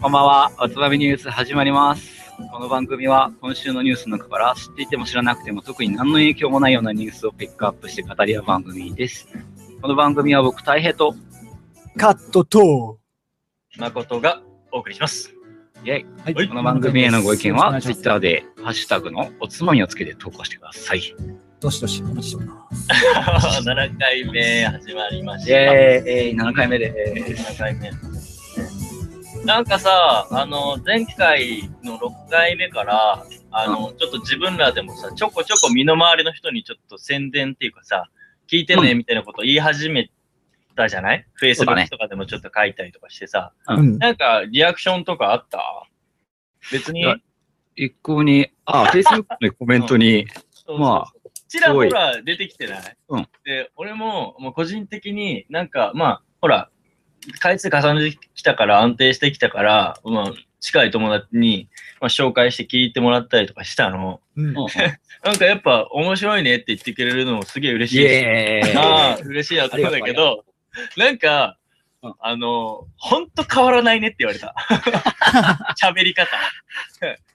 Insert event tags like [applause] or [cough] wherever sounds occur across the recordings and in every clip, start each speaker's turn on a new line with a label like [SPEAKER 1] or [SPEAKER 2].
[SPEAKER 1] こんばんは。おつまみニュース始まります。この番組は今週のニュースの中から知っていても知らなくても特に何の影響もないようなニュースをピックアップして語り合う番組です。この番組は僕、大平と
[SPEAKER 2] カットと。
[SPEAKER 1] 誠がお送りします。
[SPEAKER 3] [laughs]
[SPEAKER 1] イェイ。
[SPEAKER 2] は
[SPEAKER 1] この番組へのご意見は、ツイッター
[SPEAKER 2] で。
[SPEAKER 1] で、ハッシュタグのおつまみをつけて投稿してください。イ
[SPEAKER 2] どしどしお待ちしております。
[SPEAKER 3] 7回目始まりました。
[SPEAKER 1] ェーイ、7回目で
[SPEAKER 3] 7
[SPEAKER 1] す。
[SPEAKER 3] 回目。なんかさ、あの、前回の6回目から、あの、ちょっと自分らでもさ、ちょこちょこ身の回りの人にちょっと宣伝っていうかさ、聞いてね、みたいなこと言い始めたじゃない、
[SPEAKER 1] うだね
[SPEAKER 3] ?Facebook とかでもちょっと書いたりとかしてさ、
[SPEAKER 1] う
[SPEAKER 2] うん。
[SPEAKER 3] なんかリアクションとかあった別に
[SPEAKER 1] い、や一向に、 [laughs] あ、Facebook のコメントに、
[SPEAKER 3] そうそうそう
[SPEAKER 1] まあ、
[SPEAKER 3] ちらほら出てきてない
[SPEAKER 1] うん
[SPEAKER 3] で、俺も、もう個人的になんか、まあ、ほら、回数重ねてきたから、安定してきたから、まあ、近い友達に、まあ、紹介して聞いてもらったりとかしたの。
[SPEAKER 2] うん
[SPEAKER 1] うんうん
[SPEAKER 3] なんかやっぱ面白いねって言ってくれるのもすげえ嬉し
[SPEAKER 1] イ
[SPEAKER 3] いし
[SPEAKER 1] エーイ。
[SPEAKER 3] ああ、嬉しいなと思うんだけど、なんか
[SPEAKER 1] うん、
[SPEAKER 3] あの、ほんと変わらないねって言われ [laughs] た。喋り方。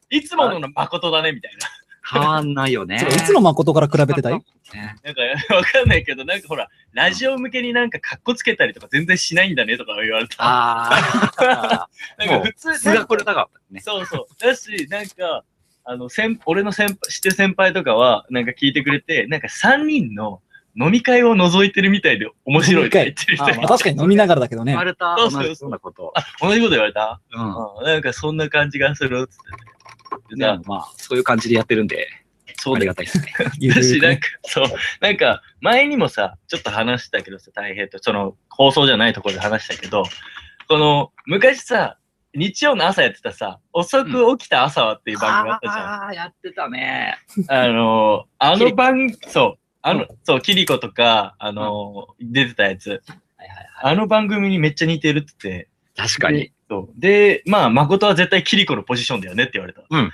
[SPEAKER 3] いつもの誠だね、みたいな。
[SPEAKER 1] 変わんないよね
[SPEAKER 2] そ。れいつの誠から比べ
[SPEAKER 1] [laughs]
[SPEAKER 2] てたい
[SPEAKER 3] なんか、 [laughs] わかんないけど、なんかほら、ラジオ向けになんか格好つけたりとか全然しないんだねとか言われた。
[SPEAKER 1] あ [laughs] あ。
[SPEAKER 3] なんか普通、
[SPEAKER 1] 素がこれなかったね。
[SPEAKER 3] そうそう。だし、なんか、あの、先俺の先輩、知ってる先輩とかは、なんか聞いてくれて、なんか3人の飲み会を覗いてるみたいで面白いって言ってる人
[SPEAKER 1] 飲み会
[SPEAKER 3] がいて
[SPEAKER 2] まあ確かに飲みながらだけどね
[SPEAKER 1] 生ま。れた
[SPEAKER 3] そう
[SPEAKER 1] 同
[SPEAKER 3] そうそう
[SPEAKER 1] じようなこと。
[SPEAKER 3] 同じこと言われた、
[SPEAKER 1] うん。
[SPEAKER 3] うん、なんかそんな感じがするっつってて。
[SPEAKER 1] でもまあ、そういう感じでやってるんで、
[SPEAKER 3] そ
[SPEAKER 1] あ
[SPEAKER 3] うだ
[SPEAKER 1] り
[SPEAKER 3] よ
[SPEAKER 1] がたいですね。
[SPEAKER 2] ゆる
[SPEAKER 3] だ
[SPEAKER 2] ゆる
[SPEAKER 3] し、
[SPEAKER 2] く
[SPEAKER 3] なん
[SPEAKER 2] ね
[SPEAKER 3] か、そう、なんか、前にもさ、ちょっと話したけどさ、大平と、その、放送じゃないところで話したけど、この、昔さ、日曜の朝やってたさ、遅く起きた朝はっていう番組あったじゃん。
[SPEAKER 1] ああ、やってたね。
[SPEAKER 3] あの、あの番、そう、あの、そう、キリコとか、あの、出てたやつ、
[SPEAKER 1] はいはい
[SPEAKER 3] あの番組にめっちゃ似てるって言って、
[SPEAKER 1] はい。確かに
[SPEAKER 3] で。。そう。で、まあ、誠は絶対キリコのポジションだよねって言われた。
[SPEAKER 1] うん。
[SPEAKER 3] [laughs]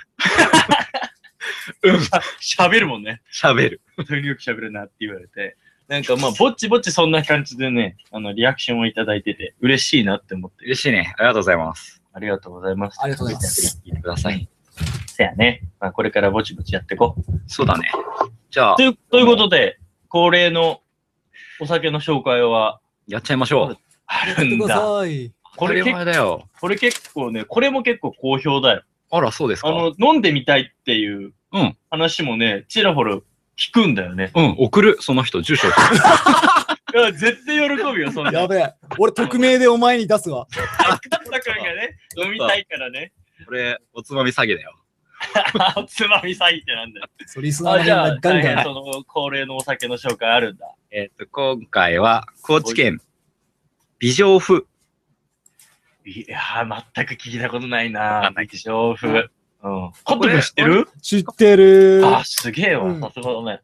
[SPEAKER 3] うん。喋るもんね。
[SPEAKER 1] 喋る。
[SPEAKER 3] とにかく喋るなって言われて、 [laughs] なんかまあ、ぼっちぼっちそんな感じでね、あの、リアクションをいただいてて、嬉しいなって思ってる。
[SPEAKER 1] 嬉しいね。ありがとうございます。
[SPEAKER 3] ありがとうございます。
[SPEAKER 2] ありがとうございます。
[SPEAKER 1] 聞いてください。
[SPEAKER 3] せやね。まあ、これからぼちぼちやっていこう。
[SPEAKER 1] そうだね。じゃあ
[SPEAKER 3] と、いう、ということで、恒例のお酒の紹介は
[SPEAKER 1] やっちゃいましょう。
[SPEAKER 3] あ
[SPEAKER 2] やって
[SPEAKER 3] るん
[SPEAKER 2] くだ
[SPEAKER 3] だ。
[SPEAKER 2] さい。
[SPEAKER 3] これ
[SPEAKER 1] 当たり前だよ。
[SPEAKER 3] これ結構ね、これも結構好評だよ。
[SPEAKER 1] あら、そうですか。
[SPEAKER 3] あの、飲んでみたいっていう
[SPEAKER 1] うん
[SPEAKER 3] 話もね、ちらほら聞くんだよね。
[SPEAKER 1] うん、送る。その人、住所送る。
[SPEAKER 3] いや、絶対喜ぶよ、そんな。
[SPEAKER 2] やべえ。俺、匿名でお前に出すわ。
[SPEAKER 3] [laughs] 高君がね、飲みたいからね。 [laughs]
[SPEAKER 1] これ、おつまみ詐欺だよ。
[SPEAKER 3] おつまみ詐欺ってなんだよ
[SPEAKER 2] そうリスナー
[SPEAKER 3] あ
[SPEAKER 2] の
[SPEAKER 3] じ
[SPEAKER 2] みん
[SPEAKER 3] ゃあ、
[SPEAKER 2] なガン
[SPEAKER 3] 大
[SPEAKER 2] ガ
[SPEAKER 3] 変
[SPEAKER 2] ン。
[SPEAKER 3] その恒例のお酒の紹介あるんだ。
[SPEAKER 1] えっと、今回は、高知県、美女府
[SPEAKER 3] いやー、全く聞いたことないな
[SPEAKER 1] わかんない
[SPEAKER 3] ぁ。上風。うん。コット
[SPEAKER 1] これ
[SPEAKER 3] 君知ってる
[SPEAKER 2] 知ってる。
[SPEAKER 3] あ、すげえ
[SPEAKER 2] う
[SPEAKER 3] わ。
[SPEAKER 2] ん
[SPEAKER 3] さすがだね。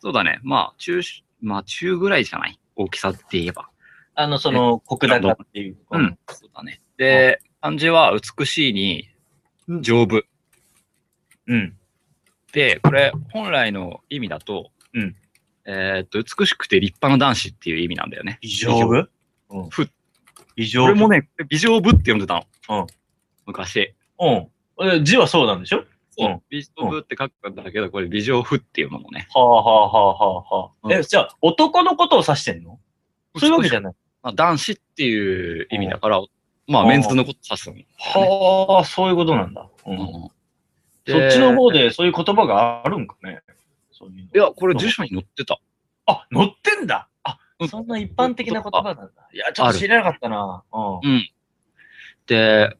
[SPEAKER 1] そうだね。まあ、中、まあ、中ぐらいじゃない大きさって言えば。
[SPEAKER 3] あの、その、国高っていう。
[SPEAKER 1] うん。。そうだね。で、漢字は美しいに
[SPEAKER 2] うん
[SPEAKER 1] 丈夫。
[SPEAKER 3] うん。
[SPEAKER 1] で、これ、本来の意味だと、
[SPEAKER 3] うん
[SPEAKER 1] えーっと、美しくて立派な男子っていう意味なんだよね。
[SPEAKER 3] 異常部
[SPEAKER 1] ふ
[SPEAKER 3] 異常
[SPEAKER 1] これ
[SPEAKER 3] 部
[SPEAKER 1] もね、美丈夫って呼んでたの。
[SPEAKER 3] うん
[SPEAKER 1] 昔。
[SPEAKER 3] うんえ。字はそうなんでしょ
[SPEAKER 1] そう
[SPEAKER 3] うん
[SPEAKER 1] 美丈夫って書くんだけど、これ美丈夫っていうものね。
[SPEAKER 3] はあはあはあはあは
[SPEAKER 1] う
[SPEAKER 3] あ。
[SPEAKER 1] ん
[SPEAKER 3] え、じゃあ、男のことを指してんのそういうわけじゃない。
[SPEAKER 1] まあ、男子っていう意味だから、まあ、メンズのこと指すの。
[SPEAKER 3] はあ、そういうことなんだ。うん。
[SPEAKER 1] うんで
[SPEAKER 3] そっちの方でそういう言葉があるんかねそういうの
[SPEAKER 1] いや、これ辞書に載ってた。
[SPEAKER 3] あ、乗ってんだあ
[SPEAKER 1] う、ん
[SPEAKER 3] そんな一般的な言葉なんだ。いや、ちょ
[SPEAKER 1] あ
[SPEAKER 3] っ
[SPEAKER 1] る
[SPEAKER 3] と知らなかったな。うん。
[SPEAKER 1] うん。で、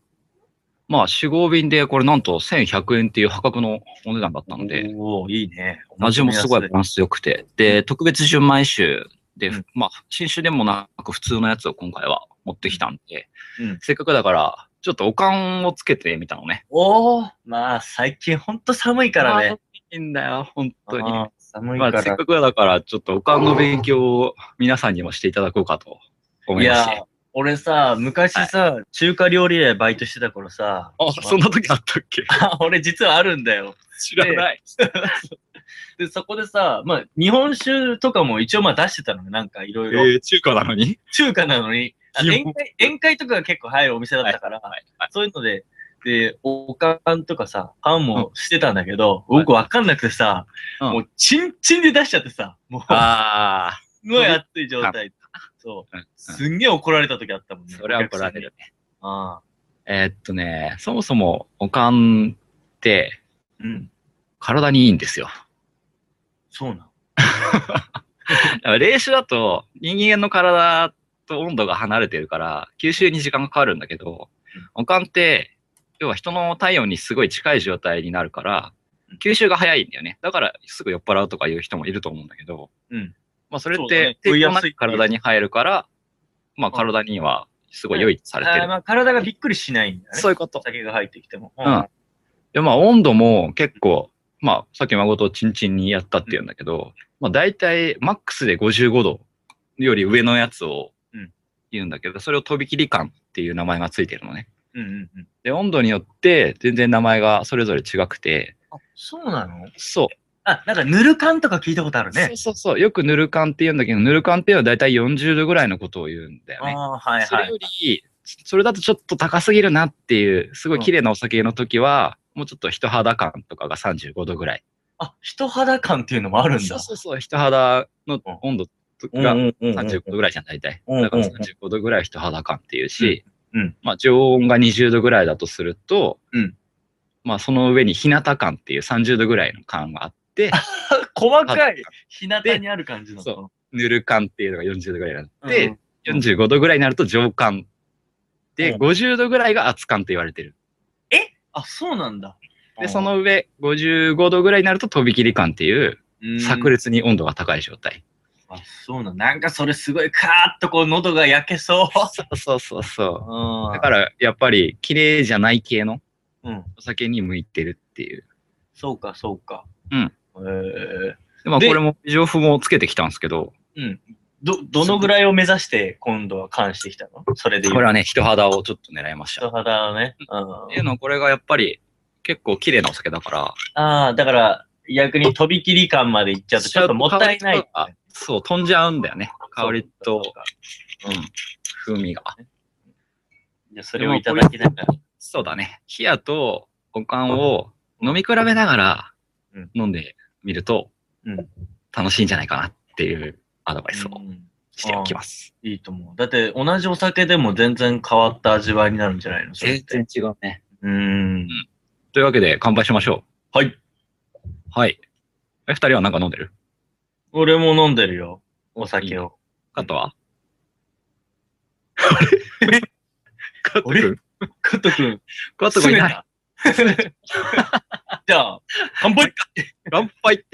[SPEAKER 1] まあ、四合便で、これなんと1100円っていう破格のお値段だったので、
[SPEAKER 3] おーいいね。
[SPEAKER 1] 味もすごいバランス良くて、で、特別純米酒で、
[SPEAKER 3] うん
[SPEAKER 1] まあ、新酒でもなく普通のやつを今回は持ってきたんで、
[SPEAKER 3] うん
[SPEAKER 1] せっかくだから、ちょっとおかんをつけてみたのね。
[SPEAKER 3] おー、まあ、最近ほんと寒いからね。。
[SPEAKER 1] いいんだよ、本当に。
[SPEAKER 3] あー寒い
[SPEAKER 1] ま
[SPEAKER 3] か
[SPEAKER 1] あ、せっ
[SPEAKER 3] ら。
[SPEAKER 1] かくだから、ちょっとおかんの勉強を皆さんにもしていただこうかと思
[SPEAKER 3] い
[SPEAKER 1] いま
[SPEAKER 3] や
[SPEAKER 1] して。、
[SPEAKER 3] 俺さ、昔さ、中華料理屋でバイトしてた頃さ、
[SPEAKER 1] あ、そんな時あったっけ
[SPEAKER 3] [laughs] 俺実はあるんだよ。
[SPEAKER 1] [laughs] 知らない。
[SPEAKER 3] で、そこでさ、まあ、日本酒とかも一応まあ出してたのね、なんかいろいろ。
[SPEAKER 1] えー、中華なのに
[SPEAKER 3] 中華なのに、あ宴会、宴会とかが結構入るお店だったから、そういうので、で、おかんとかさ、パンもしてたんだけど、
[SPEAKER 1] うん
[SPEAKER 3] 僕わかんなくてさ、
[SPEAKER 1] うん
[SPEAKER 3] もうチンチンで出しちゃってさ、もう、
[SPEAKER 1] ああ、
[SPEAKER 3] すごい熱い状態。そ
[SPEAKER 1] う
[SPEAKER 3] う。
[SPEAKER 1] んうん
[SPEAKER 3] すんげえ怒られた時あったもんね。
[SPEAKER 1] それは怒られるね。
[SPEAKER 3] お客さんに。ああ。
[SPEAKER 1] えーっとね、そもそも、おかんって、
[SPEAKER 3] うん。
[SPEAKER 1] 体にいいんですよ。 [laughs]
[SPEAKER 3] そうなの。
[SPEAKER 1] だから冷酒だと、人間の体と温度が離れてるから、吸収に時間がかかるんだけど、おかんって、要は人の体温にすごい近い状態になるから、吸収が早いんだよね。だから、すぐ酔っ払うとかいう人もいると思うんだけど、
[SPEAKER 3] うん。
[SPEAKER 1] まあ、それ
[SPEAKER 3] そ
[SPEAKER 1] っ
[SPEAKER 3] うだね
[SPEAKER 1] て、抵抗
[SPEAKER 3] 食いや
[SPEAKER 1] な
[SPEAKER 3] すい
[SPEAKER 1] く体に入るから、まあ、
[SPEAKER 3] うん
[SPEAKER 1] 体には、すごい良いとされて
[SPEAKER 3] ああ
[SPEAKER 1] る。
[SPEAKER 3] まあ、体がびっくりしないんだね。
[SPEAKER 1] そういうこと。
[SPEAKER 3] 酒が入ってきても。う
[SPEAKER 1] うんで、まあ、温度も結構、まあ、さっき孫とチンチンにやったっていうんだけど、まあ、大体、マックスで55度より上のやつを
[SPEAKER 3] うん
[SPEAKER 1] 言うんだけど、それを飛び切り感っていう名前がついてるのね。
[SPEAKER 3] うんうんうん。
[SPEAKER 1] で、温度によって、全然名前がそれぞれ違くて、
[SPEAKER 3] あ、そうなの
[SPEAKER 1] そう、
[SPEAKER 3] あ、なんか、ぬる感とか聞いたことある
[SPEAKER 1] そ
[SPEAKER 3] ね
[SPEAKER 1] う。そうそう、よくぬる感って言うんだけど、ぬる感っていうのは大体40度ぐらいのことを言うんだよ
[SPEAKER 3] あ
[SPEAKER 1] ね。
[SPEAKER 3] あ、はい
[SPEAKER 1] そ
[SPEAKER 3] は
[SPEAKER 1] れ
[SPEAKER 3] い
[SPEAKER 1] よ。り、それだとちょっと高すぎるなっていう、すごい綺麗なお酒の時は、もうちょっと人肌感とかが35度ぐらい。
[SPEAKER 3] あ、人肌感っていうのもあるん
[SPEAKER 1] そ
[SPEAKER 3] だ
[SPEAKER 1] う。そうそう、人肌の温度が
[SPEAKER 3] うんうんうんうん
[SPEAKER 1] 35度ぐらいじゃん、大体。
[SPEAKER 3] うんうん
[SPEAKER 1] だから35度ぐらい人肌感っていうし、
[SPEAKER 3] うんうん
[SPEAKER 1] まあ常温が20度ぐらいだとすると、
[SPEAKER 3] うん
[SPEAKER 1] まあその上に日向感っていう30度ぐらいの感があって、
[SPEAKER 3] 細か
[SPEAKER 1] 肌
[SPEAKER 3] い。日向にある感じの。
[SPEAKER 1] そう
[SPEAKER 3] この
[SPEAKER 1] ぬる感っていうのが40度ぐらいになっ
[SPEAKER 3] う
[SPEAKER 1] て
[SPEAKER 3] ん、
[SPEAKER 1] 45度ぐらいになると上感。で、
[SPEAKER 3] うん
[SPEAKER 1] 50度ぐらいが熱感と言われてる。
[SPEAKER 3] あ、そうなんだ。
[SPEAKER 1] で、その上、55度ぐらいになると飛び切り感っていう、
[SPEAKER 3] うん、
[SPEAKER 1] 炸裂に温度が高い状態。
[SPEAKER 3] あ、そうなんだ。なんかそれすごい、カーッとこう、喉が焼けそう。
[SPEAKER 1] そうそうそうそう。
[SPEAKER 3] うん
[SPEAKER 1] だから、やっぱり、綺麗じゃない系の
[SPEAKER 3] うん。
[SPEAKER 1] お酒に向いてるっていう。
[SPEAKER 3] そうか、そうか。
[SPEAKER 1] うん。
[SPEAKER 3] え
[SPEAKER 1] でまあ、
[SPEAKER 3] で
[SPEAKER 1] これも、情報もつけてきたんですけど、
[SPEAKER 3] えうん。ど、どのぐらいを目指して今度は関してきたのそれで言
[SPEAKER 1] こ
[SPEAKER 3] う
[SPEAKER 1] れはね、人肌をちょっと狙いました。
[SPEAKER 3] 人
[SPEAKER 1] っ
[SPEAKER 3] 肌をね。うん。
[SPEAKER 1] ていうのは、これがやっぱり、結構綺麗なお酒だから、
[SPEAKER 3] ああ、だから、逆に飛び切り感までいっちゃうとちょっともったいない、
[SPEAKER 1] 香りとかそう、飛んじゃうんだよね。香りと、うん、風味が。
[SPEAKER 3] じゃあそれをいただきながら。
[SPEAKER 1] そうだね。冷やと五感を飲み比べながら
[SPEAKER 3] うん
[SPEAKER 1] 飲んでみると
[SPEAKER 3] うん
[SPEAKER 1] 楽しいんじゃないかなっていうアドバイスを
[SPEAKER 3] うん
[SPEAKER 1] しておきます。
[SPEAKER 3] いいと思う。だって、同じお酒でも全然変わった味わいになるんじゃないのそれって。
[SPEAKER 1] 違うね。
[SPEAKER 3] うん。
[SPEAKER 1] というわけで乾杯しましょう。
[SPEAKER 3] はい。
[SPEAKER 1] はい。え、二人はなんか飲んでる
[SPEAKER 3] 俺も飲んでるよ。お酒を。
[SPEAKER 1] カットはあれカット
[SPEAKER 3] あ
[SPEAKER 1] 君
[SPEAKER 3] 加藤くん。
[SPEAKER 1] カット君いない。
[SPEAKER 3] すねた [laughs] じゃあ、乾杯
[SPEAKER 1] 乾杯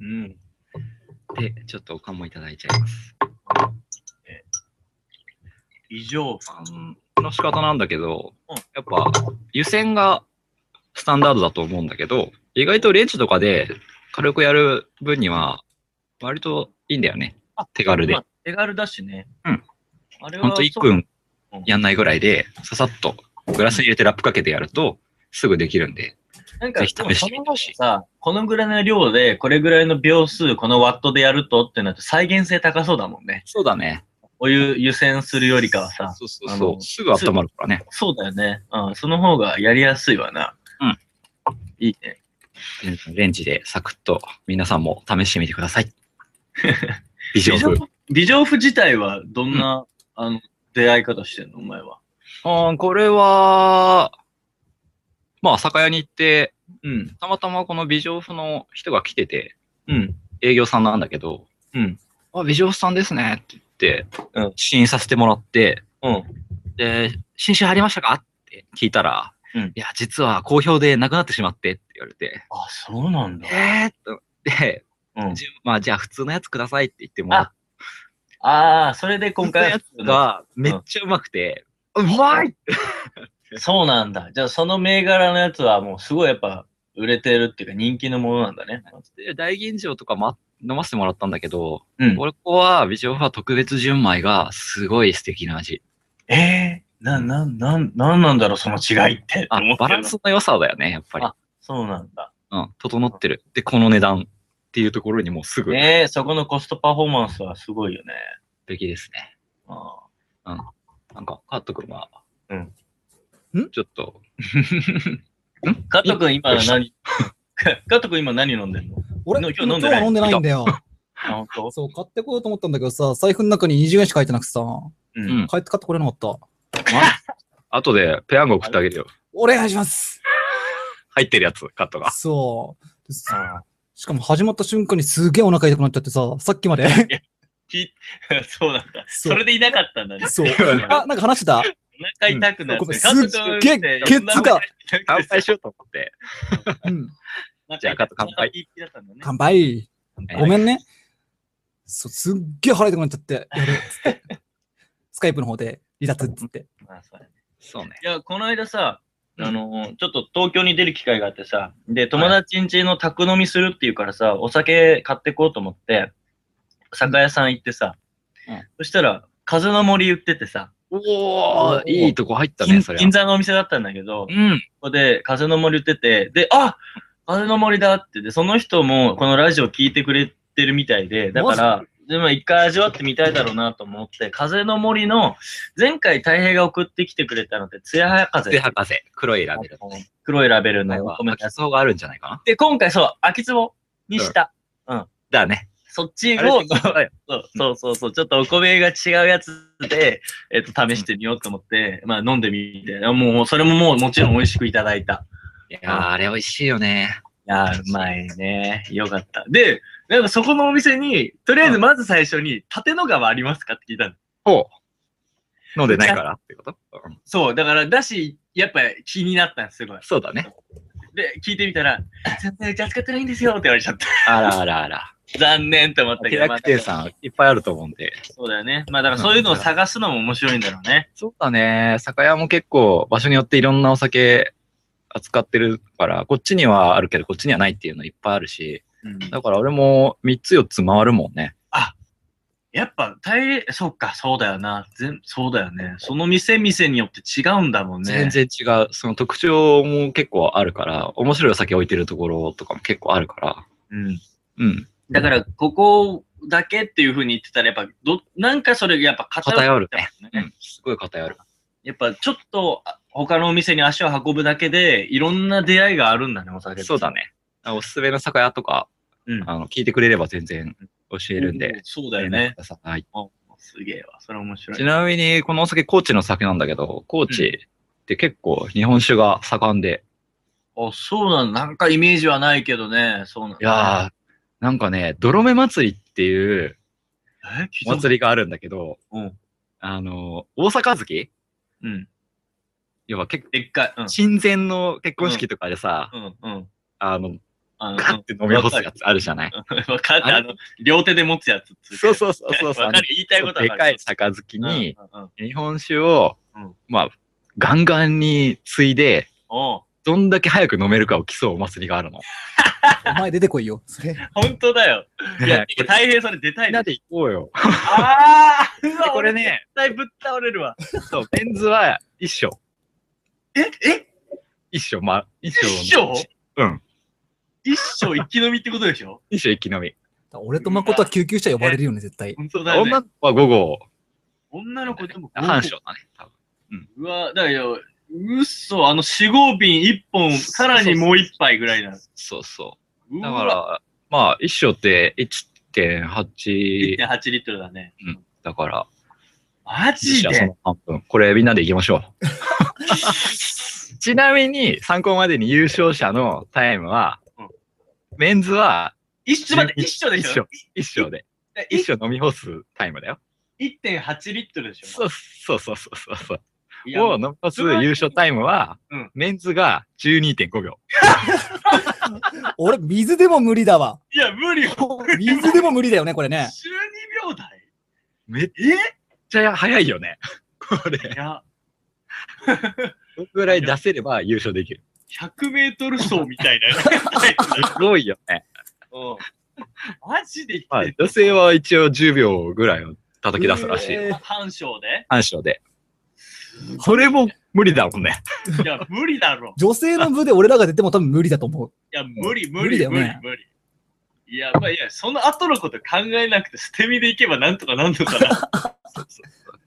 [SPEAKER 3] うん。
[SPEAKER 1] で、ちょっとおかんもいただいちゃいます。
[SPEAKER 3] 以上。
[SPEAKER 1] あの仕方なんだけど、
[SPEAKER 3] うん
[SPEAKER 1] やっぱ湯煎がスタンダードだと思うんだけど、意外とレンジとかで軽くやる分には、割といいんだよね。手軽で
[SPEAKER 3] まあ。手軽だしね。
[SPEAKER 1] うん。
[SPEAKER 3] あれは、
[SPEAKER 1] ほんと1分やんないぐらいで、ささっとグラスに入れてラップかけてやると、すぐできるんで。
[SPEAKER 3] なんか、
[SPEAKER 1] ぜひ試
[SPEAKER 3] でも
[SPEAKER 1] し
[SPEAKER 3] そ
[SPEAKER 1] てみ
[SPEAKER 3] の
[SPEAKER 1] てほしい
[SPEAKER 3] さ、このぐらいの量で、これぐらいの秒数、このワットでやるとってなると再現性高そうだもんね。
[SPEAKER 1] そうだね。
[SPEAKER 3] お湯湯煎するよりかはさ。
[SPEAKER 1] そうそう
[SPEAKER 3] あ
[SPEAKER 1] そ
[SPEAKER 3] の
[SPEAKER 1] う。すぐ温まるからね。
[SPEAKER 3] そうだよね。うん。その方がやりやすいわな。
[SPEAKER 1] うん。
[SPEAKER 3] いいね。
[SPEAKER 1] レンジでサクッと皆さんも試してみてくだ [laughs] さい。以上。
[SPEAKER 3] 美女夫自体はどんな、あの、出会い方してんのお前は。
[SPEAKER 1] あーこれは、まあ、酒屋に行って、
[SPEAKER 3] うん。
[SPEAKER 1] たまたまこの美女夫の人が来てて、
[SPEAKER 3] うん。
[SPEAKER 1] 営業さんなんだけど、
[SPEAKER 3] うん。
[SPEAKER 1] あ、美女夫さんですねって言って、
[SPEAKER 3] うん
[SPEAKER 1] 試飲させてもらって、
[SPEAKER 3] うん。
[SPEAKER 1] で、新酒入りましたかって聞いたら、
[SPEAKER 3] うん
[SPEAKER 1] いや、実は好評でなくなってしまってって言われて、
[SPEAKER 3] あ、そうなんだ。
[SPEAKER 1] えーっと、で、
[SPEAKER 3] うん。
[SPEAKER 1] じゅまあ、じゃあ普通のやつくださいって言ってもらって、
[SPEAKER 3] ああ、それで今回は
[SPEAKER 1] 普通のやつがめっちゃうまくて、うまい
[SPEAKER 3] そうなんだ。じゃあその銘柄のやつはもうすごいやっぱ売れてるっていうか人気のものなんだね。
[SPEAKER 1] で大吟醸とか、ま、飲ませてもらったんだけど、
[SPEAKER 3] うん。
[SPEAKER 1] 俺ここは美女夫は特別純米がすごい素敵な味。
[SPEAKER 3] ええー、な、な、なん、なんなんだろう、その違いって。
[SPEAKER 1] あ
[SPEAKER 3] 思っ、て
[SPEAKER 1] バ
[SPEAKER 3] る
[SPEAKER 1] ランスの良さだよね、やっぱり
[SPEAKER 3] あ。そうなんだ。
[SPEAKER 1] うん、整ってる。で、この値段。っていうところにもうすぐ。
[SPEAKER 3] ねえ、そこのコストパフォーマンスはすごいよね。
[SPEAKER 4] べきですね。
[SPEAKER 3] あ
[SPEAKER 4] なんか、カット君は、
[SPEAKER 3] うん。
[SPEAKER 2] ん
[SPEAKER 4] ちょっと、
[SPEAKER 3] ー加藤くん今何、 [laughs] 加藤くん今何飲んでんの
[SPEAKER 2] 俺、
[SPEAKER 3] 今
[SPEAKER 2] 今日
[SPEAKER 3] 日飲んでない
[SPEAKER 2] は飲んでないんだよ。
[SPEAKER 3] あ、本当
[SPEAKER 2] そう、買ってこようと思ったんだけどさ、財布の中に20円しか入ってなくてさ、
[SPEAKER 3] う
[SPEAKER 4] うん
[SPEAKER 3] ん。
[SPEAKER 2] 帰って買ってこれなかった。
[SPEAKER 1] 後でペヤング送ってあげるよ。
[SPEAKER 2] お願いします。
[SPEAKER 1] 入ってるやつ、カットが。
[SPEAKER 2] そう。です
[SPEAKER 3] あ
[SPEAKER 2] しかも始まった瞬間にすげえお腹痛くなっちゃってさ、さっきまで。
[SPEAKER 3] ー [laughs] そうなんだ。
[SPEAKER 2] そう
[SPEAKER 3] それでいなかったんだね。 [laughs]
[SPEAKER 2] そう。
[SPEAKER 3] お
[SPEAKER 2] あ、なんか話してた
[SPEAKER 3] 腹痛くなっ
[SPEAKER 2] ごめ
[SPEAKER 3] て。
[SPEAKER 2] んすっげえケツが。
[SPEAKER 1] [laughs] 乾杯しようと思って。
[SPEAKER 2] うん。
[SPEAKER 3] じ
[SPEAKER 1] じゃ
[SPEAKER 3] ゃあ、
[SPEAKER 1] あ
[SPEAKER 3] 加
[SPEAKER 1] 加
[SPEAKER 3] 藤
[SPEAKER 1] 藤乾杯。
[SPEAKER 3] 乾杯だったんだね
[SPEAKER 2] 乾杯。
[SPEAKER 1] 杯
[SPEAKER 2] ごめんね。そう、すっげえ腹痛くなっちゃって、やべっつって。スカイプの方で離脱っつって。
[SPEAKER 3] まあそうだね
[SPEAKER 4] そうね。
[SPEAKER 3] いや、この間さ、あのー、ちょっと東京に出る機会があってさ、で、友達ん家の宅飲みするっていうからさ、お酒買ってこうと思って、酒屋さん行ってさ
[SPEAKER 4] うん、
[SPEAKER 3] そしたら、風の森売っててさ、
[SPEAKER 4] お
[SPEAKER 2] ー
[SPEAKER 4] ー、いいとこ入った
[SPEAKER 3] 銀
[SPEAKER 4] ね、それ
[SPEAKER 3] 銀座のお店だったんだけど、
[SPEAKER 4] うん。
[SPEAKER 3] ここで風の森売ってて、で、あ風の森だって、で、その人もこのラジオ聞いてくれてるみたいで、だから、でも一回味わってみたいだろうなと思って、風の森の、前回太平が送ってきてくれたのって、ツヤハヤ風
[SPEAKER 1] で、博士、黒いラベル。
[SPEAKER 3] あの黒いラベル
[SPEAKER 4] 今回
[SPEAKER 3] のお
[SPEAKER 4] は、
[SPEAKER 3] 米のや
[SPEAKER 4] 発
[SPEAKER 3] つ。
[SPEAKER 4] 想があるんじゃないかな。
[SPEAKER 3] で、今回そう、秋壺にした。
[SPEAKER 4] だね。
[SPEAKER 3] そっち
[SPEAKER 1] あれ
[SPEAKER 3] を、そうそうそうそう、ちょっとお米が違うやつで、えっ、と、試してみようと思って、まあ飲んでみて、もう、それももうもちろん美味しくいただいた。
[SPEAKER 4] いやー、あれ美味しいよね。
[SPEAKER 3] いやー、うまいね。よかった。で、なんかそこのお店に、とりあえずまず最初に、縦の川ありますかって聞いたの。
[SPEAKER 1] ほう。飲んでないからってこと、うん
[SPEAKER 3] そう、だから、だし、やっぱ気になったんです、すごい。
[SPEAKER 1] そうだね。
[SPEAKER 3] で、聞いてみたら、全然うち扱ってないんですよって言われちゃった。 [laughs]
[SPEAKER 4] あらあらあ
[SPEAKER 1] [laughs]
[SPEAKER 4] ら。
[SPEAKER 3] 残念と思ったけ
[SPEAKER 1] 気
[SPEAKER 3] ど、まあ
[SPEAKER 1] 楽、店さんいっぱいあると思うんで。
[SPEAKER 3] そうだよね。まあだからそういうのを探すのも面白いんだろうね。
[SPEAKER 1] そうだね。酒屋も結構場所によっていろんなお酒扱ってるから、こっちにはあるけどこっちにはないっていうのいっぱいあるし、
[SPEAKER 3] うん、
[SPEAKER 1] だから俺も3つ4つ回るもんね。
[SPEAKER 3] やっぱ、大変、そっか、そうだよな。全そうだよね。その店店によって違うんだもんね。
[SPEAKER 1] 全然違う。その特徴も結構あるから、面白いお酒置いてるところとかも結構あるから。
[SPEAKER 3] うん。
[SPEAKER 1] うん。
[SPEAKER 3] だから、ここだけっていうふうに言ってたら、やっぱど、なんかそれ、やっぱ
[SPEAKER 1] 偏る
[SPEAKER 3] ってま
[SPEAKER 1] ね
[SPEAKER 3] すね。
[SPEAKER 1] うん。すごい偏る。
[SPEAKER 3] やっぱ、ちょっと、あ他のお店に足を運ぶだけで、いろんな出会いがあるんだね、お酒って
[SPEAKER 1] そうだ。ね。おすすめの酒屋とか、
[SPEAKER 3] うん。
[SPEAKER 1] あの、聞いてくれれば全然教えるん
[SPEAKER 3] う
[SPEAKER 1] で。
[SPEAKER 3] そうだよね。
[SPEAKER 1] 連絡ください。はい。
[SPEAKER 3] おすげえわ。それ面白い。
[SPEAKER 1] ちなみに、このお酒、高知の酒なんだけど、高知って結構日本酒が盛んで、
[SPEAKER 3] あ、そうなんだ。なんかイメージはないけどね。そうなんだ。
[SPEAKER 1] いやー、なんかね、泥目祭りっていう
[SPEAKER 3] え聞い
[SPEAKER 1] お
[SPEAKER 3] たこと
[SPEAKER 1] 祭りがあるんだけど、
[SPEAKER 3] うん
[SPEAKER 1] あの、大阪月
[SPEAKER 3] うん。
[SPEAKER 1] 要は結構、
[SPEAKER 3] でっかい。うん。
[SPEAKER 1] 親善の結婚式とかでさ、
[SPEAKER 3] うん。うん。
[SPEAKER 1] あの、
[SPEAKER 3] あの、
[SPEAKER 1] ガッて飲み干すやつあるじゃない。
[SPEAKER 3] うん [laughs] わ
[SPEAKER 1] あ
[SPEAKER 3] かっ
[SPEAKER 1] れ
[SPEAKER 3] た。あの、両手で持つやつ。
[SPEAKER 1] そうそうそうそうそう。
[SPEAKER 3] わかる。言いたいことは
[SPEAKER 1] で
[SPEAKER 3] わ
[SPEAKER 1] かい
[SPEAKER 3] か
[SPEAKER 1] 杯
[SPEAKER 3] る
[SPEAKER 1] に、
[SPEAKER 3] うんうんうん
[SPEAKER 1] 日本酒を、
[SPEAKER 3] うん
[SPEAKER 1] まあ、ガンガンに継いで、
[SPEAKER 3] おう
[SPEAKER 1] どんだけ早く飲めるかを競うお祭りがあるの。
[SPEAKER 2] お前出てこいよ。それ。
[SPEAKER 3] 本当だよ。
[SPEAKER 1] [laughs]
[SPEAKER 3] いや、てか大平それ出た
[SPEAKER 1] み
[SPEAKER 3] い
[SPEAKER 1] ん
[SPEAKER 3] で
[SPEAKER 1] なで行こうよ。
[SPEAKER 3] ああ
[SPEAKER 1] でこれね、
[SPEAKER 3] 絶対ぶっ倒れるわ。
[SPEAKER 1] そう、メンズは一緒。
[SPEAKER 3] ええ
[SPEAKER 1] 一緒、まあ、一緒。
[SPEAKER 3] 一生
[SPEAKER 1] うん。
[SPEAKER 3] 一生生き延びってことでしょ
[SPEAKER 1] 一緒一気飲み。
[SPEAKER 2] 俺と誠は救急車呼ばれるよね、絶対。
[SPEAKER 3] 本当だよ、ね
[SPEAKER 1] 女。の子は午後、
[SPEAKER 3] 女の子でも
[SPEAKER 1] 半生だね、多分。
[SPEAKER 3] うわ、だよ。うそ、あの四合瓶一本、さらにもう一杯ぐらいなの。
[SPEAKER 1] そうそうう。
[SPEAKER 3] わ
[SPEAKER 1] だか、ら、まあ、一生って1.8
[SPEAKER 3] 1.8リットルだね。
[SPEAKER 1] だから、
[SPEAKER 3] マジ
[SPEAKER 1] 一緒はそ
[SPEAKER 3] で
[SPEAKER 1] の半分。これみんなで行きましょ
[SPEAKER 3] [laughs]
[SPEAKER 1] う。ちなみに、参考までに優勝者のタイムは
[SPEAKER 3] うん、
[SPEAKER 1] メンズは
[SPEAKER 3] 一緒、待って、一緒でしょ
[SPEAKER 1] 一生で、
[SPEAKER 3] い
[SPEAKER 1] 一生飲み干すタイムだよ。
[SPEAKER 3] ?1.8 リットルでしょ
[SPEAKER 1] そうそうそうそうそうそう。
[SPEAKER 3] いや
[SPEAKER 1] を飲み干す優勝タイムは
[SPEAKER 3] うん、
[SPEAKER 1] メンズが12.5秒。
[SPEAKER 2] 俺、水でも無理だわ。
[SPEAKER 3] いや、無理よ。
[SPEAKER 2] 水でも無理だよね、これね。
[SPEAKER 3] 12秒台
[SPEAKER 1] めっ
[SPEAKER 3] え
[SPEAKER 1] ちゃ早いよね。 [laughs] これ。
[SPEAKER 3] いや、
[SPEAKER 1] それぐらい出せれば優勝できる。
[SPEAKER 3] 100メートル走みたいな。
[SPEAKER 1] [laughs] すごいよね。
[SPEAKER 3] うんマジで言ってんの
[SPEAKER 1] まあ、女性は一応10秒ぐらいを叩き出すらしいよ。
[SPEAKER 2] えー
[SPEAKER 3] 半章で
[SPEAKER 1] 半生で。それも無理だもんね。
[SPEAKER 3] いや、無理だろ。
[SPEAKER 2] 女性の部で俺らが出ても多分無理だと思う。
[SPEAKER 3] いや、無理、無
[SPEAKER 2] 無理だ
[SPEAKER 3] 理、
[SPEAKER 2] よ
[SPEAKER 3] 無理
[SPEAKER 2] ね、
[SPEAKER 3] 無理。いいや、まあいや、その後のこと考えなくて、捨て身でいけばなんとかなんのかな。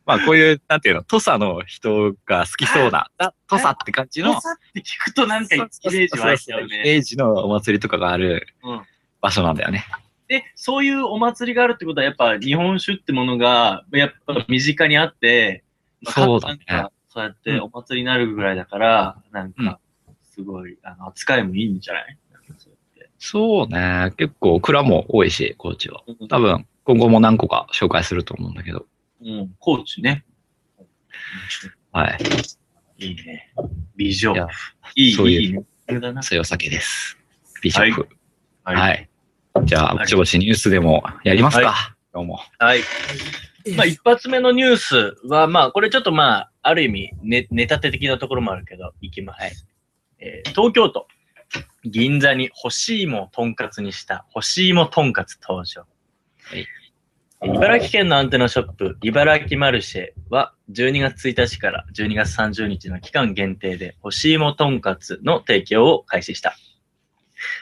[SPEAKER 1] まあこういう、なんていうの、土佐の人が好きそうな、あ土佐って感じの、
[SPEAKER 3] さって聞くとなんかイメージ湧いちゃう
[SPEAKER 1] イ
[SPEAKER 3] ね。
[SPEAKER 1] メージのお祭りとかがある
[SPEAKER 3] うん
[SPEAKER 1] 場所なんだよね。
[SPEAKER 3] で、そういうお祭りがあるってことは、やっぱ日本酒ってものが、やっぱ身近にあって、まあ
[SPEAKER 1] そうだね
[SPEAKER 3] なんかそうやってお祭りになるぐらいだから、なんか、すごい、あの、扱いもいいんじゃないなんかそうやって
[SPEAKER 1] そうね。結構蔵も多いし、高知は。
[SPEAKER 3] うん
[SPEAKER 1] 多分、今後も何個か紹介すると思うんだけど。
[SPEAKER 3] うん、高知ね。
[SPEAKER 1] はい。
[SPEAKER 3] いいね。美女
[SPEAKER 1] いや。
[SPEAKER 3] いい、
[SPEAKER 1] そういう
[SPEAKER 3] いいね。あれだな。
[SPEAKER 1] そういうお酒です。ビショップ。
[SPEAKER 3] は。
[SPEAKER 1] はいい。じゃあ、
[SPEAKER 3] はい
[SPEAKER 1] ぼちぼちニュースでもやりますか。どうも。
[SPEAKER 3] はい。まあ、一発目のニュースは、まあ、これちょっとまあ、ある意味、ね、ネタ手的なところもあるけど、いきます。えー東京都、銀座に干し芋をとんかつにした、干し芋とんかつ登場。
[SPEAKER 1] い
[SPEAKER 3] 茨城県のアンテナショップ、茨城マルシェは、12月1日から12月30日の期間限定で、干し芋とんかつの提供を開始した。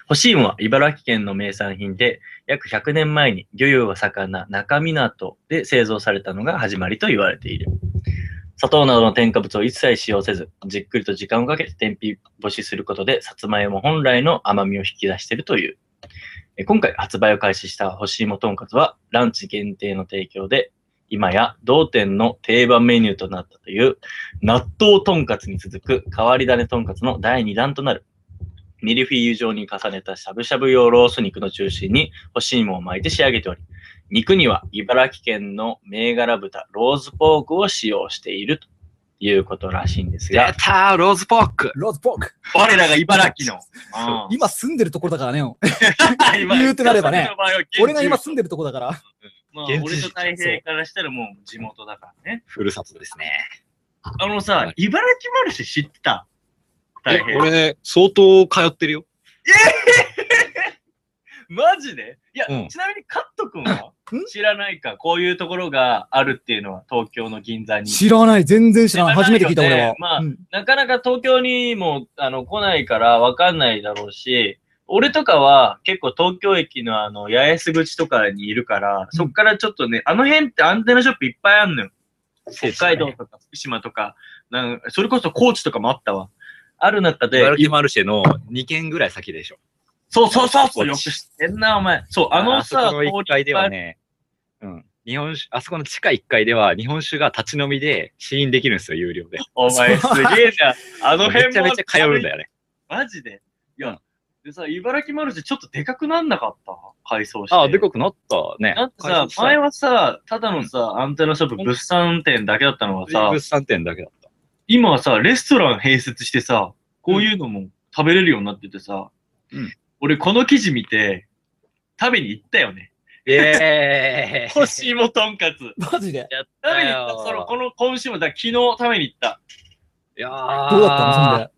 [SPEAKER 3] 干し芋は茨城県の名産品で、約100年前に漁業が盛んな中港で製造されたのが始まりと言われている。砂糖などの添加物を一切使用せず、じっくりと時間をかけて天日干しすることで、さつまいも本来の甘みを引き出しているという。え今回発売を開始した干し芋とんかつは、ランチ限定の提供で、今や同店の定番メニューとなったという、納豆とんかつに続く変わり種とんかつの第2弾となる。ミルフィーユ状に重ねたしゃぶしゃぶ用ロース肉の中心に干し芋を巻いて仕上げており、肉には茨城県の銘柄豚、ローズポークを使用しているということらしいんです
[SPEAKER 1] や
[SPEAKER 3] が
[SPEAKER 1] っ、たーローズポーク
[SPEAKER 2] ローズポーク。
[SPEAKER 3] 我らが茨城 [laughs] の。うん
[SPEAKER 2] 今住んでるところだからね。
[SPEAKER 3] 今
[SPEAKER 2] 言うてなればね。俺が今
[SPEAKER 3] 住
[SPEAKER 2] 住んでるところだから。
[SPEAKER 3] まあ、
[SPEAKER 1] 現地
[SPEAKER 3] 俺と太平からしたらもう地元だからね。
[SPEAKER 1] ふるさとですね。
[SPEAKER 3] あのさ、茨城マルシェ知ってた太
[SPEAKER 1] え、
[SPEAKER 3] 平。
[SPEAKER 1] 俺、相当通ってるよ。
[SPEAKER 3] マジでいや、
[SPEAKER 1] うん
[SPEAKER 3] ちなみにカット君は
[SPEAKER 2] ん
[SPEAKER 3] 知らないか、こういうところがあるっていうのは東京の銀座に。
[SPEAKER 2] 知らない。全然知らない。
[SPEAKER 3] 知ら
[SPEAKER 2] 初
[SPEAKER 3] な
[SPEAKER 2] め
[SPEAKER 3] い
[SPEAKER 2] て聞
[SPEAKER 3] よね
[SPEAKER 2] いた俺は。
[SPEAKER 3] まあ
[SPEAKER 2] うん
[SPEAKER 3] なかなか東京にもあの来ないからわかんないだろうし、俺とかは結構東京駅のあの八重洲口とかにいるから、そっからちょっとね、あの辺ってアンテナショップいっぱいあんのよ。北海道とか福島とか、なんそれこそ高知とかもあったわ。ある中で、
[SPEAKER 1] 茨城マルシェの2軒ぐらい先でしょ。
[SPEAKER 3] そうそうそうそ
[SPEAKER 1] 高
[SPEAKER 3] う、よく
[SPEAKER 1] 知
[SPEAKER 3] 知ってんな、お前。そう、あのさ、
[SPEAKER 1] あそこの1階ではね、うん。日本酒、あそこの地下1階では日本酒が立ち飲みで試飲できるんですよ、有料で。
[SPEAKER 3] お前すげえ
[SPEAKER 1] [laughs]
[SPEAKER 3] な。あの辺も。
[SPEAKER 1] めちゃめちゃ通うんだよね。
[SPEAKER 3] マジでいや、
[SPEAKER 1] うん
[SPEAKER 3] でさ、茨城マルシェちょっとでかくなんなかった改装して。
[SPEAKER 1] あ、でかくなったね。
[SPEAKER 3] なんかさ、前
[SPEAKER 1] は
[SPEAKER 3] はさ、ただのさ、アンテナショップ物産店だけだったのがさ
[SPEAKER 1] 物、産店だけだった。
[SPEAKER 3] 今はさ、レストラン併設してさ、こういうのも食べれるようになっててさ、
[SPEAKER 1] うん
[SPEAKER 3] 俺この記事見て、食べに行ったよ [laughs] ね。
[SPEAKER 1] え
[SPEAKER 3] 干し芋とんかつ。食
[SPEAKER 2] マジで。
[SPEAKER 1] やっ
[SPEAKER 3] べ
[SPEAKER 1] た
[SPEAKER 3] に行った。その、こ
[SPEAKER 1] よ。
[SPEAKER 3] の今週も、だから昨日食べに行った。
[SPEAKER 1] いや
[SPEAKER 2] どうだったのそ
[SPEAKER 1] の
[SPEAKER 2] んで。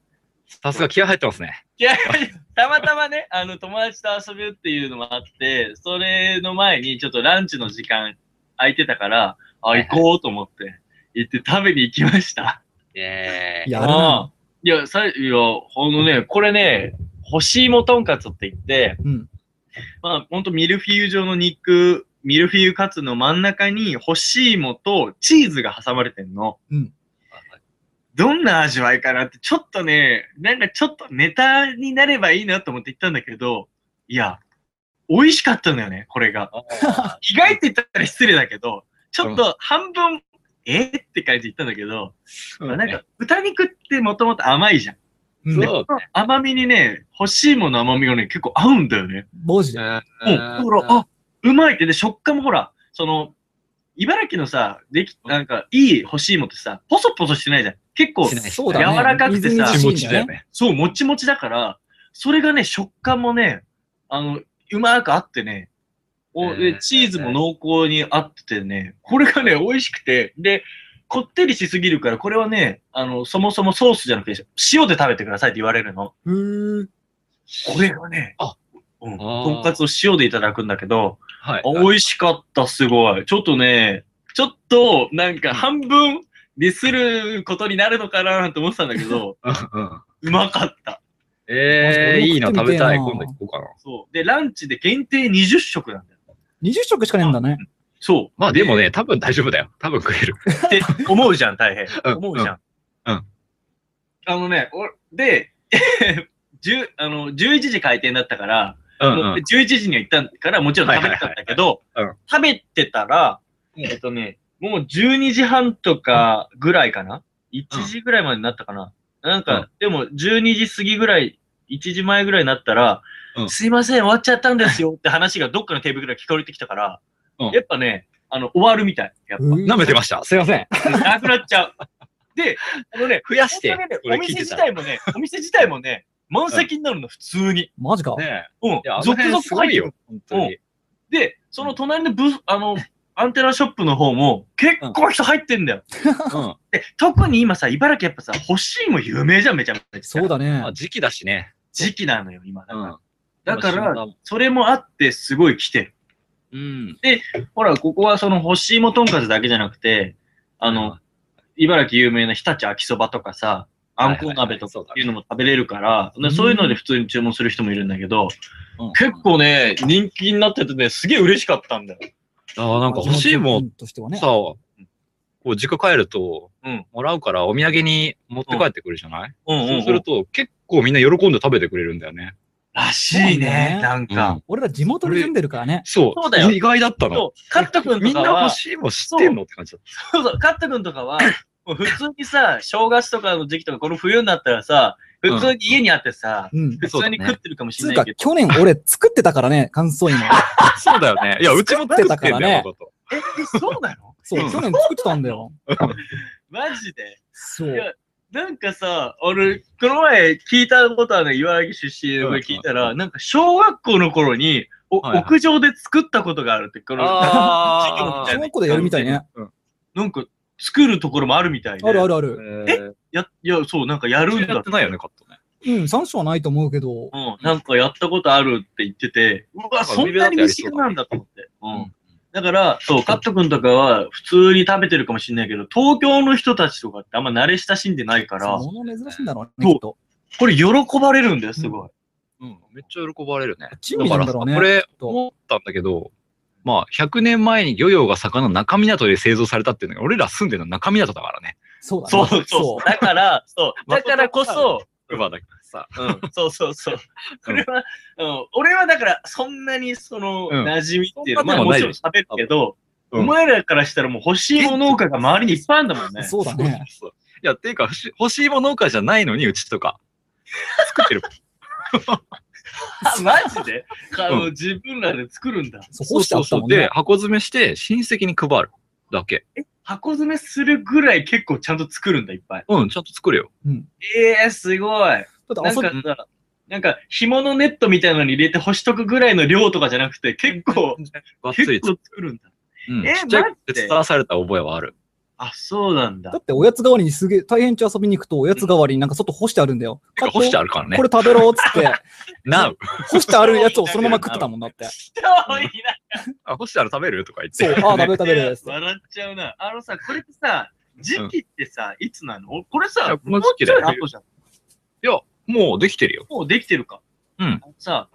[SPEAKER 1] さすが気合入ってますね。
[SPEAKER 3] いや、 [laughs] たまたまね、あの、友達と遊ぶっていうのもあって、それの前にちょっとランチの時間空いてたから、あ、
[SPEAKER 1] はいはい
[SPEAKER 3] 行こうと思って、行って食べに行きました。
[SPEAKER 1] え
[SPEAKER 2] いやるな
[SPEAKER 3] あいや、さ、いや、ほんのね、これね、干し芋とんかつって言って、
[SPEAKER 2] うん。 [laughs]
[SPEAKER 3] まあ、ほんとミルフィーユ状の肉、ミルフィーユカツの真ん中に干し芋とチーズが挟まれてんの。どんな味わいかなって、ちょっとね、なんかちょっとネタになればいいなと思って行ったんだけど、いや、美味しかったんだよね、これが。意外って言ったら失礼だけど、ちょっと半分、えって感じで行ったんだけど、なんか豚肉ってもともと甘いじゃん。
[SPEAKER 2] うん
[SPEAKER 1] そう
[SPEAKER 3] 甘みにね、欲しいもの甘みがね、結構合うんだよね。
[SPEAKER 2] マジで。
[SPEAKER 1] ね。
[SPEAKER 3] うん。だから、あ、うまいって、で、食感もほら、その、茨城のさ、でき、なんか、いい干し芋ってさ、ポソポソしてないじゃん。結構、
[SPEAKER 1] しない
[SPEAKER 2] そうだね。
[SPEAKER 3] 柔らかくてさ
[SPEAKER 2] みずみずしいん
[SPEAKER 1] ちだよ
[SPEAKER 2] ね。
[SPEAKER 1] ね。
[SPEAKER 3] そう、もちもちだから、それがね、食感もね、あの、うまくあってね、お
[SPEAKER 1] え
[SPEAKER 3] で
[SPEAKER 1] ー
[SPEAKER 3] チーズも濃厚に合っててね、これがね、美味しくて、で、こってりしすぎるから、これはね、あの、そもそもソースじゃなくて、塩で食べてくださいって言われるの。
[SPEAKER 2] うーん。
[SPEAKER 3] これがね、
[SPEAKER 1] あ
[SPEAKER 3] うん、
[SPEAKER 1] あー
[SPEAKER 3] とんかつを塩でいただくんだけど、
[SPEAKER 1] はい。
[SPEAKER 3] あ [laughs] 美味しかった、すごい。ちょっとね、ちょっと、なんか、半分、ディスることになるのかなと思ってたんだけど、 [laughs]
[SPEAKER 1] うんうん
[SPEAKER 3] うまかった。
[SPEAKER 1] え
[SPEAKER 2] 俺も食ってみてえな
[SPEAKER 1] ー、いいな、食べたい。今度行こうかな。
[SPEAKER 3] そう。で、ランチで限定20食なんだよ。
[SPEAKER 2] 20食しかねえんだね。
[SPEAKER 3] そう。
[SPEAKER 1] まあでもね、多分大丈夫だよ。多分食える。
[SPEAKER 3] って思うじゃん、大変。
[SPEAKER 1] うん
[SPEAKER 3] 思うじゃん。
[SPEAKER 1] うんうん
[SPEAKER 3] あのね、おで、10あの11時開店だったから、
[SPEAKER 1] うん
[SPEAKER 3] もう
[SPEAKER 1] うん。
[SPEAKER 3] 11時には行ったから、もちろん食べてたんだけど
[SPEAKER 1] はいはいはい、
[SPEAKER 3] 食べてたら、えっとね、もう12時半とかぐらいかな ?1 時ぐらいまでになったかななん
[SPEAKER 1] う
[SPEAKER 3] か、でも12時過ぎぐらい、1時前ぐらいになったら
[SPEAKER 1] う、ん
[SPEAKER 3] すいません、終わっちゃったんですよって話がどっかのテーブルから聞こえてきたから
[SPEAKER 1] うん、
[SPEAKER 3] やっぱね、あの、終わるみたい。やっぱ。
[SPEAKER 1] 舐めてました。すいません。
[SPEAKER 3] なくなっちゃ
[SPEAKER 1] [laughs]
[SPEAKER 3] う。で、あのね、
[SPEAKER 1] 増やして
[SPEAKER 3] 本当にね。
[SPEAKER 1] 俺
[SPEAKER 3] お
[SPEAKER 1] 聞い
[SPEAKER 3] 店
[SPEAKER 1] て
[SPEAKER 3] 自
[SPEAKER 1] た。
[SPEAKER 3] 体もね、お店自体もね、満席になるの、普通に。
[SPEAKER 2] マジか。
[SPEAKER 1] ね
[SPEAKER 3] うん
[SPEAKER 1] え。いや、、続
[SPEAKER 3] 続々
[SPEAKER 1] 々すご
[SPEAKER 3] 入っ
[SPEAKER 1] い
[SPEAKER 3] てくる
[SPEAKER 1] よ。本当に。
[SPEAKER 3] で、その隣のブースあの、アンテナショップの方も、結構人入ってんだよ。
[SPEAKER 1] うん。
[SPEAKER 3] で、特に今さ、茨城やっぱさ、欲しいも有名じゃん、めちゃめちゃ。
[SPEAKER 2] そうだね
[SPEAKER 1] まあ。時期だしね。
[SPEAKER 3] 時期なのよ、今。だから、
[SPEAKER 1] うん。
[SPEAKER 3] だか
[SPEAKER 1] 今旬
[SPEAKER 3] ら
[SPEAKER 1] だもん
[SPEAKER 3] それもあって、すごい来てる。
[SPEAKER 1] うん。
[SPEAKER 3] ほら、ここはその、欲しいもとんかつだけじゃなくて、あの、茨城有名な日立秋そばとかさ、あんこう鍋とかっていうのも食べれるから、
[SPEAKER 2] いはい
[SPEAKER 3] でそういうので普通に注文する人もいるんだけど、
[SPEAKER 1] うん、
[SPEAKER 3] 結構ね、人気になっててね、すげえ嬉しかったんだよ。
[SPEAKER 1] ああ、なんか欲しいもん
[SPEAKER 2] としてはね
[SPEAKER 1] さ、。こう、実家帰ると
[SPEAKER 3] うん、
[SPEAKER 1] もらうからお土産に持って帰ってくるじゃない
[SPEAKER 3] うん
[SPEAKER 1] そうすると、結構みんな喜んで食べてくれるんだよね。
[SPEAKER 3] らしいね、なん
[SPEAKER 1] う
[SPEAKER 3] か
[SPEAKER 1] ん。
[SPEAKER 2] 俺ら地元に住んでるからね。
[SPEAKER 1] そう。
[SPEAKER 3] そうだよ
[SPEAKER 1] 意外だったの。
[SPEAKER 3] そう、カット君
[SPEAKER 1] みん
[SPEAKER 3] とか
[SPEAKER 1] な
[SPEAKER 3] は
[SPEAKER 1] 欲、しいもん知ってんのって感じだっ
[SPEAKER 3] そうそう、カット君とかは、もう普通にさ、正月とかの時期とか、この冬になったらさ、普通に家にあってさ、
[SPEAKER 2] うん。
[SPEAKER 3] 普通に食ってるかもし
[SPEAKER 2] つう
[SPEAKER 3] れな
[SPEAKER 2] か
[SPEAKER 3] いけ、ど、
[SPEAKER 2] 去年俺作ってたからね、乾燥芋。
[SPEAKER 1] た。そうだよね。いや、うちも作ってたからね。
[SPEAKER 3] え、そうなの
[SPEAKER 2] そう
[SPEAKER 1] う、ん
[SPEAKER 2] 去年作ってたんだよ。
[SPEAKER 3] [laughs] マジで
[SPEAKER 2] そ
[SPEAKER 3] いうや。なんかさ、俺、この前聞いたことある岩城出身の俺聞いた
[SPEAKER 1] うんうん
[SPEAKER 3] ら、なんか小学校の頃に、お
[SPEAKER 1] はいはい
[SPEAKER 3] 屋上で作ったことがあるって、この、
[SPEAKER 1] あ
[SPEAKER 3] ー [laughs]
[SPEAKER 2] 小学校でやるみたいね。
[SPEAKER 3] なんか作るところもあるみたいで。
[SPEAKER 2] あるあるある。
[SPEAKER 1] え
[SPEAKER 3] や、いや、そう、なんかやるん
[SPEAKER 1] や
[SPEAKER 3] だ
[SPEAKER 1] ってないよね、カットね。
[SPEAKER 2] うん、三章はないと思うけど
[SPEAKER 3] う、ん、なんかやったことあるって言ってて、うわ、そんなに身近なんだと思って。うん。だから、そう、カット君とかは普通に食べてるかもしれないけど、東京の人たちとかってあんま慣れ親しんでないから、
[SPEAKER 2] 物珍しいんだろう
[SPEAKER 3] そ
[SPEAKER 2] ね、
[SPEAKER 3] う
[SPEAKER 2] きっと。
[SPEAKER 3] これ喜ばれるんだよ、すごい。
[SPEAKER 1] うん、めっちゃ喜ばれるね。
[SPEAKER 2] 珍味なんだろうね
[SPEAKER 1] からさこれ、思ったんだけど、まあ、100年前に漁業が盛んな中港で製造されたっていうのが、俺ら住んでるの中港だからね。
[SPEAKER 2] そうだ
[SPEAKER 3] そう
[SPEAKER 2] ね。
[SPEAKER 3] そうそう。だから、そう。だからこそ、
[SPEAKER 1] 馬だけどさ。
[SPEAKER 3] うん、そうそうそう。これは、うん、俺はだから、そんなにその、
[SPEAKER 1] うん
[SPEAKER 3] 馴染みっていうの
[SPEAKER 1] そんなで
[SPEAKER 3] まあ
[SPEAKER 1] も
[SPEAKER 3] も
[SPEAKER 1] ない
[SPEAKER 3] ちろん食べるけど、
[SPEAKER 1] うん
[SPEAKER 3] お前らからしたらもう欲しいも農家が周りにいっぱいあるんだもんね。
[SPEAKER 2] そうだね。
[SPEAKER 1] そうそういや、っていうか、欲し欲しいも農家じゃないのに、うちとか。作ってる。
[SPEAKER 3] あマジであの、
[SPEAKER 1] う
[SPEAKER 3] 自分らで作るんだ。
[SPEAKER 2] [laughs] そう干してあったもん
[SPEAKER 1] で
[SPEAKER 2] ね、。
[SPEAKER 1] 箱詰めして、親戚に配る。だけ。
[SPEAKER 3] 箱詰めするぐらい結構ちゃんと作るんだ、いっぱい。
[SPEAKER 1] うん、ちゃんと作れよ。
[SPEAKER 2] うん。
[SPEAKER 3] ええー、すごい。
[SPEAKER 2] だって
[SPEAKER 3] な
[SPEAKER 2] あ
[SPEAKER 3] ん
[SPEAKER 2] そ
[SPEAKER 3] かさ、なんか、紐のネットみたいなのに入れて干しとくぐらいの量とかじゃなくて、結構、
[SPEAKER 1] がっつ
[SPEAKER 3] 結
[SPEAKER 1] り
[SPEAKER 3] 構。作るんだ。
[SPEAKER 1] うん、
[SPEAKER 3] え
[SPEAKER 1] ちっちゃい頃
[SPEAKER 3] マジ
[SPEAKER 1] で
[SPEAKER 3] で
[SPEAKER 1] 伝らされた覚えはある。
[SPEAKER 3] あ、そうなんだ
[SPEAKER 1] [laughs]
[SPEAKER 2] だ。っておやつ代わりにすげえ、大変地遊びに行くとおやつ代わりになんか外干してあるんだよ。
[SPEAKER 1] てか、干してあるからね
[SPEAKER 2] こ。れ食べろっつ
[SPEAKER 1] [laughs]
[SPEAKER 2] って、
[SPEAKER 1] なう。
[SPEAKER 2] 干してあるやつをそのまま食ってたもんだって。
[SPEAKER 3] 人多いな。
[SPEAKER 1] あ、干してある食べるとか言っ
[SPEAKER 2] そう、あ
[SPEAKER 1] て。
[SPEAKER 2] あ、食べる食べるっつって。
[SPEAKER 3] 笑っちゃうな。あのさ、これってさ、時期ってさ、いつなのおこれ
[SPEAKER 1] いや
[SPEAKER 3] さ、
[SPEAKER 1] この
[SPEAKER 3] もう
[SPEAKER 1] 時期
[SPEAKER 3] ち
[SPEAKER 1] だ
[SPEAKER 3] ょ
[SPEAKER 1] よ
[SPEAKER 3] い後じゃん。
[SPEAKER 1] いや、もうできてるよ。
[SPEAKER 3] もうできてるか。
[SPEAKER 1] うん。
[SPEAKER 3] さ、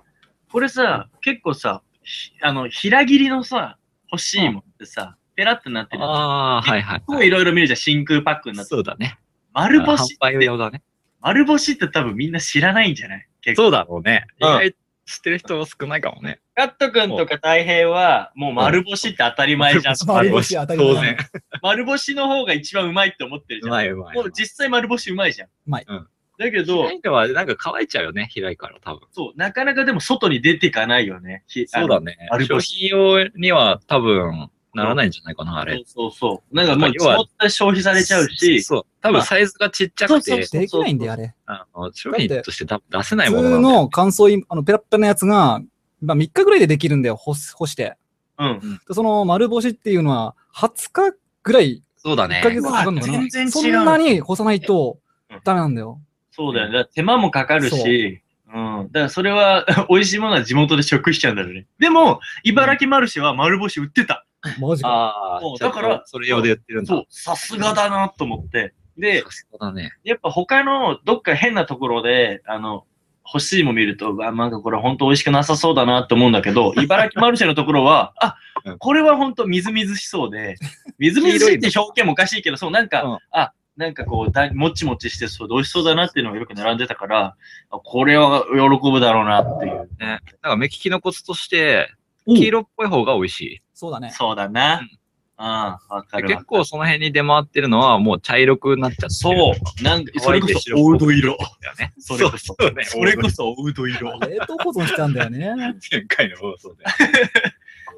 [SPEAKER 3] これさ、結構さ、ひあの、平切りのさ、欲しいもんってさ、ペラッとなってる。
[SPEAKER 1] ああ、はいはい
[SPEAKER 3] すごいいろいろ見るじゃん、真空パックになって
[SPEAKER 1] そうだね。
[SPEAKER 3] 丸干し、
[SPEAKER 1] 販売用だね。
[SPEAKER 3] 丸干しって多分みんな知らないんじゃない結構。
[SPEAKER 1] そうだろうね。意
[SPEAKER 3] うん
[SPEAKER 1] 外と知ってる人少ないかもね。
[SPEAKER 3] カット君とか太平は、もう丸干しって当たり前じゃん。
[SPEAKER 2] 丸干し当たり前
[SPEAKER 1] 当然。
[SPEAKER 3] 丸干しの方が一番うまいって思ってる
[SPEAKER 1] う
[SPEAKER 3] じゃん。
[SPEAKER 1] まいうまい。
[SPEAKER 3] もう実際丸干しうまいじゃん。う
[SPEAKER 2] まい
[SPEAKER 1] うん
[SPEAKER 3] だけど、
[SPEAKER 1] 開いてはなんか乾いちゃうよね、開いから多分。
[SPEAKER 3] そう、なかなかでも外に出ていかないよね。ひ
[SPEAKER 1] そうだ。ね
[SPEAKER 3] あ。る
[SPEAKER 1] 商品用には多分ならないんじゃないかな、あ
[SPEAKER 3] あの
[SPEAKER 1] れ。
[SPEAKER 3] そうそうそう。なんかもう、
[SPEAKER 1] 要は
[SPEAKER 3] そった消費されちゃうし、
[SPEAKER 1] そう。多分サイズがちっちゃく
[SPEAKER 3] そう
[SPEAKER 1] て、
[SPEAKER 3] そう
[SPEAKER 2] できないんだよ、あれ。
[SPEAKER 1] あの、商品として多分出せないも
[SPEAKER 2] 普
[SPEAKER 1] の
[SPEAKER 2] 通
[SPEAKER 1] な
[SPEAKER 2] の乾燥い、あの、ペラッペラなやつが、まあ3日ぐらいでできるんだよ、干す干して。
[SPEAKER 3] うん。
[SPEAKER 2] でその丸干しっていうのは、20日ぐらい、
[SPEAKER 1] そうだ
[SPEAKER 2] 1
[SPEAKER 1] ね
[SPEAKER 2] ヶ。月かかるのか
[SPEAKER 3] うわ
[SPEAKER 2] な
[SPEAKER 3] 全然違う
[SPEAKER 2] そんなに干さないと
[SPEAKER 3] うん
[SPEAKER 2] ダメなんだよ。
[SPEAKER 3] そうだよね。だから手間もかかるし、うん。だからそれは、 [laughs] 美味しいものは地元で食しちゃうんだろうね。でも、茨城マルシェは丸干し売ってた。
[SPEAKER 2] マジか。
[SPEAKER 1] あ
[SPEAKER 3] もう
[SPEAKER 1] あ、だ
[SPEAKER 3] だ
[SPEAKER 1] か
[SPEAKER 3] から
[SPEAKER 1] ら、それ用でやってるんだ。
[SPEAKER 3] そう、さすがだなと思って。で
[SPEAKER 1] さ、すがだね。
[SPEAKER 3] やっぱ他のどっか変なところで、あの、欲しいも見ると、あ、なんかこれ本当美味しくなさそうだなって思うんだけ
[SPEAKER 1] [laughs]
[SPEAKER 3] ど、茨城マルシェのところは、あ
[SPEAKER 1] うん、
[SPEAKER 3] これは本当みずみずしそう
[SPEAKER 1] [laughs]
[SPEAKER 3] で、みずみずしいって表現もおかしいけど、そう、なんか、
[SPEAKER 1] うん
[SPEAKER 3] あ、なんかこう、だもちもちしてそうで美味しそうだなっていうのがよく並んでたから、あこれは喜ぶだろうなっていう。
[SPEAKER 1] ね。なんか目利きのコツとして、
[SPEAKER 3] うん
[SPEAKER 1] 黄色っぽい方が美味しい。
[SPEAKER 2] そうだね。
[SPEAKER 3] そうだな。うん、わか
[SPEAKER 1] で
[SPEAKER 3] るわ
[SPEAKER 1] 結構その辺に出回ってるのはもう茶色くなっちゃってる。
[SPEAKER 3] そう。なんか、それこそ、
[SPEAKER 1] ホ
[SPEAKER 3] オ
[SPEAKER 1] ワ
[SPEAKER 3] ー
[SPEAKER 1] イト
[SPEAKER 3] ド色。
[SPEAKER 1] だよね。
[SPEAKER 3] それこそ
[SPEAKER 1] そうそうね。
[SPEAKER 3] それこそ、オード色。
[SPEAKER 2] 冷凍保存しちゃうんだよね。
[SPEAKER 1] 前回の放送で。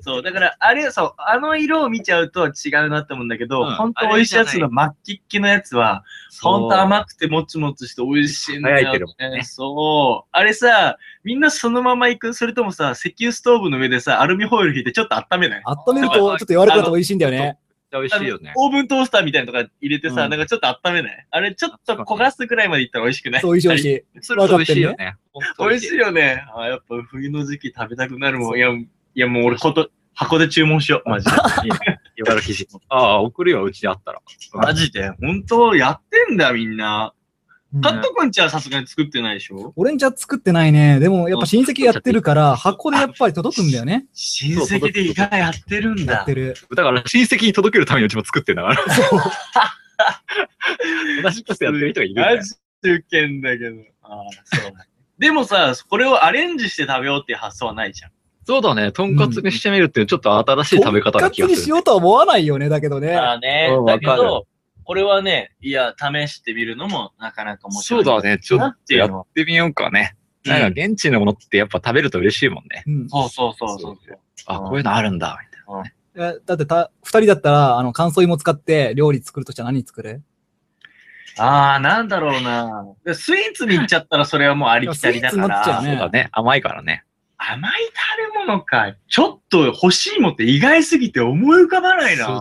[SPEAKER 3] そう、だから、あれ、そう、あの色を見ちゃうと違うなって思うんだけど、
[SPEAKER 1] うん
[SPEAKER 3] 本当美味しいやつのマッキッキのやつは、本当甘くてもちもちして美味しいんだよ、
[SPEAKER 1] 流行ってるもんね
[SPEAKER 3] そう。あれさ、みんなそのまま行くそれともさ、石油ストーブの上でさ、アルミホイル引いてちょっと温めない
[SPEAKER 2] 温めるとちょっと柔らかくなって美味しいんだよね。
[SPEAKER 1] めっちゃ美味しいよね
[SPEAKER 3] あ。のオーブントースターみたいなのとか入れてさ、
[SPEAKER 2] うん
[SPEAKER 3] なんかちょっと温めないあれちょっと焦がすぐらいまでいったら美味しくない
[SPEAKER 2] そう、美味しい美味しい。
[SPEAKER 3] それ
[SPEAKER 1] 美
[SPEAKER 2] わか
[SPEAKER 1] 味
[SPEAKER 2] って
[SPEAKER 1] し
[SPEAKER 2] ん
[SPEAKER 1] いよ
[SPEAKER 2] ね。
[SPEAKER 1] ね。
[SPEAKER 3] 美味しい
[SPEAKER 1] い。
[SPEAKER 3] よね。あやっぱ冬の時期食べたくなるもん。いや、いやもう俺
[SPEAKER 1] そ
[SPEAKER 3] こと、箱で注文しよう。マジで。
[SPEAKER 1] 茨城市。ああ、送るよ、うちにあったら。
[SPEAKER 3] マジで。本当やってんだ、みんな。
[SPEAKER 2] うん
[SPEAKER 3] カットくんちはさすがに作ってないでしょ
[SPEAKER 2] 俺んちは作ってないね。でもやっぱ親戚やってるから、箱でやっぱり届くんだよね。
[SPEAKER 3] 親戚で意外やってるん
[SPEAKER 2] や
[SPEAKER 3] だ
[SPEAKER 2] って。る。
[SPEAKER 1] だから親戚に届けるためにうちも作ってんだ
[SPEAKER 3] [laughs]
[SPEAKER 1] から。同じことやってる人がいるんだ
[SPEAKER 3] マ
[SPEAKER 1] よ。
[SPEAKER 3] ジでウケんだけど。ああ、そうだね。でもさ、これをアレンジして食べようっていう発想はないじゃん。
[SPEAKER 1] そうだね、とんかつにしてみるっていうちょっと新しい食べ方
[SPEAKER 2] カ
[SPEAKER 1] な
[SPEAKER 2] ツ
[SPEAKER 1] 気が
[SPEAKER 2] に
[SPEAKER 1] す
[SPEAKER 2] し
[SPEAKER 1] る。
[SPEAKER 2] ようとは思わないよね、だけどね。
[SPEAKER 3] あね
[SPEAKER 1] うん
[SPEAKER 3] だけ
[SPEAKER 1] わかる
[SPEAKER 3] ど、これはね、いや、試してみるのもなかなか面白
[SPEAKER 1] そ
[SPEAKER 3] いう
[SPEAKER 1] だね、ちょ
[SPEAKER 3] な
[SPEAKER 1] っ
[SPEAKER 3] って
[SPEAKER 1] と
[SPEAKER 3] い
[SPEAKER 1] や
[SPEAKER 3] うのは。
[SPEAKER 1] ってみようかね。なんか現地のものってやっぱ食べると嬉しいもんね。
[SPEAKER 2] うん、
[SPEAKER 3] そうそうそうそう。
[SPEAKER 1] あ、こういうのあるんだ、みたい
[SPEAKER 2] えだってた、二人だったら、あの、乾燥芋使って料理作るとしたら何作る
[SPEAKER 3] ああ、なんだろうな。でスイーツに行っちゃったらそれはもうありきたりだか
[SPEAKER 2] いやスイーツになっちゃ
[SPEAKER 3] ら。
[SPEAKER 2] う
[SPEAKER 1] な。
[SPEAKER 2] ね
[SPEAKER 1] そうだね、甘いからね。
[SPEAKER 3] 甘い食べ物か。ちょっと欲しいもんって意外すぎて思い浮かばないな。
[SPEAKER 1] そうだ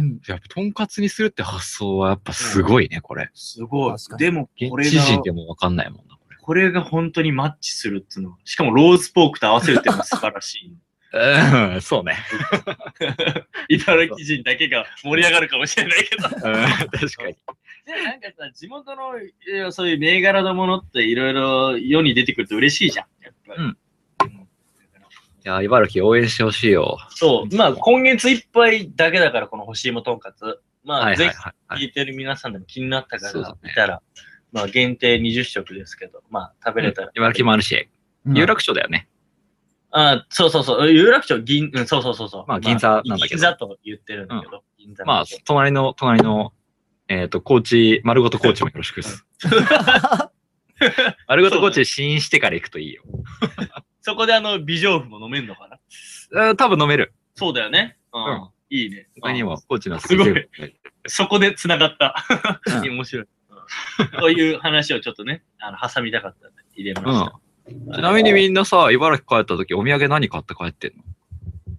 [SPEAKER 1] ね
[SPEAKER 2] ん。
[SPEAKER 1] やっぱとんかつにするって発想はやっぱすごいね、これ。
[SPEAKER 3] すごい
[SPEAKER 2] 確か。に
[SPEAKER 3] でも
[SPEAKER 1] 現
[SPEAKER 3] これ
[SPEAKER 1] 地
[SPEAKER 3] が、
[SPEAKER 1] 人でもわかんないもんな、これ。
[SPEAKER 3] これが本当にマッチするっていうのは、しかもロースポークと合わせるっていうのは素晴らし [laughs] い。
[SPEAKER 1] うん、そうね。
[SPEAKER 3] 茨城人だけが盛り上がるかもしれないけど。
[SPEAKER 1] うん、 [laughs] 確かに。
[SPEAKER 3] でもなんかさ、地元のいやそういう銘柄のものっていろいろ世に出てくると嬉しいじゃん。やっぱり
[SPEAKER 1] うんいや、茨城応援してほしいよ。
[SPEAKER 3] そう。まあ今月いっぱいだけだから、この干し芋とんかつ。ま
[SPEAKER 1] はい
[SPEAKER 3] あ
[SPEAKER 1] はい
[SPEAKER 3] ぜ
[SPEAKER 1] はいは
[SPEAKER 3] ひ
[SPEAKER 1] い。
[SPEAKER 3] 聞いてる皆さんでも気になった方
[SPEAKER 1] そうだ
[SPEAKER 3] が
[SPEAKER 1] ね
[SPEAKER 3] いたら、まあ限定20食ですけど、まあ食べれたら。
[SPEAKER 1] 茨城もあるし、
[SPEAKER 2] うん
[SPEAKER 1] 有楽町だよね。
[SPEAKER 3] あそうそうそう。有楽町、銀、うん、そうそうそうそう。
[SPEAKER 1] まあ銀座なんだけど
[SPEAKER 3] 銀座と言ってるんだけど。銀座
[SPEAKER 1] ま
[SPEAKER 3] なん
[SPEAKER 1] あ
[SPEAKER 3] だけど。、
[SPEAKER 1] 隣の、隣の、えっ、と、高知、丸ごと高知もよろしくです。丸ごと高知で試飲してから行くといいよ。
[SPEAKER 3] そこであの、美女婦も飲めんのかな
[SPEAKER 1] うん多分飲める。
[SPEAKER 3] そうだよね。うん。
[SPEAKER 1] うん
[SPEAKER 3] いいね。
[SPEAKER 1] 他に
[SPEAKER 3] うん
[SPEAKER 1] も高知の
[SPEAKER 3] すごい
[SPEAKER 1] 水上部
[SPEAKER 3] そこで繋がった。
[SPEAKER 1] う
[SPEAKER 3] 面白い。うんという話をちょっとね、あの、挟みたかったんで、入れま
[SPEAKER 1] [laughs]
[SPEAKER 3] した。
[SPEAKER 1] うん。ちなみにみんなさ、茨城帰った時お土産何買って帰ってんの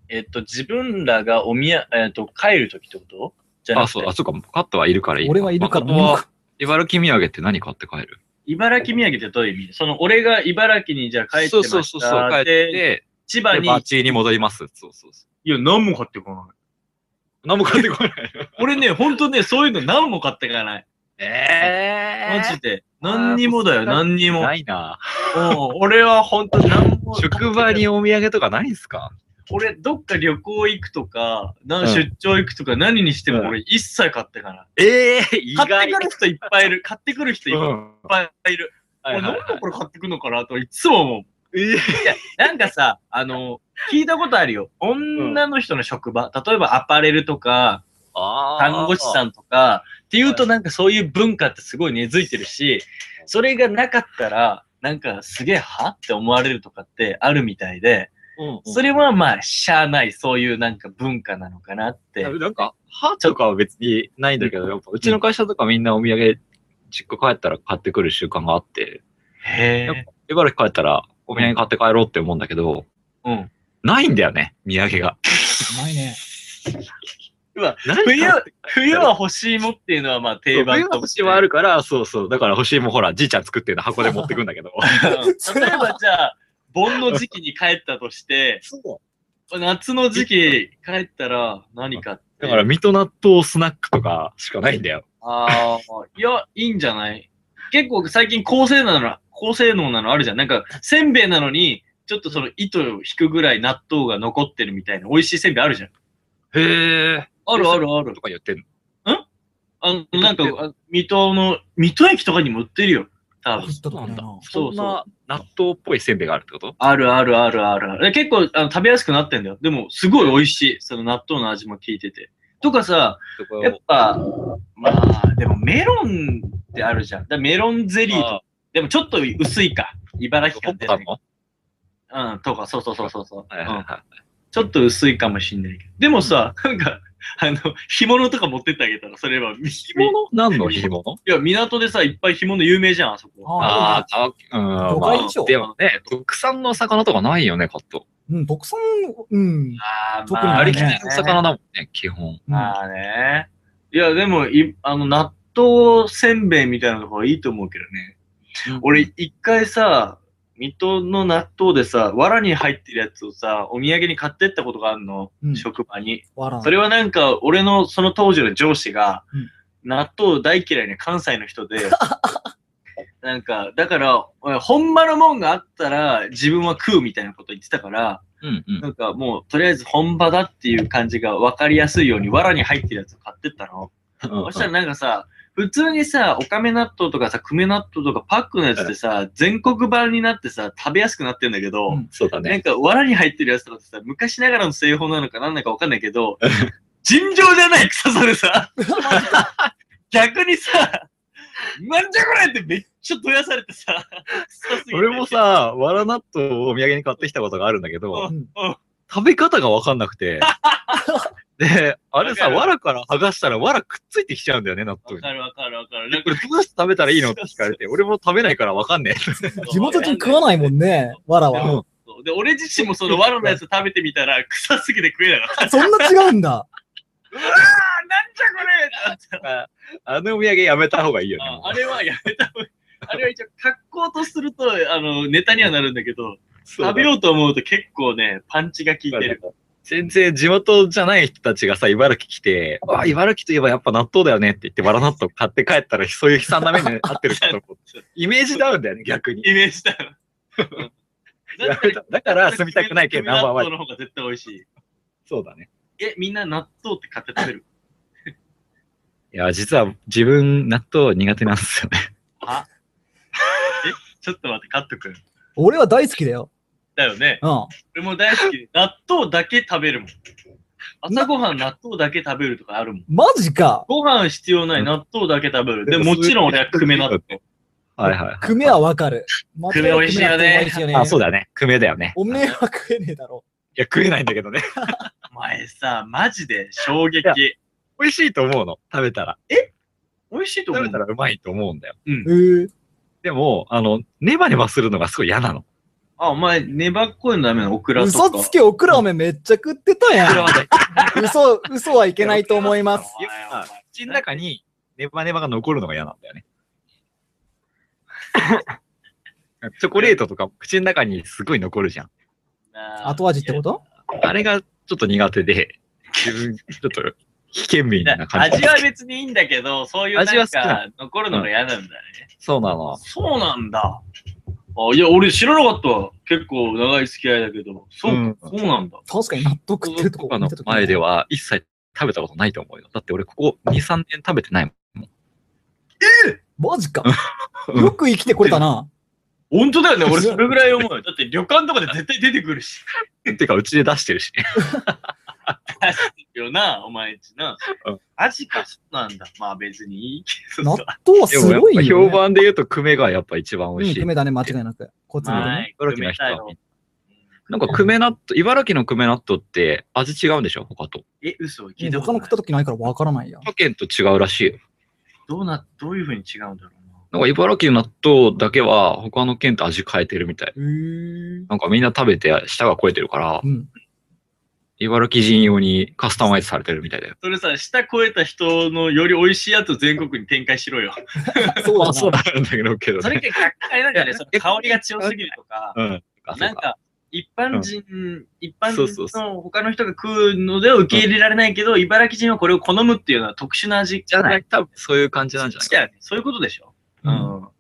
[SPEAKER 3] えっと、自分らがおみや、えっと、帰るときってことじゃな
[SPEAKER 1] あ、
[SPEAKER 3] くて
[SPEAKER 1] そう、あ、そうか、カットはいるからいい。
[SPEAKER 2] 俺はいるから
[SPEAKER 1] まあ誠は茨城土産って何買って帰る
[SPEAKER 3] 茨城土産ってどういう意味その、俺が茨城にじゃあ帰って
[SPEAKER 1] そ
[SPEAKER 3] ま
[SPEAKER 1] う
[SPEAKER 3] した。
[SPEAKER 1] そうそうそう、帰っ
[SPEAKER 3] で、
[SPEAKER 1] て、
[SPEAKER 3] 千
[SPEAKER 1] バ
[SPEAKER 3] 葉に、い
[SPEAKER 1] ーチーに戻ります。そうそうそ
[SPEAKER 3] や、何も買ってこない。
[SPEAKER 1] う。何も買ってこない。
[SPEAKER 3] 俺ね、ほんとね、そういうの何も買ってかない。
[SPEAKER 1] [laughs] え
[SPEAKER 3] マジで。何にもだよ、
[SPEAKER 1] あー
[SPEAKER 3] 何にも。
[SPEAKER 1] ないな。
[SPEAKER 3] うん俺は本当何も。
[SPEAKER 1] 職場にお土産とかないんすか
[SPEAKER 3] 俺、どっか旅行行くとか、な
[SPEAKER 1] うん
[SPEAKER 3] 出張行くとか、何にして
[SPEAKER 1] うん
[SPEAKER 3] も俺一切買ってかない。
[SPEAKER 1] ええ意
[SPEAKER 3] 買ってくる人いっぱいいる。買ってくる人いっ
[SPEAKER 1] うん
[SPEAKER 3] ぱいいる。
[SPEAKER 1] はいはい
[SPEAKER 3] 俺、なんでこれ買ってくんのかなといつも思う。なんかさ、あの、聞いたことあるよ。女の人の職場、例えばアパレルとか、
[SPEAKER 1] あー
[SPEAKER 3] 看護師さんとか、っていうとなんかそういう文化ってすごい根付いてるし、それがなかったら、なんかすげえはって思われるとかってあるみたいで、
[SPEAKER 1] うんうん
[SPEAKER 3] それはまあ、しゃあない、そういうなんか文化なのかなって。
[SPEAKER 1] なんか、歯とかは別にないんだけど、やっぱうちの会社とかみんなお土産、実家帰ったら買ってくる習慣があって、
[SPEAKER 3] へ
[SPEAKER 1] やっ茨城帰ったらお土産買って帰ろうって思うんだけど、
[SPEAKER 3] うん。
[SPEAKER 1] ないんだよね、土産が。
[SPEAKER 2] うまいね。
[SPEAKER 1] ない
[SPEAKER 3] 冬、冬は欲しいもっていうのはまあ定
[SPEAKER 1] 冬は
[SPEAKER 3] 番と
[SPEAKER 1] 欲しいはあるから、そうそう。だから欲しいもほら、じいちゃん作ってるの箱で持ってくん
[SPEAKER 3] [laughs]
[SPEAKER 1] だけど。
[SPEAKER 3] うん例えばじゃあ、盆の時期に帰ったとして、夏の時期帰ったら何かって。
[SPEAKER 1] だから、水戸納豆スナックとかしかないんだよ。
[SPEAKER 3] ああ、いや、いいんじゃない結構最近高性能な、高性能なのあるじゃん。なんか、せんべいなのに、ちょっとその糸を引くぐらい納豆が残ってるみたいな美味しいせんべいあるじゃん。
[SPEAKER 1] へえ。
[SPEAKER 3] あるあるある
[SPEAKER 1] と。か言ってんの
[SPEAKER 3] あの、なんか、あ水戸の、水戸駅とかにも売ってるよ。多分。
[SPEAKER 2] そうなんだ。
[SPEAKER 3] そ
[SPEAKER 1] そ
[SPEAKER 3] うんそ
[SPEAKER 1] な納豆っぽいせんべいがあるってこと
[SPEAKER 3] あるあるあるあるある。で結構あの食べやすくなってんだよ。でも、すごい美味しい。その納豆の味も効いてて。とかさ、
[SPEAKER 1] そこ
[SPEAKER 3] やっぱ、まあ、でもメロンってあるじゃん。だからメロンゼリーと
[SPEAKER 1] あ
[SPEAKER 3] でもちょっと薄いか。茨城
[SPEAKER 1] ポッ
[SPEAKER 3] 県
[SPEAKER 1] プ
[SPEAKER 3] で、
[SPEAKER 1] たの
[SPEAKER 3] うん、とか、そうそうそうそうそう、
[SPEAKER 1] はいうはい
[SPEAKER 3] ん。
[SPEAKER 1] は
[SPEAKER 3] ちょっと薄いかもしんないけど。でもさ、なんか、あの、干物とか持ってってあげたら、それは、みみ
[SPEAKER 1] い。干物何の干物
[SPEAKER 3] いや、港でさ、いっぱい干物有名じゃん、あそこ。
[SPEAKER 2] あ
[SPEAKER 1] ああ、うん。
[SPEAKER 2] 都
[SPEAKER 1] ま
[SPEAKER 2] 会
[SPEAKER 1] あ
[SPEAKER 2] 以上。
[SPEAKER 1] でもね、国産の魚とかないよね、カット。
[SPEAKER 2] うん、特産、うん。
[SPEAKER 3] あー
[SPEAKER 2] 特に
[SPEAKER 3] ま
[SPEAKER 1] あ
[SPEAKER 3] あ
[SPEAKER 1] り
[SPEAKER 2] ね
[SPEAKER 1] きたりの魚だもんね、基本。
[SPEAKER 3] まあね。いや、でも、いあの、納豆せんべいみたいなのがいいと思うけどね。俺、一回さ、水戸の納豆でさ、藁に入ってるやつをさ、お土産に買ってったことがあるの、
[SPEAKER 2] うん
[SPEAKER 3] 職場に。
[SPEAKER 2] わらん
[SPEAKER 3] それはなんか、俺のその当時の上司が、
[SPEAKER 2] うん
[SPEAKER 3] 納豆大嫌いな関西の
[SPEAKER 2] [laughs]
[SPEAKER 3] 人で、なんか、だから、おいほんまのもんがあったら自分は食うみたいなこと言ってたから、
[SPEAKER 1] うんうん。
[SPEAKER 3] なんかもう、とりあえず本場だっていう感じが分かりやすいように、藁に入ってるやつを買ってったの。そしたらなんかさ、普通にさ、おかめ納豆とかさ、くめ納豆とかパックのやつでさ、全国版になってさ、食べやすくなってんだけど、
[SPEAKER 2] うん
[SPEAKER 1] そうだ
[SPEAKER 3] な
[SPEAKER 1] ね。
[SPEAKER 3] んか、藁に入ってるやつとかってさ、昔ながらの製法なのかなんだかわかんないけど、尋常じゃない臭さでさ、逆にさ、なんじゃこれってめっちゃどやされてさ、臭すぎて
[SPEAKER 1] 俺も、さ、わら納豆をお土産に買ってきたことがあるんだけ
[SPEAKER 3] う
[SPEAKER 1] ど、
[SPEAKER 2] ん
[SPEAKER 1] 食べ方がわかんなく [laughs] て。で、あれさ、
[SPEAKER 3] わ
[SPEAKER 1] わらから剥がしたらわらくっついてきちゃうんだよね、納
[SPEAKER 3] わ
[SPEAKER 1] 豆に。
[SPEAKER 3] かるわかるわかる。なん
[SPEAKER 1] こ
[SPEAKER 3] か
[SPEAKER 1] れどうして食べたらいいのって聞かれて、俺も食べないからわかんね
[SPEAKER 2] [laughs] 地元人食わないもんね、わら
[SPEAKER 1] え。
[SPEAKER 2] は。
[SPEAKER 3] そうで、俺自身もその藁のやつ食べてみたら、臭すぎて食えなかった。
[SPEAKER 2] そんな違うんだ。
[SPEAKER 3] なんじゃこれ
[SPEAKER 1] ああのお土産やめた方がいいよね
[SPEAKER 3] あ。あれはやめた方がいいあれは一応、格好とすると、あの、ネタにはなるんだけど、
[SPEAKER 1] そうだ
[SPEAKER 3] 食べようと思うと結構ね、パンチが効いてる。
[SPEAKER 1] 全然地元じゃない人たちがさ、茨城来て、あ、茨城といえばやっぱ納豆だよねって言って、わら納豆買って帰ったら、そういう悲惨な目に遭ってるかと思 [laughs] って。イメージダウンだよね、逆に。
[SPEAKER 3] イメージだよ。
[SPEAKER 1] だからだから住みたくないけど、ナンバーワ
[SPEAKER 3] 納豆
[SPEAKER 1] ン。
[SPEAKER 3] の方が絶対美味しい。
[SPEAKER 1] そうだね。
[SPEAKER 3] え、みんな納豆って買って食べる
[SPEAKER 1] いや、実は自分、納豆苦手なんですよね。
[SPEAKER 3] ちょっと待って、カットくん。
[SPEAKER 2] 俺は大好きだよ。
[SPEAKER 3] だよね。
[SPEAKER 2] うん。
[SPEAKER 3] 俺も大好きで。納豆だけ食べるもん。朝ごはん納豆だけ食べるとかあるもん。
[SPEAKER 2] マジか。
[SPEAKER 3] ご飯必要ない、
[SPEAKER 1] うん
[SPEAKER 3] 納豆だけ食べる。で、
[SPEAKER 1] でも
[SPEAKER 3] もちろん俺は久米納豆。
[SPEAKER 1] [laughs] はいはい。
[SPEAKER 2] クメはわかる。
[SPEAKER 3] クメ美味しいよね
[SPEAKER 2] 美味しいよね。
[SPEAKER 1] あ、そう
[SPEAKER 2] だ。
[SPEAKER 1] だね。久米だよね。
[SPEAKER 2] おめえは食えねえだろ。
[SPEAKER 1] いや、食えないんだけどね。 [laughs]
[SPEAKER 3] お前さ、マジで衝
[SPEAKER 1] いや
[SPEAKER 3] 撃。
[SPEAKER 1] 美味しいと思うの。食べたら。
[SPEAKER 3] 美味しいと思
[SPEAKER 1] 食べ
[SPEAKER 3] う
[SPEAKER 1] た。らうまいと思うんだよ。
[SPEAKER 3] うん
[SPEAKER 2] え。ー、
[SPEAKER 1] でも、あの、ネバネバするのがすごい嫌なの。
[SPEAKER 3] あ、お前、粘っこいのダメなのオクラとか。
[SPEAKER 2] 嘘つけ、オクラめめっちゃ食ってたや
[SPEAKER 1] それは
[SPEAKER 2] ん。
[SPEAKER 1] 大
[SPEAKER 2] 嘘、嘘はいけないと思います。
[SPEAKER 3] お前お前
[SPEAKER 1] 口の中にネバネバが残るのが嫌なんだよね。 [laughs] チョコレートとか口の中にすごい残るじゃん。
[SPEAKER 2] 後味ってこと
[SPEAKER 1] あれがちょっと苦手で、自分、ちょっと、危険民な感じ
[SPEAKER 3] 味。は別にいいんだけど、そういう
[SPEAKER 1] 味
[SPEAKER 3] なん
[SPEAKER 1] は好きなの
[SPEAKER 3] か残るのが嫌なんだね。
[SPEAKER 1] そうなの。
[SPEAKER 3] そうなんだ。あいや、俺知らなかったわ。結構長い付き合いだけど。そう、
[SPEAKER 1] うん
[SPEAKER 3] そうなんだ。
[SPEAKER 2] 確かに納得ってると
[SPEAKER 1] と
[SPEAKER 2] こ
[SPEAKER 1] かの前で。は一切食べたことないと思うよ。だって俺ここ2、3年食べてないもん。
[SPEAKER 2] マジか。
[SPEAKER 1] うん
[SPEAKER 2] よく生きてこれたな。
[SPEAKER 3] 本当だ
[SPEAKER 1] [laughs]
[SPEAKER 3] よね。俺それぐらい思うよ。だって旅館とかで絶対出てくるし。
[SPEAKER 1] てか、うちで出してるしね。
[SPEAKER 3] よな、お前んちな
[SPEAKER 1] うん。
[SPEAKER 3] 味か、そうなんだ。まあ別にいいけど
[SPEAKER 2] 納
[SPEAKER 3] さ。
[SPEAKER 2] 豆 [laughs] はす
[SPEAKER 1] でもやっ
[SPEAKER 2] ごいよ、
[SPEAKER 1] ぱ
[SPEAKER 2] ね。
[SPEAKER 1] 評判で言うと、クメがやっぱ一番美
[SPEAKER 2] うん、
[SPEAKER 1] 味しい。
[SPEAKER 2] クメだね、間違いなく。こっちの
[SPEAKER 3] まあ
[SPEAKER 2] ね。
[SPEAKER 1] 茨城の人は
[SPEAKER 3] 久米
[SPEAKER 1] なんか、クメ納豆、茨城のクメ納豆って味違うんでしょ他と。
[SPEAKER 3] え、嘘聞
[SPEAKER 2] う
[SPEAKER 3] い
[SPEAKER 2] ん
[SPEAKER 3] たこ
[SPEAKER 2] 他
[SPEAKER 3] と
[SPEAKER 2] の
[SPEAKER 3] な
[SPEAKER 2] 食
[SPEAKER 3] い
[SPEAKER 2] った時ないからわからないや。
[SPEAKER 1] 他県と違うらしいよ。
[SPEAKER 3] どうな、どういうふうに違うんだろう
[SPEAKER 1] な
[SPEAKER 3] な。
[SPEAKER 1] んか茨城の納豆だけは他の県と味変えてるみたい。
[SPEAKER 2] へー
[SPEAKER 1] なんかみんな食べて舌が肥えてるから
[SPEAKER 2] う、ん。
[SPEAKER 1] 茨城人用にカスタマイズされてるみたいだよ。
[SPEAKER 3] それさ、舌超えた人のより美味しいやつを全国に展開しろよ。
[SPEAKER 2] そうだ
[SPEAKER 1] ま
[SPEAKER 2] な。
[SPEAKER 1] あそうなんだけど、けど
[SPEAKER 3] それ
[SPEAKER 1] ね。
[SPEAKER 3] 結構、あれなんじゃないその香りが強すぎるとか、
[SPEAKER 1] うん。あそ
[SPEAKER 3] な
[SPEAKER 1] うんか
[SPEAKER 3] か、一般人、一般
[SPEAKER 1] そうそう
[SPEAKER 3] 人
[SPEAKER 1] そ
[SPEAKER 3] の他の人が食うのでは受け入れられないけど、茨城人はこれを好むっていうのは特殊な味。
[SPEAKER 1] じゃないい多分そういう感じなんじゃない
[SPEAKER 3] そうやねそういうことでしょ。
[SPEAKER 2] う
[SPEAKER 3] うんん。ま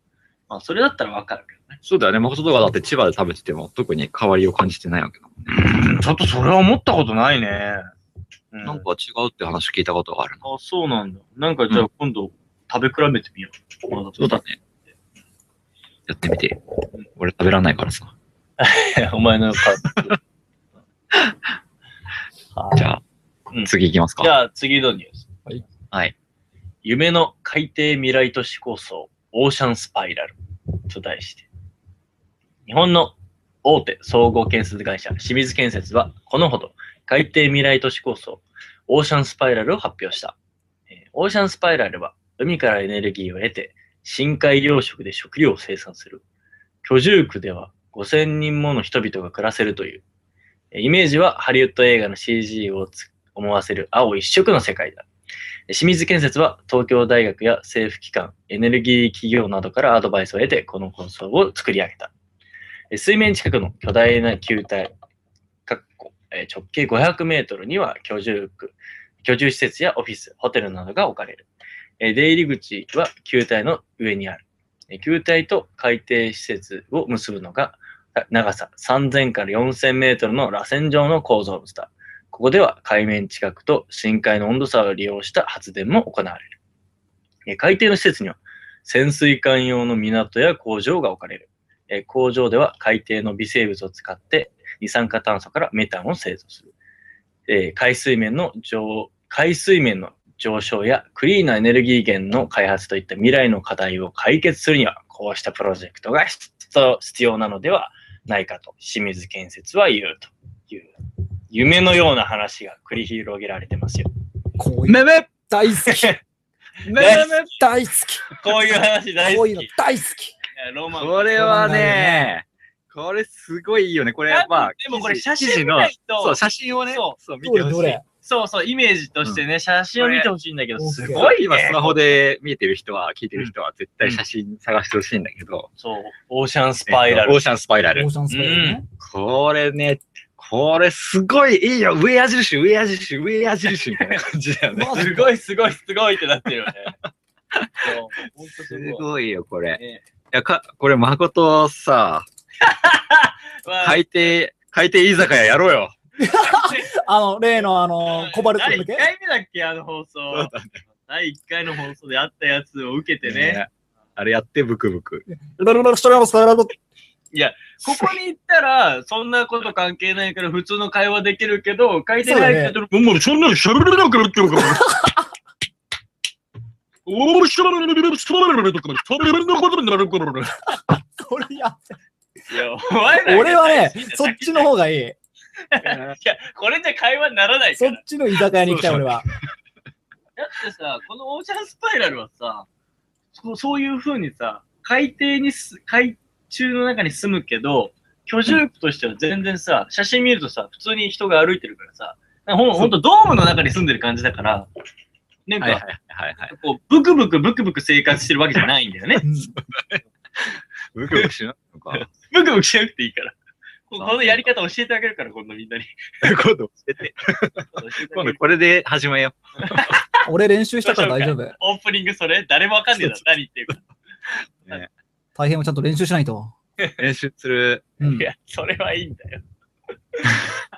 [SPEAKER 3] あ、それだったらわかるけどね。
[SPEAKER 1] そうだよね。誠とかだって千葉で食べてても特に変わりを感じてないわけだもんね。
[SPEAKER 5] ちょっとそれは思ったことないね。う
[SPEAKER 1] なんか違うって話聞いたことがあるな。
[SPEAKER 3] あ、そうなんだ。なんかじゃあ今度食べ比べてみよう。まだ
[SPEAKER 1] そうだね。やってみて。俺食べらんないからさ。
[SPEAKER 3] お前の [laughs] カードはい
[SPEAKER 1] じゃあ、
[SPEAKER 3] うん
[SPEAKER 1] 次行きますか。
[SPEAKER 3] じゃあ次のニュース。
[SPEAKER 2] はい。
[SPEAKER 1] はい。
[SPEAKER 3] 夢の海底未来都市構想、オーシャンスパイラルと題して、日本の大手総合建設会社、清水建設は、このほど海底未来都市構想、オーシャンスパイラルを発表した。えーオーシャンスパイラルは、海からエネルギーを得て、深海養殖で食料を生産する。居住区では5000人もの人々が暮らせるという。えーイメージはハリウッド映画の CG をつ思わせる青一色の世界だ。清水建設は東京大学や政府機関、エネルギー企業などからアドバイスを得てこの構想を作り上げた。え水面近くの巨大な球体、かっこえ直径500メートルには居住区、居住施設やオフィス、ホテルなどが置かれる。え出入り口は球体の上にある。え球体と海底施設を結ぶのがあ長さ3000から4000メートルの螺旋状の構造物だ。ここでは海面近くと深海の温度差を利用した発電も行われる。えー海底の施設には潜水艦用の港や工場が置かれる。えー工場では海底の微生物を使って二酸化炭素からメタンを製造する。えー海水面の上海水面の上昇やクリーンなエネルギー源の開発といった未来の課題を解決するにはこうしたプロジェクトが必要必要なのではないかと清水建設は言うという夢のような話が繰り広げられてますよ。
[SPEAKER 2] こういう
[SPEAKER 1] めめ
[SPEAKER 2] 大好き。
[SPEAKER 1] め
[SPEAKER 3] め
[SPEAKER 2] 大好き。
[SPEAKER 3] こういう話大
[SPEAKER 2] こ
[SPEAKER 3] 好
[SPEAKER 2] う
[SPEAKER 3] き。
[SPEAKER 2] いうの
[SPEAKER 3] い
[SPEAKER 2] 大好き。
[SPEAKER 3] やロマン。
[SPEAKER 1] これはね、これすごいいいよね。これ、まあ、
[SPEAKER 3] でもこれ
[SPEAKER 1] 記事
[SPEAKER 3] 写
[SPEAKER 1] 記
[SPEAKER 3] 真
[SPEAKER 1] 事
[SPEAKER 3] 見
[SPEAKER 1] の
[SPEAKER 3] ないと、
[SPEAKER 1] そ
[SPEAKER 3] そう
[SPEAKER 1] う、写真をね、
[SPEAKER 3] そ
[SPEAKER 1] そう、見
[SPEAKER 2] ど
[SPEAKER 1] て
[SPEAKER 2] れ
[SPEAKER 1] ほし
[SPEAKER 2] ど
[SPEAKER 1] い。
[SPEAKER 2] れ
[SPEAKER 3] そうイメージとしてね、写真を見てほしいんだけど、
[SPEAKER 2] これ
[SPEAKER 3] すごい、ね。
[SPEAKER 1] 今、スマホで見えてる人は、聞いてる人は、絶対写真探してほしいんだけど、
[SPEAKER 3] そう、オーシャンスパイラル。
[SPEAKER 1] オーシャンスパイラ
[SPEAKER 2] オ
[SPEAKER 1] ル
[SPEAKER 2] ー。シャンスパイラルね。
[SPEAKER 1] これね、これすごいいいよ。上矢印、上矢印、上矢印みたい
[SPEAKER 3] [laughs]
[SPEAKER 1] な感じだよね。
[SPEAKER 2] マジ
[SPEAKER 3] すごい、すごい、すごいってなってるよね。そう、ほんとす
[SPEAKER 1] す
[SPEAKER 3] ごい。
[SPEAKER 1] ごいよ、これ。
[SPEAKER 3] ね
[SPEAKER 1] いや、か、これ、誠さ、
[SPEAKER 3] まあ
[SPEAKER 1] 海底、海底居酒屋やろうよ。
[SPEAKER 2] あの、例のあの、コバルト
[SPEAKER 3] 第
[SPEAKER 2] だ
[SPEAKER 3] 1
[SPEAKER 2] け。
[SPEAKER 3] 回目だっけ、あの放送。第1回の放送であったやつを受けてね。
[SPEAKER 1] ねあれやって、ブクブ
[SPEAKER 3] [laughs]
[SPEAKER 1] ク。
[SPEAKER 2] ロロロロストラムスパイラル
[SPEAKER 3] ここに行ったら、そんなこと関係ないから普通の会話できるけど、書いてないけど、
[SPEAKER 5] もうそんなの喋れなくなっちゃうから。
[SPEAKER 2] [laughs]
[SPEAKER 5] おーしゃべれるしゃべれるとか、しゃべれなことになる
[SPEAKER 1] [laughs]
[SPEAKER 5] からね。
[SPEAKER 2] これや
[SPEAKER 3] いや、お前ら
[SPEAKER 2] 俺はね、そっ
[SPEAKER 3] い
[SPEAKER 2] ちの方がいい。
[SPEAKER 3] や、これじゃ会話にならないか
[SPEAKER 2] そっ
[SPEAKER 3] ら。
[SPEAKER 2] ちの居酒屋に行きたい、俺は。
[SPEAKER 3] だってさ、このオーシャンスパイラルはさ、そそういう風にさ、海底にす、海中の中に住むけど、居住区としては全然さ、写真見るとさ、普通に人が歩いてるからさ、なんかほんほんとドームの中に住んでる感じだから、なん
[SPEAKER 1] はいはい
[SPEAKER 3] か、
[SPEAKER 1] はいはい。
[SPEAKER 3] こう、ブクブクブクブク生活してるわけじゃないんだよね。 [laughs]
[SPEAKER 2] うん
[SPEAKER 1] ブクブクしないのか。
[SPEAKER 3] ブクブクしなくていいから。こ
[SPEAKER 1] あ
[SPEAKER 3] このやり方教えてあげるから、今度みんなに。
[SPEAKER 1] 今度、今度これで始めよ
[SPEAKER 2] 俺練習したから大丈夫。
[SPEAKER 3] [laughs] オープニングそれ誰もわかんねえだろ、何言ってるか。
[SPEAKER 2] 大変もちゃんと練習しないと。
[SPEAKER 1] う。練習する。
[SPEAKER 2] う
[SPEAKER 3] い
[SPEAKER 2] ん。
[SPEAKER 3] や、それはいいんだよ。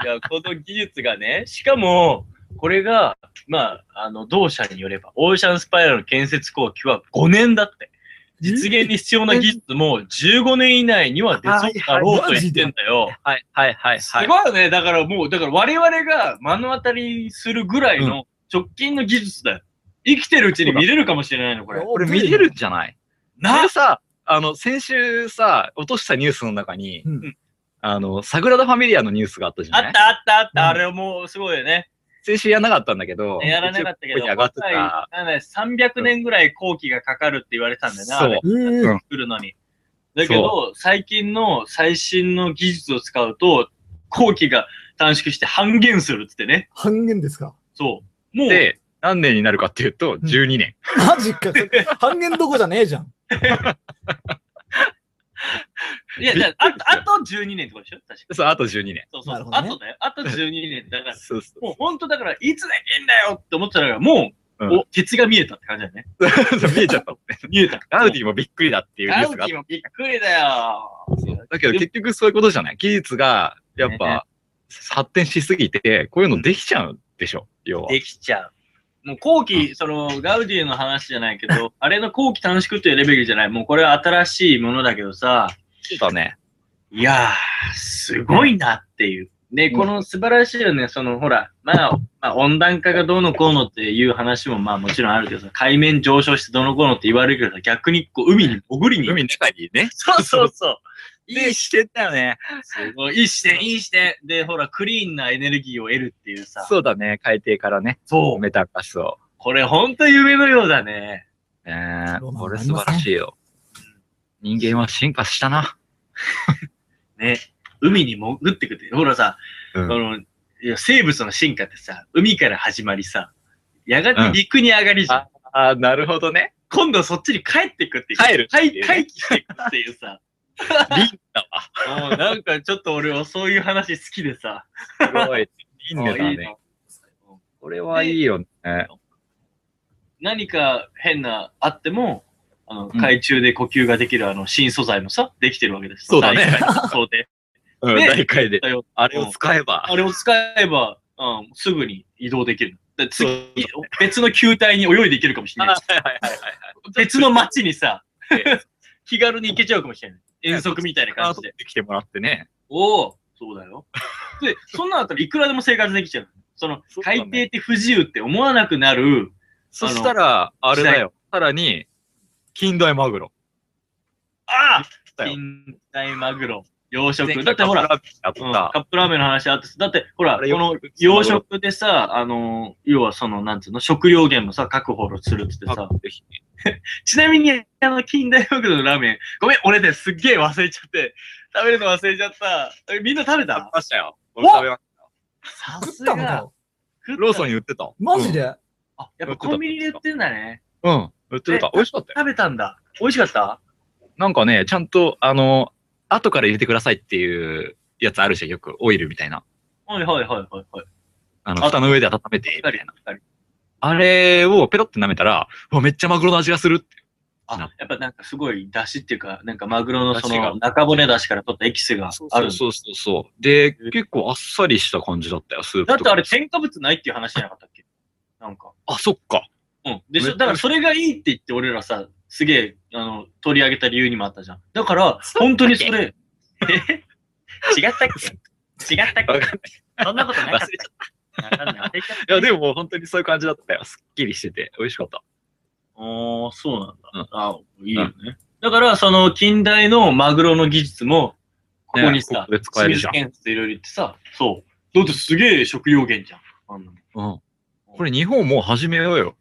[SPEAKER 3] いや、この技術がね、しかも、これが、まあ、あの、同社によれば、オーシャンスパイラルの建設工期は5年だって。実現に必要な技術も15年以内には出そうだろうと言ってんだよ。
[SPEAKER 1] はいはいはい
[SPEAKER 3] す
[SPEAKER 1] はい。
[SPEAKER 3] ごいよね。だからもう、だから我々が目の当たりするぐらいの直近の技術だよ。生きてるうちに見れるかもしれないの、これ。
[SPEAKER 1] これ見れるんじゃないこ
[SPEAKER 3] な
[SPEAKER 1] れさ、あの、先週さ、落としたニュースの中に、
[SPEAKER 2] うん
[SPEAKER 1] あの、サグラダ・ファミリアのニュースがあったじゃ
[SPEAKER 3] あ
[SPEAKER 1] ない
[SPEAKER 3] ったあったあった、
[SPEAKER 2] うん
[SPEAKER 3] あれもうすごいよね。
[SPEAKER 1] 先週やんなかったんだけど、
[SPEAKER 3] やらなかったけど、
[SPEAKER 1] YouTube に上がって
[SPEAKER 3] 若
[SPEAKER 1] た。
[SPEAKER 3] いなんだ300年ぐらい後期がかかるって言われてたんだよな、
[SPEAKER 1] そう
[SPEAKER 3] あれ
[SPEAKER 2] うーん。
[SPEAKER 3] 作るのに。だけど、最近の最新の技術を使うと、後期が短縮して半減するっつってね。
[SPEAKER 2] 半減ですか。
[SPEAKER 3] そう。もう、
[SPEAKER 1] で、何年になるかっていうと、12年。
[SPEAKER 2] マジか。半減どこじゃねえじゃん。
[SPEAKER 3] いや、じゃあ、あとあと12年ってことでしょ確か
[SPEAKER 1] そう、あと12年。
[SPEAKER 3] そうそう
[SPEAKER 2] なる
[SPEAKER 3] そう、
[SPEAKER 2] ほど
[SPEAKER 3] あ
[SPEAKER 2] ね
[SPEAKER 3] とだよ。あと12年だから、
[SPEAKER 1] そうそう。 [laughs]
[SPEAKER 3] もう本当だから、いつできんだよって思ってたから、もう
[SPEAKER 1] うん
[SPEAKER 3] お、ケツが見えたって感じだよね。
[SPEAKER 1] 見えちゃ
[SPEAKER 3] [laughs]
[SPEAKER 1] ったもんね。
[SPEAKER 3] 見えた。
[SPEAKER 1] ガウディもびっくりだっていうニュースがあっ
[SPEAKER 3] ガウディもびっくりだよ。
[SPEAKER 1] た。だけど結局そういうことじゃない。技術が、やっ
[SPEAKER 3] ね
[SPEAKER 1] ぱ、発展しすぎて、こういうのできちゃうでしょ、要は。
[SPEAKER 3] できちゃう。もう後期、その、ガウディの話じゃないけ [laughs] ど、あれの後期短縮っていうレベルじゃない。もうこれは新しいものだけどさ、
[SPEAKER 1] だね。
[SPEAKER 3] いやー、すごいなっていう。で、この素晴らしいよね、その、ほら、まあ、まあ、温暖化がどうのこうのっていう話も、まあもちろんあるけどさ、海面上昇してどうのこうのって言われるけどさ、逆にこう、海に潜りに。
[SPEAKER 1] 海の中にね。
[SPEAKER 3] そうそうそう。
[SPEAKER 1] いい視点だよね。
[SPEAKER 3] すごい、いい視点、いい視点。で、ほら、クリーンなエネルギーを得るっていうさ。
[SPEAKER 1] そうだね。海底からね。
[SPEAKER 3] そう。
[SPEAKER 1] メタンガスを。
[SPEAKER 3] これほんと夢のようだね。
[SPEAKER 1] えー、
[SPEAKER 2] ロマン
[SPEAKER 1] これ素晴らしいよ。人間は進化したな。
[SPEAKER 3] ね、海に潜ってくって、ほらさ、
[SPEAKER 1] うん
[SPEAKER 3] そのいや生物の進化ってさ、海から始まりさ、やがて陸に上がりじゃん。
[SPEAKER 1] ああ、なるほどね。
[SPEAKER 3] 今度そっちに帰ってくっていう。
[SPEAKER 1] 帰るっていう
[SPEAKER 3] 回
[SPEAKER 1] ね
[SPEAKER 3] 回帰してくっていう [laughs] さ。
[SPEAKER 1] リンだ
[SPEAKER 3] もうなんかちょっと俺はそういう話好きでさ。
[SPEAKER 1] わ。すごい。リンネ
[SPEAKER 3] あ
[SPEAKER 1] だ
[SPEAKER 3] いい
[SPEAKER 1] ね。
[SPEAKER 3] な
[SPEAKER 1] これはいいよね。
[SPEAKER 3] 何か変なあっても、あの、
[SPEAKER 1] うん
[SPEAKER 3] 海中で呼吸ができるあの新素材もさ、できてるわけです。
[SPEAKER 1] そうだね
[SPEAKER 3] 大海そうで。
[SPEAKER 1] うん、
[SPEAKER 3] ね
[SPEAKER 1] 大会で。
[SPEAKER 3] だよ
[SPEAKER 1] あれを使えば。
[SPEAKER 3] あれを使えば、うん、すぐに移動できる。で
[SPEAKER 1] [laughs]
[SPEAKER 3] 次
[SPEAKER 1] そう、
[SPEAKER 3] 別の球体に泳いでいけるかもしれない。
[SPEAKER 1] はいはいはい
[SPEAKER 3] 別の街にさ
[SPEAKER 1] え、
[SPEAKER 3] [laughs] 気軽に行けちゃうかもしれない。遠足みたいな
[SPEAKER 1] は
[SPEAKER 3] 感
[SPEAKER 1] い。
[SPEAKER 3] じで。
[SPEAKER 1] 来てもらってね。
[SPEAKER 3] おお、そうだよ。で、そんなのあったらいくらでも生活できちゃう。その、
[SPEAKER 1] そうだ
[SPEAKER 3] 海
[SPEAKER 1] ね
[SPEAKER 3] 底って不自由って思わなくなる、
[SPEAKER 1] そしたら、あれだよ。さらに、近代マグロ。
[SPEAKER 3] ああ
[SPEAKER 1] だよ
[SPEAKER 3] 近代マグロ、養殖。
[SPEAKER 1] 前
[SPEAKER 3] だ
[SPEAKER 1] 回
[SPEAKER 3] ってほら、
[SPEAKER 1] カップラーメン
[SPEAKER 3] うん
[SPEAKER 1] や
[SPEAKER 3] カ
[SPEAKER 1] った。
[SPEAKER 3] ップラーメンの話あって、だってほら、
[SPEAKER 1] あ
[SPEAKER 3] こ
[SPEAKER 1] れよ
[SPEAKER 3] の養殖でさ、あの、要はその、なんていうの、食料源もさ、確保するってってさ、ちなみに、あの、近代マグロのラーメン、ごめん、俺ね、すっげえ忘れちゃって、食べるの忘れちゃった。えみんな食べ
[SPEAKER 1] 食べ
[SPEAKER 3] た
[SPEAKER 1] ましたよ。俺食べまし
[SPEAKER 3] さ
[SPEAKER 2] 食ったのか
[SPEAKER 1] た。ローソン
[SPEAKER 3] ン。
[SPEAKER 1] に売ってた。
[SPEAKER 2] マジで
[SPEAKER 3] あ、やっぱコンビニで売ってんだね。
[SPEAKER 1] うん。売ってた。美味しかったよ。
[SPEAKER 3] 食べたんだ。美味しかった
[SPEAKER 1] なんかね、ちゃんと、あの、後から入れてくださいっていうやつあるじゃん。よく、オイルみたいな。
[SPEAKER 3] はいはいはいはいはい。
[SPEAKER 1] あ
[SPEAKER 3] あ
[SPEAKER 1] の、蓋の上で温めて、み
[SPEAKER 3] したっか
[SPEAKER 1] い
[SPEAKER 3] り
[SPEAKER 1] な。
[SPEAKER 3] しっかり
[SPEAKER 1] あれをペロって舐めたら、うわ、めっちゃマグロの味がするって。
[SPEAKER 3] あ、やっぱなんかすごい出汁っていうか、なんかマグロのそ
[SPEAKER 1] 出汁
[SPEAKER 3] の
[SPEAKER 1] が
[SPEAKER 3] 中骨出汁から取ったエキスがあるんだ。
[SPEAKER 1] そうそうそう。で、結構あっさりした感じだったよ、スープ
[SPEAKER 3] だっ
[SPEAKER 1] と
[SPEAKER 3] て
[SPEAKER 1] か
[SPEAKER 3] あれ添加物ないっていう話じゃなかったっけなんか。
[SPEAKER 1] あ、そっか。
[SPEAKER 3] うん。でし
[SPEAKER 1] めっち
[SPEAKER 3] ょ
[SPEAKER 1] ゃ
[SPEAKER 3] だからそれがいいって言って俺らさ、すげえ、あの、取り上げた理由にもあったじゃん。だから、本当にそれ、え [laughs] 違ったっけ違ったっ
[SPEAKER 1] わかんな
[SPEAKER 3] けそんなことなかっ
[SPEAKER 1] 忘れち
[SPEAKER 3] た。わかんない忘れちゃっ
[SPEAKER 1] いや、でももう本当にそういう感じだったよ。すっきりしてて、美味しかった。
[SPEAKER 3] た。おー、そうなんだ。
[SPEAKER 1] うん
[SPEAKER 3] あいいよね。だから、その、近代のマグロの技術も、ここに
[SPEAKER 1] ね
[SPEAKER 3] さ
[SPEAKER 1] ここ、で使えるじゃん
[SPEAKER 3] 清水健といろいろ言ってさ、そう。だってすげえ食料源じゃん。あんなの
[SPEAKER 1] うん。これ日本もう始めようよ。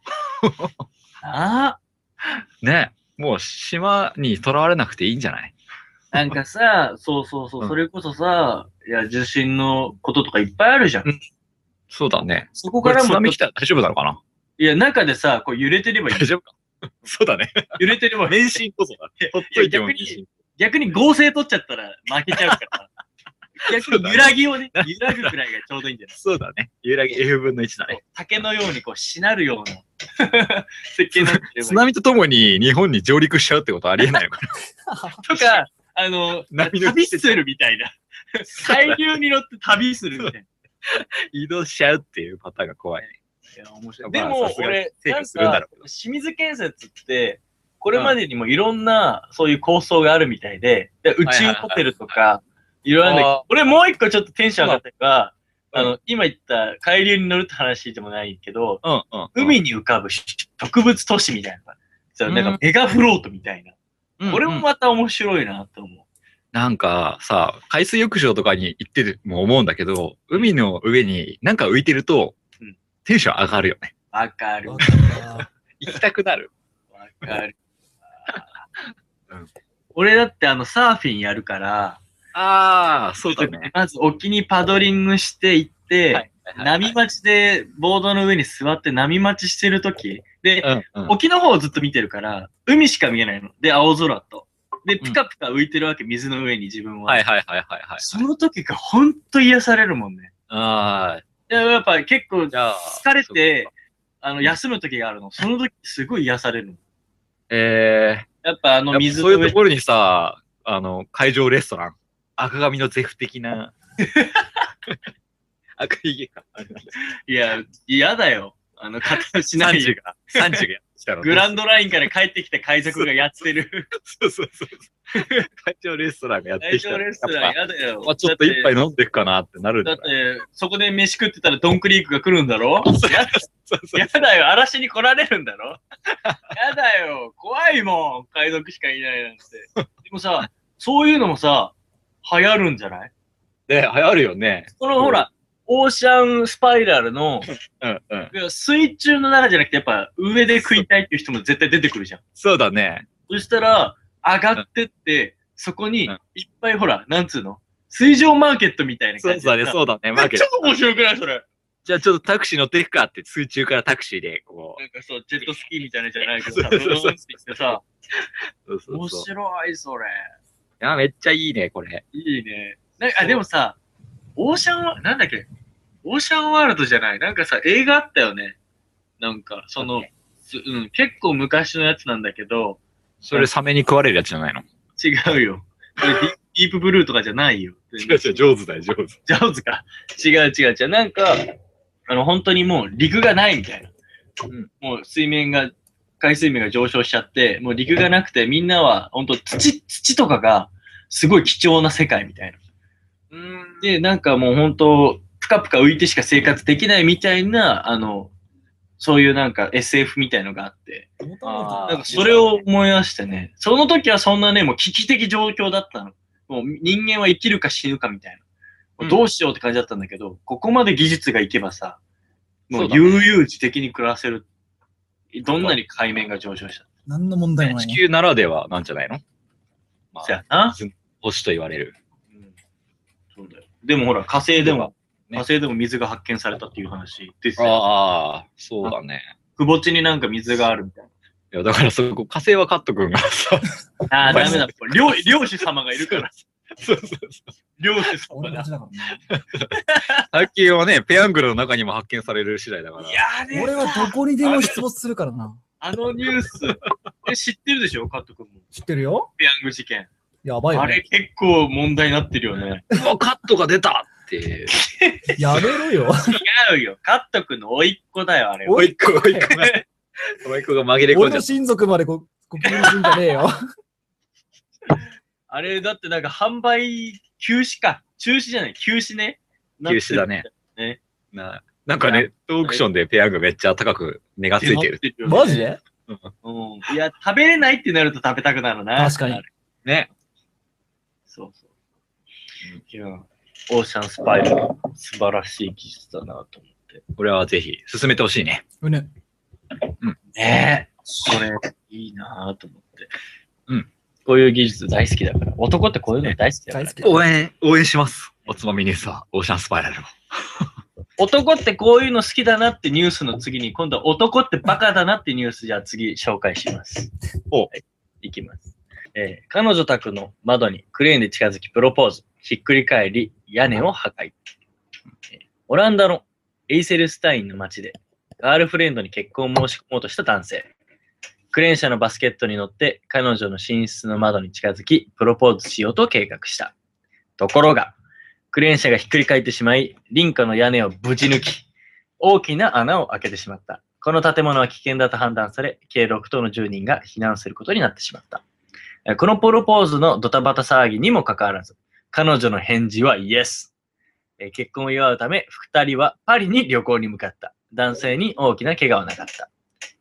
[SPEAKER 3] ああ。
[SPEAKER 1] ね。もう島にとらわれなくていいんじゃない
[SPEAKER 3] なんかさ、そうそうそう、
[SPEAKER 1] うん
[SPEAKER 3] それこそさ、いや、地震のこととかいっぱいあるじゃん。
[SPEAKER 1] うんそうだね。
[SPEAKER 3] そこ
[SPEAKER 1] こ
[SPEAKER 3] か
[SPEAKER 1] れ
[SPEAKER 3] ら
[SPEAKER 1] 津
[SPEAKER 3] も
[SPEAKER 1] 波、来たら大丈夫なのかない
[SPEAKER 3] や、中でさ、こう揺れてればいい。
[SPEAKER 1] 大丈夫か [laughs] そうだね。
[SPEAKER 3] 揺れてればいい。
[SPEAKER 1] 免震こそだね。ほっといても免震。
[SPEAKER 3] 逆に合成取っちゃったら負けちゃうから。
[SPEAKER 1] [laughs]
[SPEAKER 3] 逆に揺らぎをね、揺らぐくらいがちょうどいいんじゃない
[SPEAKER 1] そうだね。揺らぎ F 分の1だね。
[SPEAKER 3] 竹のようにこうしなるような設計になってればいい
[SPEAKER 1] 津波とともに日本に上陸しちゃうってことはありえないのかな
[SPEAKER 3] とか、あの、
[SPEAKER 1] 波の
[SPEAKER 3] 旅するみ
[SPEAKER 1] [laughs]
[SPEAKER 3] たいな。海流に乗って旅するみたいな。
[SPEAKER 1] [laughs] 移動しちゃうっていうパターンが怖い。
[SPEAKER 3] いや、面白
[SPEAKER 1] い
[SPEAKER 3] で
[SPEAKER 1] まあ
[SPEAKER 3] も
[SPEAKER 1] さ、すがに
[SPEAKER 3] 俺、
[SPEAKER 1] 制
[SPEAKER 3] なん
[SPEAKER 1] 御するんだ
[SPEAKER 3] か
[SPEAKER 1] ろ、
[SPEAKER 3] 清水建設って、これまでにもいろんな、そういう構想があるみたいで、で宇宙ホテルとか、いろいろあるんだけ
[SPEAKER 1] あ
[SPEAKER 3] ど、俺もう一個ちょっとテンション上がったのが、
[SPEAKER 1] うん
[SPEAKER 3] あの、今言った海流に乗るって話でもないけど、
[SPEAKER 1] うんうん。
[SPEAKER 3] 海に浮かぶ植物都市みたいなのが。そうなん
[SPEAKER 1] う
[SPEAKER 3] か
[SPEAKER 1] ん
[SPEAKER 3] メガフロートみたいな。
[SPEAKER 1] うん、
[SPEAKER 3] これもまた面白いなと思う。
[SPEAKER 1] なんかさ、海水浴場とかに行ってても思うんだけど、海の上になんか浮いてると
[SPEAKER 3] うん、
[SPEAKER 1] テンション上がるよね。
[SPEAKER 3] わかる。
[SPEAKER 2] わ
[SPEAKER 3] わ
[SPEAKER 2] かるな
[SPEAKER 1] 行きたくなる。
[SPEAKER 3] かる
[SPEAKER 1] うん。
[SPEAKER 3] 俺だってあの、サーフィンやるから、
[SPEAKER 1] ああ、そうだね。
[SPEAKER 3] まず沖にパドリングして行って、
[SPEAKER 1] はい
[SPEAKER 3] 波待ちでボードの上に座って波待ちしてるとき、で、
[SPEAKER 1] うんうん、
[SPEAKER 3] 沖の方をずっと見てるから、海しか見えないの。で、青空と。で、
[SPEAKER 1] ん
[SPEAKER 3] ピカピカ浮いてるわけ、水の上に自分は。
[SPEAKER 1] はいはいはいはいはい。
[SPEAKER 3] その時がほんと癒されるもんね。
[SPEAKER 1] ああ、
[SPEAKER 3] でやっぱ結構
[SPEAKER 1] じゃあ。
[SPEAKER 3] 疲れて、あの、休む時があるの。その時、すごい癒されるの。
[SPEAKER 1] えー、
[SPEAKER 3] やっぱあの、
[SPEAKER 1] やっぱ
[SPEAKER 3] 水
[SPEAKER 1] そういうと
[SPEAKER 3] 上
[SPEAKER 1] ころにさ、あの、会場レストラン、赤髪のゼフ的
[SPEAKER 3] [laughs]
[SPEAKER 1] な、赤ひげが、
[SPEAKER 3] いや、嫌だよ。あの、片し
[SPEAKER 1] サ
[SPEAKER 3] な
[SPEAKER 1] ン
[SPEAKER 3] い
[SPEAKER 1] ジが、サンジがやってきたの。
[SPEAKER 3] グランドラインから帰ってきた海賊がやってる。
[SPEAKER 1] そうそうそうそう。会場レストランがやって
[SPEAKER 3] 海
[SPEAKER 1] きた
[SPEAKER 3] 上
[SPEAKER 1] の。
[SPEAKER 3] レストラ
[SPEAKER 1] や
[SPEAKER 3] ン
[SPEAKER 1] っぱ
[SPEAKER 3] 嫌だよ。
[SPEAKER 1] まあちょっと一杯飲んでくかなってなるん
[SPEAKER 3] だ
[SPEAKER 1] だ
[SPEAKER 3] っ
[SPEAKER 1] か
[SPEAKER 3] て
[SPEAKER 1] ら。、
[SPEAKER 3] だってそこで飯食ってたらドンクリークが来るんだろや
[SPEAKER 1] そうそう
[SPEAKER 3] やだよ、嵐に来られるんだろやだよ、怖いもん、海賊しかいない
[SPEAKER 1] [laughs]
[SPEAKER 3] なんて。でもさ、そういうのもさ、流行るんじゃない
[SPEAKER 1] [laughs] ね、流行るよね。
[SPEAKER 3] このほら、オーシャンスパイラ
[SPEAKER 1] [laughs]
[SPEAKER 3] ルの、
[SPEAKER 1] うんうん。
[SPEAKER 3] いや水中の中じゃなくて、やっぱ上で食いたいっていう人も絶対出てくるじゃん。
[SPEAKER 1] そうだね。
[SPEAKER 3] そしたら、上がってって、そこに
[SPEAKER 1] うん
[SPEAKER 3] いっぱいほら、なんつうの水上マーケットみたいな
[SPEAKER 1] そ
[SPEAKER 3] 感
[SPEAKER 1] う
[SPEAKER 3] じでさ
[SPEAKER 1] だね、そうだね。マーケッ
[SPEAKER 3] ちょ
[SPEAKER 1] ト
[SPEAKER 3] っと面白くないそれ。
[SPEAKER 1] じゃあちょっとタクシー乗っていくかって、水中からタクシーで、こ
[SPEAKER 3] なんかそう、ジェットスキーみたいなじゃないけどさ、
[SPEAKER 1] そ
[SPEAKER 3] ブ
[SPEAKER 1] うそう
[SPEAKER 3] ー
[SPEAKER 1] そう
[SPEAKER 3] ンって言ってさ、
[SPEAKER 1] う。そうそう
[SPEAKER 3] 面
[SPEAKER 1] そう。
[SPEAKER 3] 白い、それ。
[SPEAKER 1] いや、めっちゃいいね、これ。
[SPEAKER 3] いいね。なんかあでもさ、オーシャンは、なんだっけ、オーシャンワールドじゃない、なんかさ、映画あったよね。なんか、その、すうん、結構昔のやつなんだけど、
[SPEAKER 1] それサメに食われるやつじゃないの
[SPEAKER 3] 違
[SPEAKER 1] [laughs]
[SPEAKER 3] うよ。これディディープブルーとかじゃないよ。
[SPEAKER 1] 上手だよ、上手。
[SPEAKER 3] [laughs] ジャオズか。違う違う違う。なんか、あの、本当にもう陸がないみたいな。
[SPEAKER 1] うん
[SPEAKER 3] もう水面が、海水面が上昇しちゃって、もう陸がなくて、みんなは本当土、土とかがすごい貴重な世界みたいな。で、なんかもう本当、ぷかぷか浮いてしか生活できないみたいな、あの、そういうなんか SF みたいのがあって、
[SPEAKER 1] あー
[SPEAKER 3] なんかそれを思い出してね、その時はそんなね、もう危機的状況だったの。もう人間は生きるか死ぬかみたいな。もうどうしようって感じだったんだけど、ここまで技術がいけばさ、も
[SPEAKER 1] そううだね
[SPEAKER 3] 悠々自適に暮らせる。どんなに海面が上昇した
[SPEAKER 2] 何の問題もない、
[SPEAKER 1] 地
[SPEAKER 2] ね。
[SPEAKER 1] 球ならではなんじゃないのま
[SPEAKER 3] そ
[SPEAKER 1] あ、
[SPEAKER 3] やな。
[SPEAKER 1] 星と言われる。
[SPEAKER 3] うんそうだよ。でもほら、火星でも、
[SPEAKER 1] ね
[SPEAKER 3] 火星でも水が発見されたっていう話ですよ。
[SPEAKER 1] ああ、そうだね。
[SPEAKER 3] くぼ地になんか水があるみたい
[SPEAKER 1] いや、だからそこ、火星はカット君がさ、
[SPEAKER 3] な。あ
[SPEAKER 1] あーダ
[SPEAKER 3] [laughs]
[SPEAKER 1] メだ。
[SPEAKER 3] 漁漁師様がいるから。
[SPEAKER 1] そうそうそう
[SPEAKER 3] 漁師様
[SPEAKER 2] 俺の
[SPEAKER 3] が。
[SPEAKER 2] 話だから
[SPEAKER 1] 最近はね、ペヤングルの中にも発見される次第だから。
[SPEAKER 3] いやーね
[SPEAKER 2] な。俺はどこにでも出没するからな。
[SPEAKER 3] あのニュー [laughs] ス。え、知ってるでしょカット君も。
[SPEAKER 2] 知ってるよ
[SPEAKER 3] ペヤング事件。
[SPEAKER 2] やばいよ、
[SPEAKER 3] あ
[SPEAKER 2] ね
[SPEAKER 3] れ。結構問題になってるよね。
[SPEAKER 1] うわ、カットが出たって。
[SPEAKER 2] やめろよ。
[SPEAKER 3] 違うよ。カット君の甥いっ子だよ、あれは。
[SPEAKER 1] おいっ子、おいっ子が、おいっ子が紛れ込ん
[SPEAKER 2] 俺
[SPEAKER 1] じゃ
[SPEAKER 2] の
[SPEAKER 1] っ
[SPEAKER 2] 親族までご、ご気にすんじゃねえよ。
[SPEAKER 3] あれ、だってなんか販売休止か。中止じゃない、休止ね。
[SPEAKER 1] た。休止だね。
[SPEAKER 3] ね
[SPEAKER 1] な。なんかね、オークションでペヤングめっちゃ高く値がついてる。
[SPEAKER 3] るよね
[SPEAKER 2] マジで
[SPEAKER 3] うん。いや、食べれないってなると食べたくなるな。
[SPEAKER 2] 確かに。
[SPEAKER 1] ね。
[SPEAKER 3] そうそう。いや、オーシャンスパイラル、素晴らしい技術だなと思って。
[SPEAKER 1] これはぜひ、進めてほしいね。
[SPEAKER 2] うね。
[SPEAKER 3] ねえ、それ、いいなと思って。
[SPEAKER 1] うん。
[SPEAKER 3] こういう技術大好きだから。男ってこういうの大好きだから
[SPEAKER 2] 大。好き。
[SPEAKER 1] 応援、応援します。おつまみニュースは、オーシャンスパイラルを。
[SPEAKER 3] 男ってこういうの好きだなってニュースの次に、今度は男ってバカだなってニュース、じゃあ次紹介します。
[SPEAKER 1] お
[SPEAKER 3] はい、いきます。えー彼女宅の窓にクレーンで近づきプロポーズ。ひっくり返り、屋根を破壊。えーオランダのエイセルスタインの街で、ガールフレンドに結婚を申し込もうとした男性。クレーン車のバスケットに乗って、彼女の寝室の窓に近づき、プロポーズしようと計画した。ところが、クレーン車がひっくり返ってしまい、林家の屋根をぶち抜き、大きな穴を開けてしまった。この建物は危険だと判断され、計6棟の住人が避難することになってしまった。えーこのプロポーズのドタバタ騒ぎにもかかわらず、彼女の返事はイエス。えー結婚を祝うため、二人はパリに旅行に向かった。男性に大きな怪我はなかった。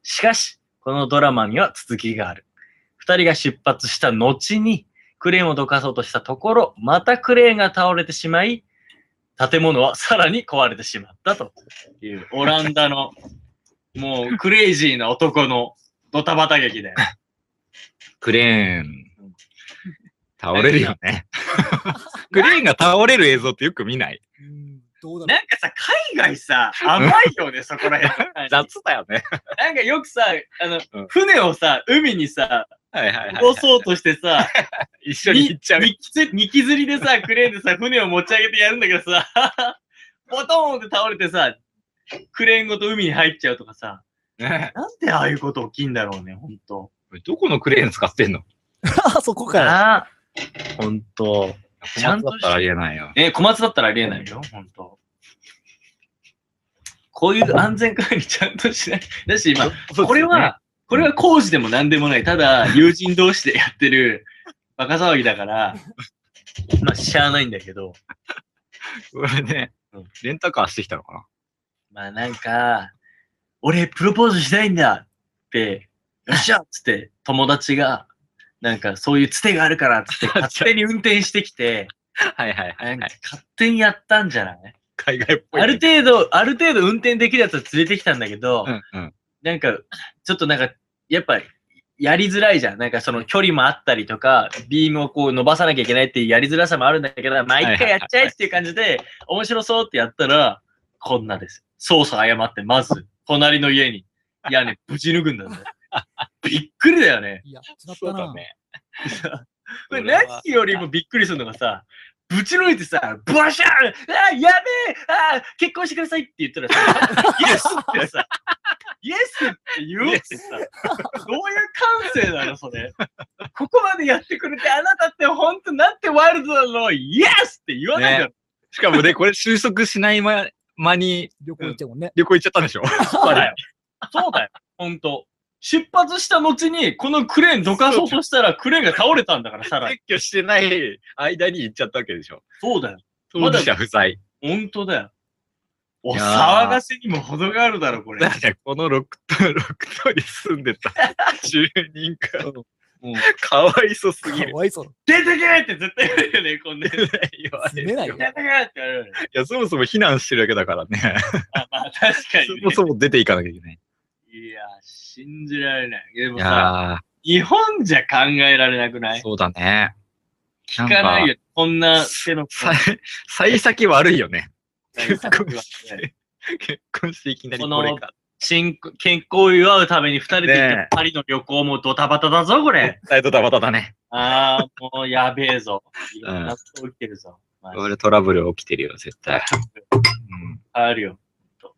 [SPEAKER 3] しかし、このドラマには続きがある。二人が出発した後に、クレーンをどかそうとしたところ、またクレーンが倒れてしまい、建物はさらに壊れてしまったという、オランダの、もうクレイジーな男のドタバタ劇だよ。
[SPEAKER 1] クレーン。倒れるよ [laughs] ね。クレーンが倒れる映像ってよく見ない。
[SPEAKER 2] うんどうだろう
[SPEAKER 3] なんかさ、海外さ、甘いよね、そこら辺。なん
[SPEAKER 1] 雑だよね。
[SPEAKER 3] かよくさ、あの、
[SPEAKER 1] うん
[SPEAKER 3] 船をさ、海にさ、
[SPEAKER 1] はいはいはい、
[SPEAKER 3] 戻そうとしてさ、
[SPEAKER 1] 一緒に行っちゃう。
[SPEAKER 3] にににきずりでさ、クレーンでさ、船を持ち上げてやるんだけどさ、ボトーンって倒れてさ、クレーンごと海に入っちゃうとかさ、
[SPEAKER 1] ね
[SPEAKER 3] なんでああいうこと起きんだろうね、ほんと。
[SPEAKER 1] えどこのクレーン使ってんの
[SPEAKER 3] [laughs]
[SPEAKER 2] あそこから。
[SPEAKER 3] なあ。ほんと。ちゃんと
[SPEAKER 1] 小松だったらありえないよ。
[SPEAKER 3] えー、小松だったらありえないよ、ほんと。こういう安全管理ちゃんとしない。 [laughs] だし、今、これは、これは工事でも何でもない。ただ、友人同士でやってるバカ騒ぎだから、まあ、しゃあないんだけど、
[SPEAKER 1] これね
[SPEAKER 3] うん、
[SPEAKER 1] レンタカーしてきたのかな
[SPEAKER 3] まあなんか、俺プロポーズしたいんだって、よっしゃっつって友達が、なんかそういうつて [laughs] があるからっつって勝手に運転してきて、
[SPEAKER 1] はいはいは
[SPEAKER 3] ないん
[SPEAKER 1] は
[SPEAKER 3] か
[SPEAKER 1] い。
[SPEAKER 3] 勝手にやったんじゃない
[SPEAKER 1] 海外っぽいね。
[SPEAKER 3] ある程度、ある程度運転できるやつは連れてきたんだけど、
[SPEAKER 1] うんうん。
[SPEAKER 3] なんか、ちょっとなんか、やっぱ、やりづらいじゃん。なんかその距離もあったりとか、ビームをこう伸ばさなきゃいけないっていうやりづらさもあるんだけど、まあ一回やっちゃえっていう感じで、面白そうってやったら、こんなです。操作誤って、まず、隣の家に、屋根ぶち抜くんだね。びっくりだよね。
[SPEAKER 2] いや、違っ
[SPEAKER 1] そ
[SPEAKER 2] た
[SPEAKER 1] うだ [laughs]
[SPEAKER 2] な。
[SPEAKER 1] ね。
[SPEAKER 3] これ何よりもびっくりするのがさ、ぶち抜いてさ、ブワシャーあやべえあ結婚してくださいって言ったらさ、 [laughs] イエスってさ、イエスって言うってさ、どういう感性なのそれ。ここまでやってくれて、あなたって本当なんてワイルドなのイエスって言わないんだろ。
[SPEAKER 1] しかもね、これ収束しない間間に
[SPEAKER 2] 旅行行っちゃうもんね。
[SPEAKER 1] 旅行行っちゃったんでしょ
[SPEAKER 3] そうだよ。そうだよ。本当出発した後に、このクレーンどかそうとしたら、クレーンが倒れたんだから、さらに。
[SPEAKER 1] 撤去してない間に行っちゃったわけでしょ。
[SPEAKER 3] そうだよ。
[SPEAKER 1] 当事者不在。
[SPEAKER 3] 本当だよ。お
[SPEAKER 1] いやー
[SPEAKER 3] 騒がせにも程があるだろ、これ
[SPEAKER 1] だ。からこの6棟、6棟 [laughs] に住んでた住人が、
[SPEAKER 3] もう
[SPEAKER 1] かわいそうすぎ
[SPEAKER 2] か
[SPEAKER 1] る。
[SPEAKER 2] わいそう。
[SPEAKER 3] 出てけって絶対言うよね、こんな
[SPEAKER 1] [laughs]
[SPEAKER 3] やつ。出て
[SPEAKER 1] 言われ
[SPEAKER 2] 住
[SPEAKER 1] る
[SPEAKER 2] めない
[SPEAKER 1] よ
[SPEAKER 2] よ
[SPEAKER 3] け。って言われるよね。
[SPEAKER 1] いや、そもそも避難してるわけだからね。
[SPEAKER 3] あまあ、確か
[SPEAKER 1] そ
[SPEAKER 3] に、
[SPEAKER 1] も
[SPEAKER 3] ね。
[SPEAKER 1] そも出ていかなきゃいけない。
[SPEAKER 3] いや、信じられない。で
[SPEAKER 1] い
[SPEAKER 3] もさ、
[SPEAKER 1] や
[SPEAKER 3] 日本じゃ考えられなくな
[SPEAKER 1] ー、
[SPEAKER 3] い
[SPEAKER 1] そうだね。
[SPEAKER 3] 聞かないよ。こんな手の
[SPEAKER 1] さ幸先悪いよね。
[SPEAKER 3] 使い
[SPEAKER 1] 結
[SPEAKER 3] 方
[SPEAKER 1] 婚
[SPEAKER 3] は
[SPEAKER 1] して、結婚していきなりこれか。
[SPEAKER 3] 新健康を祝うために二人で行
[SPEAKER 1] ね
[SPEAKER 3] ったパリの旅行もドタバタだぞ、これ。
[SPEAKER 1] サイドタバタだね。
[SPEAKER 3] ああ、もうやべえぞ。いろんなこと起きてるぞ。まあ
[SPEAKER 1] これトラブル起きてるよ、絶対。
[SPEAKER 3] あるよ。ほんと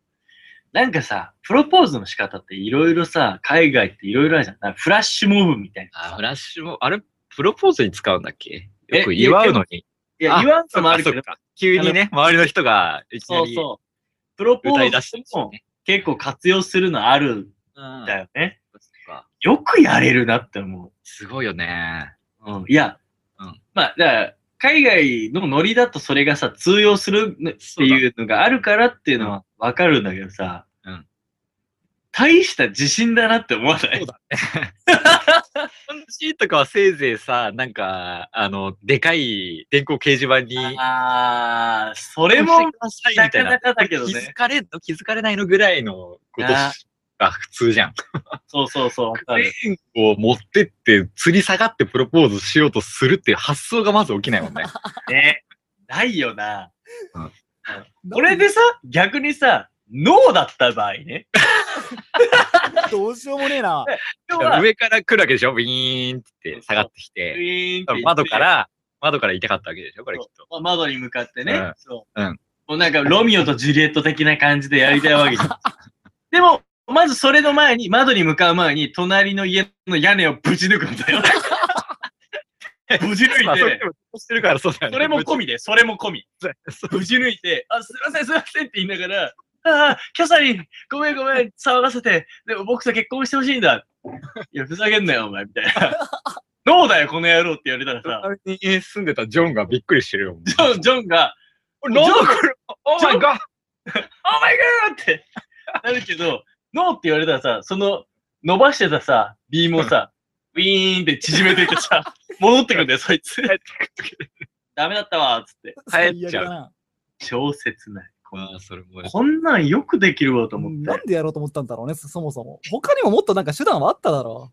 [SPEAKER 3] なんかさ、プロポーズの仕方っていろいろさ、海外っていろいろあるじゃん。なんかフラッシュモブみたいな
[SPEAKER 1] あ、
[SPEAKER 3] さ。
[SPEAKER 1] フラッシュも、あれ、プロポーズに使うんだっけ
[SPEAKER 3] え
[SPEAKER 1] よく祝うのに。
[SPEAKER 3] いや、
[SPEAKER 1] あ
[SPEAKER 3] 言わんともあるけ
[SPEAKER 1] そ
[SPEAKER 3] ど
[SPEAKER 1] っ、か急にね、周りの人がいきな
[SPEAKER 3] そう
[SPEAKER 1] り
[SPEAKER 3] そう。プロポ
[SPEAKER 1] 歌い出
[SPEAKER 3] ー
[SPEAKER 1] して
[SPEAKER 3] ズ
[SPEAKER 1] るし
[SPEAKER 3] も
[SPEAKER 1] ね。
[SPEAKER 3] 結構活用するのあるん
[SPEAKER 1] うん
[SPEAKER 3] だよね。
[SPEAKER 1] そっか
[SPEAKER 3] よくやれるなって思
[SPEAKER 1] すごいよね。
[SPEAKER 3] う。うん。いや、
[SPEAKER 1] うん
[SPEAKER 3] まあ、だから、海外のノリだとそれがさ、通用するねっていうのがあるからっていうのはわかるんだけどさ、
[SPEAKER 1] うん
[SPEAKER 3] 大した自信だなって思わない
[SPEAKER 1] そうだね。シーとかはせいぜいさ、なんか、あの、でかい電光掲示板に、
[SPEAKER 3] ああ、そ
[SPEAKER 1] こ
[SPEAKER 3] れも、
[SPEAKER 1] みたいな
[SPEAKER 3] なかなかだけどね
[SPEAKER 1] 気づかれんの気づかれないのぐらいのこと
[SPEAKER 3] あ
[SPEAKER 1] が普通じゃん。
[SPEAKER 3] そうそうそう、わかる。
[SPEAKER 1] を持ってって、吊り下がってプロポーズしようとするっていう発想がまず起きないもんね。
[SPEAKER 3] ね。ないよな。
[SPEAKER 1] うん
[SPEAKER 3] これでさ、逆にさ、ノーだった場合ね。
[SPEAKER 2] どうしようもねえな。
[SPEAKER 3] 今日は、
[SPEAKER 1] 上から来るわけでしょビーンって下がってき
[SPEAKER 3] ウ
[SPEAKER 1] て。
[SPEAKER 3] ィーンって言って
[SPEAKER 1] 窓か、ら、窓から言いたかったわけでしょこれきっと。
[SPEAKER 3] まあ窓に向かってね、
[SPEAKER 1] うん
[SPEAKER 3] そう。
[SPEAKER 1] うん
[SPEAKER 3] もうなんか、ロミオとジュリエット的な感じでやりたいわ [laughs] けじゃん。でも、まずそれの前に、窓に向かう前に、隣の家の屋根をぶち抜くん [laughs] だよ。ぶち抜
[SPEAKER 1] まあ、そ
[SPEAKER 3] い
[SPEAKER 1] れで、
[SPEAKER 3] て
[SPEAKER 1] もしてるからそうだよね。
[SPEAKER 3] それも込みで、それも込み。
[SPEAKER 1] [laughs] そう
[SPEAKER 3] ぶち抜いて、あ、すいません、すいませんって言いながら、ああ、キャサリン、ごめんごめん、騒がせて、でも僕と結婚してほしいんだ。いや、ふざけんなよ、お前、みたい [laughs] な。どうだよ、この野郎って言われたらさ、
[SPEAKER 1] 隣に住んでたジョンがびっくりしてるよ。
[SPEAKER 3] ジョン、ジョンが、
[SPEAKER 1] これなんだ [laughs] これお
[SPEAKER 3] ジョン
[SPEAKER 1] 前が
[SPEAKER 3] オーマイガーってなるけど、ノーって言われたらさ、その伸ばしてたさ、ビームをさ、ウィーンって縮めていって [laughs] さ、戻ってくんだよ、そいつ。ダメだったわ、つって。
[SPEAKER 1] 帰っちゃう
[SPEAKER 2] 最悪だな
[SPEAKER 3] 超切ない。
[SPEAKER 1] まあ、それも。
[SPEAKER 3] こんなんよくできるわと思って。
[SPEAKER 2] なんでやろうと思ったんだろうね、そそもそも。他にももっとなんか手段はあっただろ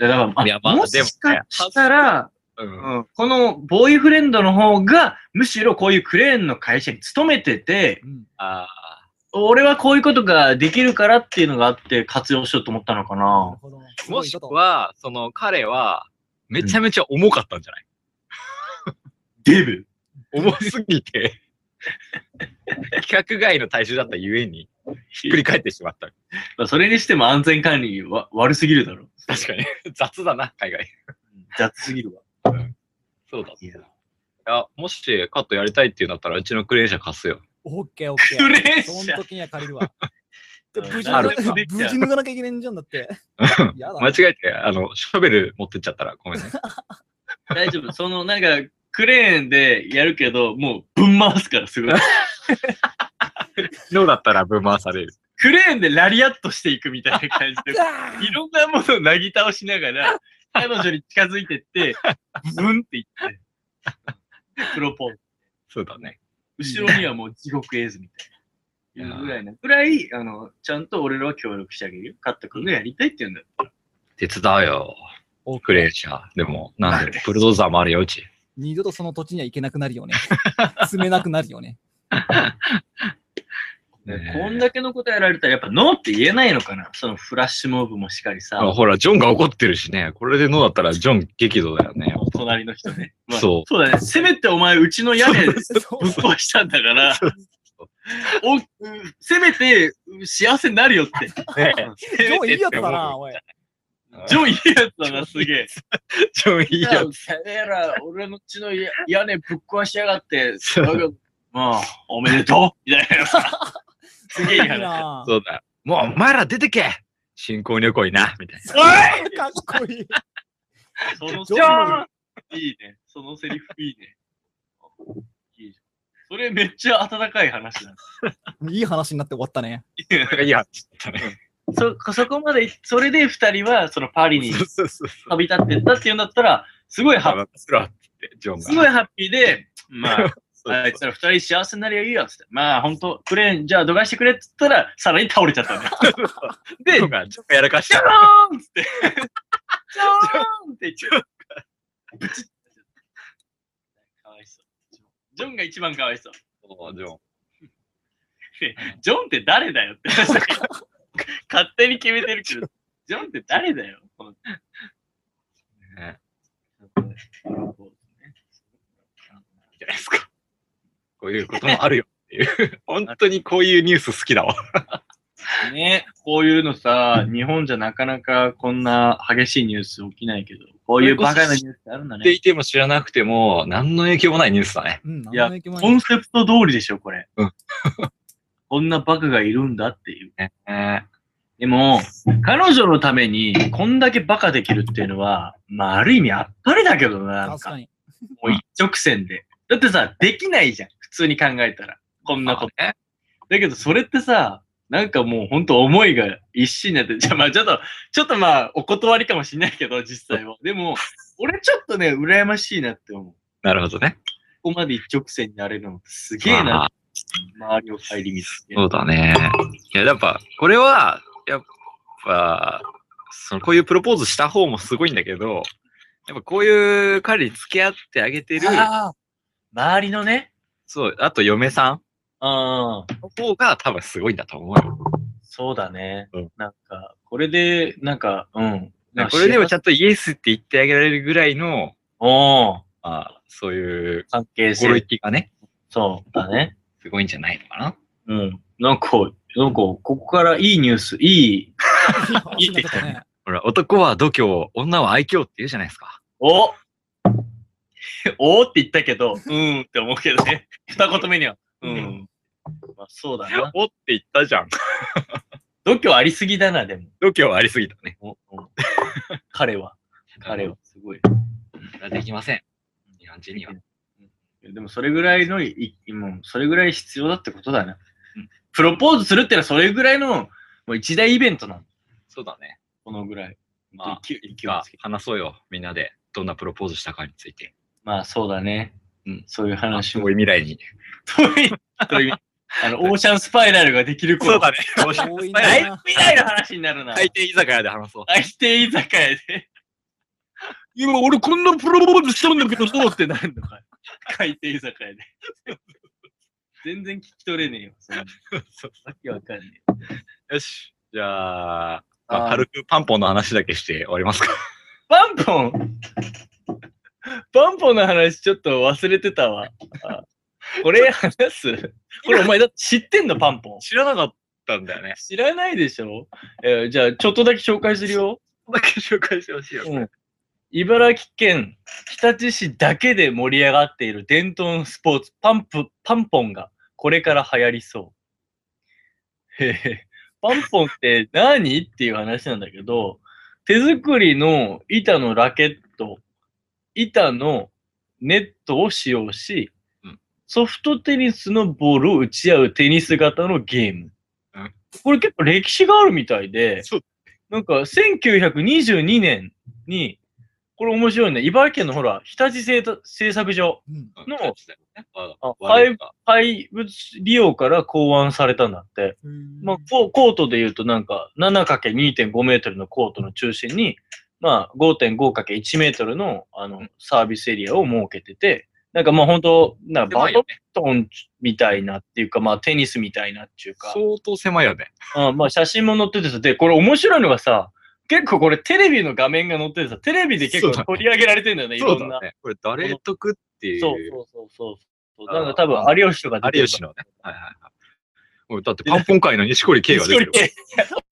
[SPEAKER 3] いやだから、あ
[SPEAKER 1] いやまあ
[SPEAKER 3] もし
[SPEAKER 1] でも
[SPEAKER 3] かしたら、
[SPEAKER 1] うん。
[SPEAKER 3] うんこのボーイフレンドの方が、むしろこういうクレーンの会社に勤めてて、
[SPEAKER 2] う。うん
[SPEAKER 1] あ
[SPEAKER 3] 俺はこういうことができるからっていうのがあって活用しようと思ったのか
[SPEAKER 2] な
[SPEAKER 3] な
[SPEAKER 2] る。ほど。す
[SPEAKER 1] ーも
[SPEAKER 2] ごい
[SPEAKER 1] し
[SPEAKER 2] ち
[SPEAKER 1] く
[SPEAKER 2] ょっと
[SPEAKER 1] は、その彼は、めちゃめちゃ重かったんじゃない、
[SPEAKER 3] デブ
[SPEAKER 1] 重すぎて、規格外の体重だったゆえに、ひっくり返ってしまった。
[SPEAKER 3] まあそれにしても安全管理は悪すぎるだろ。
[SPEAKER 1] 確かに。 [laughs] 雑だな、海外。
[SPEAKER 3] 雑すぎるわ。
[SPEAKER 1] そうだ。い
[SPEAKER 3] いや
[SPEAKER 1] や、もしカットやりたいっていうんだったら、うちのクレーン車貸すよ。
[SPEAKER 2] オッケーオッケー。
[SPEAKER 3] クレーン車
[SPEAKER 2] その時には借りるわ。で
[SPEAKER 3] うん
[SPEAKER 2] 無事
[SPEAKER 1] な
[SPEAKER 2] 脱
[SPEAKER 1] る
[SPEAKER 2] がな無事脱がなきゃいけないんじゃんだって。やだ。
[SPEAKER 1] 間違えて、あの、ショベル持ってっちゃったらごめんね。
[SPEAKER 3] 大丈夫。その、なんか、クレーンでやるけど、もう、ぶん回すから、
[SPEAKER 1] [laughs]
[SPEAKER 3] すごい。
[SPEAKER 1] どうだったらぶん回される。
[SPEAKER 3] クレーンでラリアットしていくみたいな感じで、いろんなものをなぎ倒しなが [laughs] ら、彼女に近づいてって、ブンっていって、プロポーズ。
[SPEAKER 1] そうだね。
[SPEAKER 3] 後ろにはもう地獄絵図みたいな。
[SPEAKER 1] いや
[SPEAKER 3] ぐらいな。ぐらい、あの、ちゃんと俺らは協力してあげるよ。カット君がやりたいって言うんだよ。
[SPEAKER 1] 手伝うよ。クレーン車。でも、なんで、ブルドーザーもあるよ、うち。
[SPEAKER 2] 二度とその土地には行けなくなるよね。住めなくなるよね。
[SPEAKER 1] ねえ
[SPEAKER 3] こんだけのことやられたら、やっぱノーって言えないのかなそのフラッシュモブもしっかりさ
[SPEAKER 1] あ、ほら、ジョンが怒ってるしね。これでノーだったら、ジョン激怒だよね。
[SPEAKER 3] 隣の人 [laughs] ね。まあ
[SPEAKER 1] そう
[SPEAKER 3] そうだね。せめてお前、うちの屋根ぶっ
[SPEAKER 2] そう
[SPEAKER 3] 壊したんだから
[SPEAKER 1] そう、
[SPEAKER 3] おせめて幸せになるよ [laughs] って。
[SPEAKER 1] ね
[SPEAKER 3] せ
[SPEAKER 2] ジョ
[SPEAKER 3] め
[SPEAKER 2] ンい
[SPEAKER 3] て
[SPEAKER 2] いやつだな、おい。
[SPEAKER 3] [laughs] ジョンいいやつだな、すげえ。
[SPEAKER 1] ジョンいいや
[SPEAKER 3] つ。てめえら、俺のうちの屋屋根ぶっ壊しやがって、
[SPEAKER 1] そう
[SPEAKER 3] まあ、おめで [laughs] とうみたいな。すげえいい
[SPEAKER 2] いい
[SPEAKER 3] 話。
[SPEAKER 2] な
[SPEAKER 1] そうだ。もう、お前ら出てけ新婚旅行にな、みたいな。
[SPEAKER 3] お
[SPEAKER 2] かっこいい。 [laughs]
[SPEAKER 3] その
[SPEAKER 2] ジョ
[SPEAKER 3] いいね。そのセリフいいね。いいじゃんそれめっちゃ温かい話だ。
[SPEAKER 2] いい話になって終わったね。
[SPEAKER 1] なんかいい話だったね。
[SPEAKER 3] [laughs] そ、そこまで、それで二人は、そのパリに
[SPEAKER 1] そうそうそうそう。
[SPEAKER 3] 旅立ってったっていうんだったら、すごいハッ
[SPEAKER 1] あスローって、ジョン
[SPEAKER 3] ピ
[SPEAKER 1] が。
[SPEAKER 3] ー、すごいハッピーで、まあ、
[SPEAKER 1] [laughs] そう
[SPEAKER 3] あいつら二人幸せになりゃいいよ、つって。まあ、ほんと、クレーン、じゃあ、どかしてくれっつったら、さらに倒れちゃ [laughs] ったね。
[SPEAKER 1] で、ジョンがジョンがやらかし
[SPEAKER 3] ジョ
[SPEAKER 1] た。
[SPEAKER 3] ーンっつって。ジョーンって言っちゃう。かわいそう。ジョンが一番かわいそう。
[SPEAKER 1] そうジョン。
[SPEAKER 3] ジョンって誰だよって。 [laughs] 勝手に決めてるけど、ジョンって誰だよ。
[SPEAKER 1] ねいい
[SPEAKER 3] い
[SPEAKER 1] じゃないですか。こういうこともあるよっていう。 [laughs] 本当にこういうニュース好きだわ。
[SPEAKER 3] [laughs] ね、こういうのさ、日本じゃなかなかこんな激しいニュース起きないけど、こういうバカなニュースってあるんだ
[SPEAKER 1] って
[SPEAKER 3] [laughs] ね。
[SPEAKER 1] いても知らなくても、何の影響もないニュースだね。
[SPEAKER 2] うん、何
[SPEAKER 3] いや
[SPEAKER 2] の影響もな
[SPEAKER 3] コ
[SPEAKER 2] い
[SPEAKER 3] ンセプト通りでしょ、これ。
[SPEAKER 1] うん
[SPEAKER 3] [laughs] こんなバカがいるんだっていう。
[SPEAKER 1] ね
[SPEAKER 3] でも、彼女のためにこんだけバカできるっていうのは、まあ、ある意味あっぱれだけどな、なん
[SPEAKER 2] 確
[SPEAKER 3] か
[SPEAKER 2] か。に。
[SPEAKER 3] もう一直線で。だってさ、できないじゃん、普通に考えたら。こんなこと。
[SPEAKER 1] ね
[SPEAKER 3] だけど、それってさ、なんかもう本当思いが一心になって、じゃあまあちょっと、ちょっとまあお断りかもしんないけど、実際は。でも、俺ちょっとね、羨ましいなって思う。
[SPEAKER 1] なるほどね。
[SPEAKER 3] ここまで一直線になれるのってすげえな。周りを顧みつて
[SPEAKER 1] そうだね。いや、やっぱ、これは、やっぱ、そのこういうプロポーズした方もすごいんだけど、やっぱこういう彼に付き合ってあげてる、
[SPEAKER 3] あー周りのね、
[SPEAKER 1] そう、あと嫁さ
[SPEAKER 3] うん、
[SPEAKER 1] んの方が多分すごいんだと思うよ。
[SPEAKER 3] そうだね。
[SPEAKER 1] うん
[SPEAKER 3] なんか、これで、なんか、うん。なんか
[SPEAKER 1] これでもち
[SPEAKER 3] ゃ
[SPEAKER 1] ゃんとイエスって言ってあげられるぐらいの、
[SPEAKER 3] おー
[SPEAKER 1] まあ、そういう
[SPEAKER 3] 関係
[SPEAKER 1] 心意
[SPEAKER 3] 性。
[SPEAKER 1] 気がね、
[SPEAKER 3] そうだね。
[SPEAKER 1] すごいんじゃないのかな。
[SPEAKER 3] うん。なんか、なんか、ここからいいニュース、いい。
[SPEAKER 2] いい話になってたね。
[SPEAKER 1] ほら、男は度胸、女は愛嬌って言うじゃないですか。
[SPEAKER 3] おおーって言ったけ
[SPEAKER 1] [laughs]
[SPEAKER 3] ど、うんって思うけどね。二言目には。うん。まあ、そうだな。
[SPEAKER 1] おって言ったじゃん。
[SPEAKER 3] 度胸ありすぎだな、でも。
[SPEAKER 1] [laughs] 度胸ありすぎたね。
[SPEAKER 3] おお彼は。彼は。すごい。
[SPEAKER 1] できません。日本人には。
[SPEAKER 3] でも、それぐらいのい、いもう、それぐらい必要だってことだな。プロポーズするってのは、それぐらいの、もう一大イベントなの。
[SPEAKER 1] そうだね。
[SPEAKER 3] このぐらい。
[SPEAKER 1] まあ、
[SPEAKER 3] 勢い
[SPEAKER 1] いつ
[SPEAKER 3] 勢いを
[SPEAKER 1] か
[SPEAKER 3] つけて
[SPEAKER 1] 話そうよ、みんなで。どんなプロポーズしたかについて。
[SPEAKER 3] まあ、そうだね。
[SPEAKER 1] うん
[SPEAKER 3] そういう話
[SPEAKER 1] す
[SPEAKER 3] も
[SPEAKER 1] ごい未来に。
[SPEAKER 3] 遠い、遠い。あ [laughs] の、オーシャンスパイラルができる頃。
[SPEAKER 1] ね。
[SPEAKER 2] 多
[SPEAKER 1] [laughs]
[SPEAKER 2] いな
[SPEAKER 3] だいぶ未来の話になるな。
[SPEAKER 1] 海底居酒屋で話そう。
[SPEAKER 3] 相手居酒屋で。
[SPEAKER 5] 今俺こんなプロポーズしたんだけどどうってな
[SPEAKER 3] なんのか。海底居酒屋 [laughs] で。全然聞き取れねえよ。そんな
[SPEAKER 1] [laughs] そう
[SPEAKER 3] わけわかんね
[SPEAKER 1] よし。じゃあ、
[SPEAKER 3] え。
[SPEAKER 1] まあ、軽くパンポンの話だけして終わりますか。
[SPEAKER 3] バンポンバンポンの話ちょっと忘れてたわ。あこれ話すこれお前だって知ってんのパンポン。
[SPEAKER 1] 知らなかっったんだよね。
[SPEAKER 3] 知らないでしょ、えーじゃあ、ちょっとだけ紹介するよ。
[SPEAKER 1] そこだけ紹介してほしいよ。
[SPEAKER 3] うん茨城県日立市だけで盛り上がっている伝統のスポーツ、パンプ、パンポンがこれから流行りそう。へへパンポンって何っていう話なんだけど、手作りの板のラケット、板のネットを使用し
[SPEAKER 1] うん、
[SPEAKER 3] ソフトテニスのボールを打ち合うテニス型のゲーム
[SPEAKER 1] うん。
[SPEAKER 3] これ結構歴史があるみたいで、
[SPEAKER 1] そう
[SPEAKER 3] なんか1922年に、これ面白いね。茨城県のほら、日立製作製作所、
[SPEAKER 2] うん
[SPEAKER 3] の
[SPEAKER 1] そうですねわ
[SPEAKER 3] あ
[SPEAKER 1] われた
[SPEAKER 3] 廃物利用から考案されたんだって。まあ、ココートで言うとなんか、7×2.5 メートルのコートの中心に、まあ、5.5×1 メートルの、あの、サービスエリアを設けてて、なんかまあ本当、なんか
[SPEAKER 1] 狭
[SPEAKER 3] バ
[SPEAKER 1] いよ
[SPEAKER 3] ド
[SPEAKER 1] ね。
[SPEAKER 3] ミントンみたいなっていうか、まあテニスみたいなっていうか、
[SPEAKER 1] 相当狭いよね。
[SPEAKER 3] あまあ写真も載っててさ、で、これ面白いのがさ、結構これテレビの画面が載っててさ、テレビで結
[SPEAKER 1] そうだ
[SPEAKER 3] 構
[SPEAKER 1] ね
[SPEAKER 3] 取り上げられてんだよね、い
[SPEAKER 1] そう
[SPEAKER 3] ろんな
[SPEAKER 1] だ。ね。これ誰得っていう。
[SPEAKER 3] そうそうそうそうそう。
[SPEAKER 1] あー
[SPEAKER 3] なんか多分、有吉とか出て
[SPEAKER 1] 有
[SPEAKER 3] る
[SPEAKER 1] 吉のね。はいはいはいもう。だってパンポン界の錦織圭が出てる。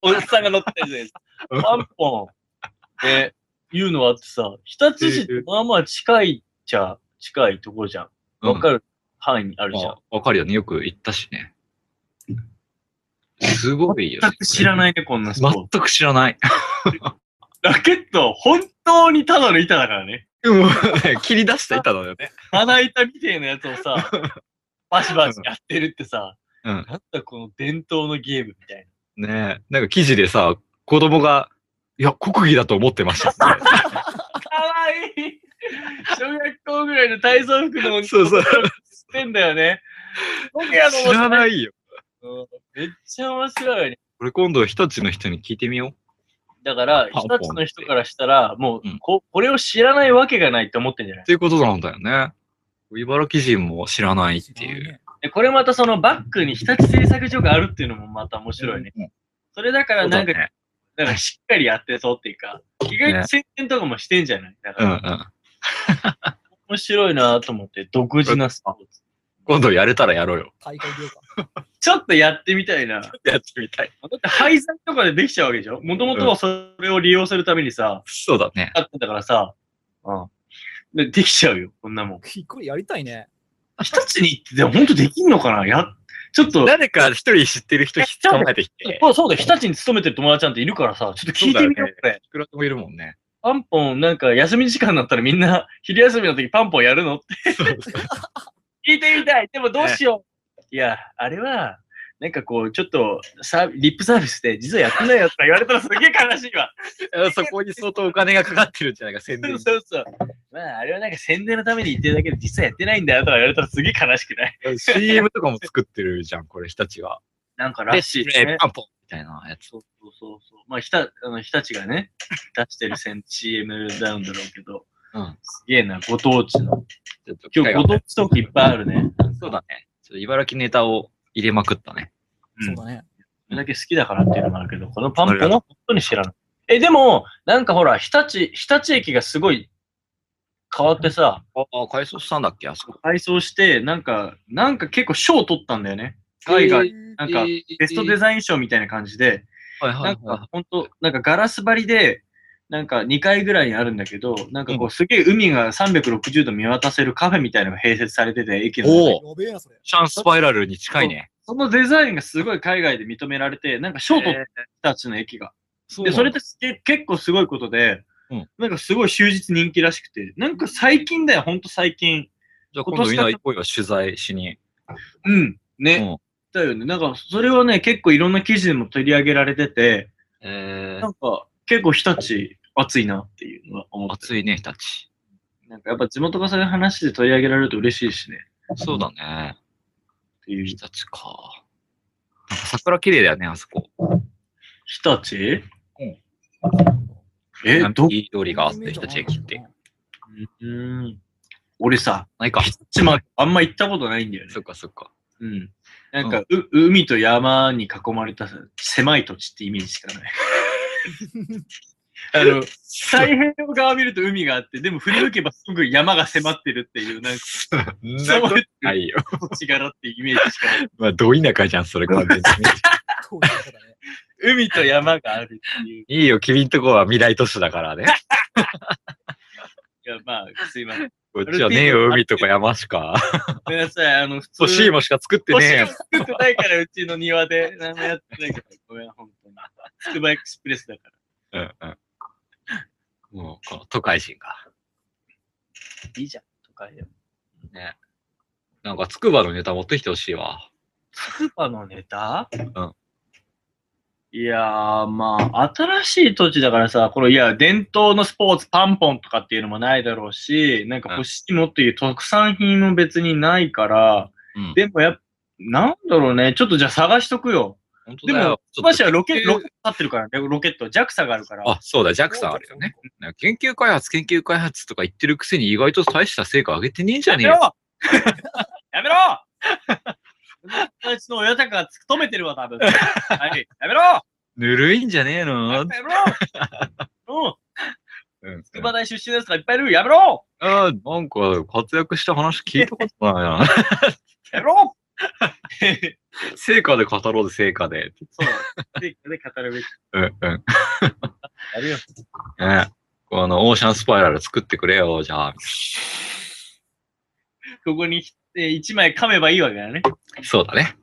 [SPEAKER 3] おじさんが乗ってるじゃ
[SPEAKER 1] [laughs]
[SPEAKER 3] ないですか。
[SPEAKER 1] うん
[SPEAKER 3] パンポンっていうのはあってさ、日立市ってまあまあ近いっちゃ近いところじゃん。わかる範囲にあるじゃん。
[SPEAKER 1] まあわかるよね。よく行ったしね。すごいよね
[SPEAKER 3] 全。く知らないね、こんなスポーツ。
[SPEAKER 1] 全く知らない。
[SPEAKER 3] ラケット、本当にただの板だからね。
[SPEAKER 1] もうね切り出した板だよね。
[SPEAKER 3] 鼻板みてえなやつを
[SPEAKER 1] [laughs]
[SPEAKER 3] さ、バシバシやってるってさ、
[SPEAKER 1] うん
[SPEAKER 3] なんだこの伝統のゲームみたい
[SPEAKER 1] ねえ。なんか記事でさ、子供が、いや、国技だと思ってました [laughs] って。
[SPEAKER 3] な。かわいい小学校ぐらいの体操服の
[SPEAKER 1] そうそう。
[SPEAKER 3] ってんだよね。僕やの
[SPEAKER 1] 知らないよ。
[SPEAKER 3] うんめっちゃ面白いね。
[SPEAKER 1] これ今度、日立の人に聞いてみよう。
[SPEAKER 3] だから、
[SPEAKER 1] パン
[SPEAKER 3] 一
[SPEAKER 1] ポンって
[SPEAKER 3] つの人からしたら、もう
[SPEAKER 1] うん
[SPEAKER 3] こ、これを知らないわけがないって思ってんじゃない
[SPEAKER 1] っていうことなんだよね。茨城人も知らないっていう。
[SPEAKER 3] で、これまたそのバックに日立製作所があるっていうのもまた面白いね。それだからなんか、
[SPEAKER 1] そうだね
[SPEAKER 3] なんかしっかりやってそうっていうか、意外と宣伝とかもしてんじゃないだか
[SPEAKER 1] うんう
[SPEAKER 3] ら、
[SPEAKER 1] ん。
[SPEAKER 3] 面白いなと思って、独自なスポーツ。
[SPEAKER 1] 今度やれたらやろうよ。
[SPEAKER 2] 大会出ようか。
[SPEAKER 3] ちょっとやってみたいな。だ
[SPEAKER 1] やってみたい。
[SPEAKER 3] って廃材とかでできちゃうわけでしょもともとはそれを利用するためにさ、
[SPEAKER 1] そうだね。
[SPEAKER 3] あったんだからさ、うん。でできちゃうよ、こんなもん。
[SPEAKER 2] これやりたいね。
[SPEAKER 3] 日立に行って、でも本当できんのかなや、ちょっと、
[SPEAKER 1] 誰か一人知ってる人捕まえてきて。
[SPEAKER 3] そうそうだ、日立に勤めてる友達なんているからさ、ちょっと聞いてみ
[SPEAKER 1] そ
[SPEAKER 3] よう、
[SPEAKER 1] うだよね
[SPEAKER 3] これ。
[SPEAKER 1] いくらでもいるもん
[SPEAKER 3] [laughs]
[SPEAKER 1] ね。
[SPEAKER 3] パンポン、なんか休み時間になったらみんな、 [laughs] 昼休みの時パンポンやるのって。聞いてみたいでもどうしよう、いや、あれは、なんかこう、ちょっとサービリップサービスで実はやってないよとか言われたらすげえ悲しいわ。
[SPEAKER 1] そこに相当お金がかかってるんじゃないか、宣
[SPEAKER 3] そ
[SPEAKER 1] 伝
[SPEAKER 3] う。 [laughs] そうそう。まあ、あれはなんか宣伝のために言ってるだけで実はやってないんだよとか言われたらすげえ悲しくない [laughs]
[SPEAKER 1] CM とかも作ってるじゃん、これ、日立は。
[SPEAKER 3] なんからしいですね。
[SPEAKER 1] パンポンみたいなやつ。
[SPEAKER 3] そうそうそうそう。まあ、ひた、あの、日立がね、出してるせん CM なんだろうけど、
[SPEAKER 1] うん。
[SPEAKER 3] すげえな、ご当地の。
[SPEAKER 1] ちょっと
[SPEAKER 3] 今日ご当地トークいっぱいあるね。
[SPEAKER 1] そうだね。ちょっと茨城ネタを入れまくったね。
[SPEAKER 3] うん
[SPEAKER 2] そうだね。
[SPEAKER 3] それだけ好きだからっていうのもあるけど、このパンポン
[SPEAKER 1] あ
[SPEAKER 3] は
[SPEAKER 1] りが
[SPEAKER 3] 本当に知らない。え、でも、なんかほら、日立、日立駅がすごい変わってさ、
[SPEAKER 1] ああ、改装したんだっけ、あそこ。
[SPEAKER 3] 改装して、なんか、なんか結構賞取ったんだよね。海外、なんか、ベストデ
[SPEAKER 1] ザ
[SPEAKER 3] ザイン賞みたいな感じで、
[SPEAKER 1] イン。はいは
[SPEAKER 3] なん
[SPEAKER 1] いは
[SPEAKER 3] か本当なんかガラス張りで、なんか2階ぐらいにあるんだけど、なんかこうすげえ海が360度見渡せるカフェみたいなのが併設されてて、駅
[SPEAKER 1] い。
[SPEAKER 3] の中に
[SPEAKER 1] おお、
[SPEAKER 2] やべえな、それ。
[SPEAKER 1] シャンスパイラルに近いね。
[SPEAKER 3] そのデザインがすごい海外で認められて、なんか賞取ったたちの駅が。
[SPEAKER 1] そ
[SPEAKER 3] で、それってすげ結構すごいことで、
[SPEAKER 1] うん
[SPEAKER 3] なんかすごい終日人気らしくて、なんか最近だよ、ほんと最近。
[SPEAKER 1] じゃあ今度みんな行こうよ、取材しに。
[SPEAKER 3] うん。ね。
[SPEAKER 1] うん
[SPEAKER 3] だよね。なんか、それはね、結構いろんな記事でも取り上げられてて、
[SPEAKER 1] え
[SPEAKER 3] な
[SPEAKER 1] ー、
[SPEAKER 3] んか、結構日立熱いなっていうのは思って
[SPEAKER 1] 暑いね、日立。
[SPEAKER 3] なんかやっぱ地元がそういう話で取り上げられると嬉しいしね。
[SPEAKER 1] そうだね。
[SPEAKER 3] っていう。
[SPEAKER 1] 日
[SPEAKER 3] 日
[SPEAKER 1] 立か。なんか桜綺麗だよね、あそこ。
[SPEAKER 3] 立
[SPEAKER 1] うん
[SPEAKER 3] え、ど、
[SPEAKER 1] いい通りがあって、日立駅って。。
[SPEAKER 3] うん。俺さ、
[SPEAKER 1] ないか。
[SPEAKER 3] 日立まであんま行ったことないんだよね
[SPEAKER 1] そ。っかそっか。
[SPEAKER 3] うん。なんか、う海と山に囲まれたさ狭い土地ってイメージしかない。あの、太平洋側見ると海があって、でも振り向けばすぐ山が迫ってるっていう、なんか、
[SPEAKER 1] なことないよ。 [laughs]
[SPEAKER 3] 土地柄っていうイメージしかない。
[SPEAKER 1] まあ、ど田舎じゃん、それ完全に。
[SPEAKER 2] 構いい方だね。
[SPEAKER 3] [laughs] 海と山があるっていう。
[SPEAKER 1] いいよ、君んとこは未来都市だからね。
[SPEAKER 3] いや、まあ、すいません。
[SPEAKER 1] [laughs] こっちはねえよ、海とか山し [laughs] か。
[SPEAKER 3] ごめんなさい、あの、普通
[SPEAKER 1] 欲しいもんしか作って
[SPEAKER 3] 欲
[SPEAKER 1] ね
[SPEAKER 3] し
[SPEAKER 1] え
[SPEAKER 3] いも
[SPEAKER 1] よ
[SPEAKER 3] ん。作ってないから、うちの庭
[SPEAKER 1] [laughs]
[SPEAKER 3] で、何もやってないから、ごめん、本当に。つくばエクスプレスだから。
[SPEAKER 1] うんうん。もう、この都会人が。
[SPEAKER 3] いいじゃん、都会でも。
[SPEAKER 1] ね。なんか、つくばのネタ持ってきてほしいわ。
[SPEAKER 3] スーパーのネタ
[SPEAKER 1] ん
[SPEAKER 3] いやー、まあ、新しい土地だからさ、この、いや、伝統のスポーツパンポンとかっていうのもないだろうし、なんか
[SPEAKER 1] うん
[SPEAKER 3] 欲しいもっていう特産品も別にないから、
[SPEAKER 1] うん。
[SPEAKER 3] でもやっぱ、なんだろうね、ちょっとじゃあ探しとくよ。
[SPEAKER 1] 本当
[SPEAKER 3] で
[SPEAKER 1] だ
[SPEAKER 3] も
[SPEAKER 1] よ、
[SPEAKER 3] つくば市はロケ、
[SPEAKER 1] 研究
[SPEAKER 3] ロケ立ってるからね、ロケット、JAXA があるから。
[SPEAKER 1] あ、そうだ、ジャックさんあるよね。ね研究開発、研究開発とか言ってるくせに意外と大した成果上げてねえんじゃねえよ。
[SPEAKER 3] [laughs] やめろうちの親たちが突っ止めてるわ、 [laughs] 多分。はい、やめろ
[SPEAKER 1] ぬるいんじゃねえの
[SPEAKER 3] やめろうん、
[SPEAKER 1] うん
[SPEAKER 3] 筑波大出身ですからいっぱいいる。やめろ
[SPEAKER 1] あーなんか、活躍した話聞いたことない [laughs] な。
[SPEAKER 3] やめろ [laughs]
[SPEAKER 1] 成果で語ろうぜ、成果で。
[SPEAKER 3] そう。で、で語るべき。
[SPEAKER 1] うんうん。
[SPEAKER 3] やるよ。
[SPEAKER 1] ねこの、オーシャンスパイラル作ってくれよ、じゃあ。
[SPEAKER 3] ここに、えー一枚噛めばいいわけだね。
[SPEAKER 1] そうだね。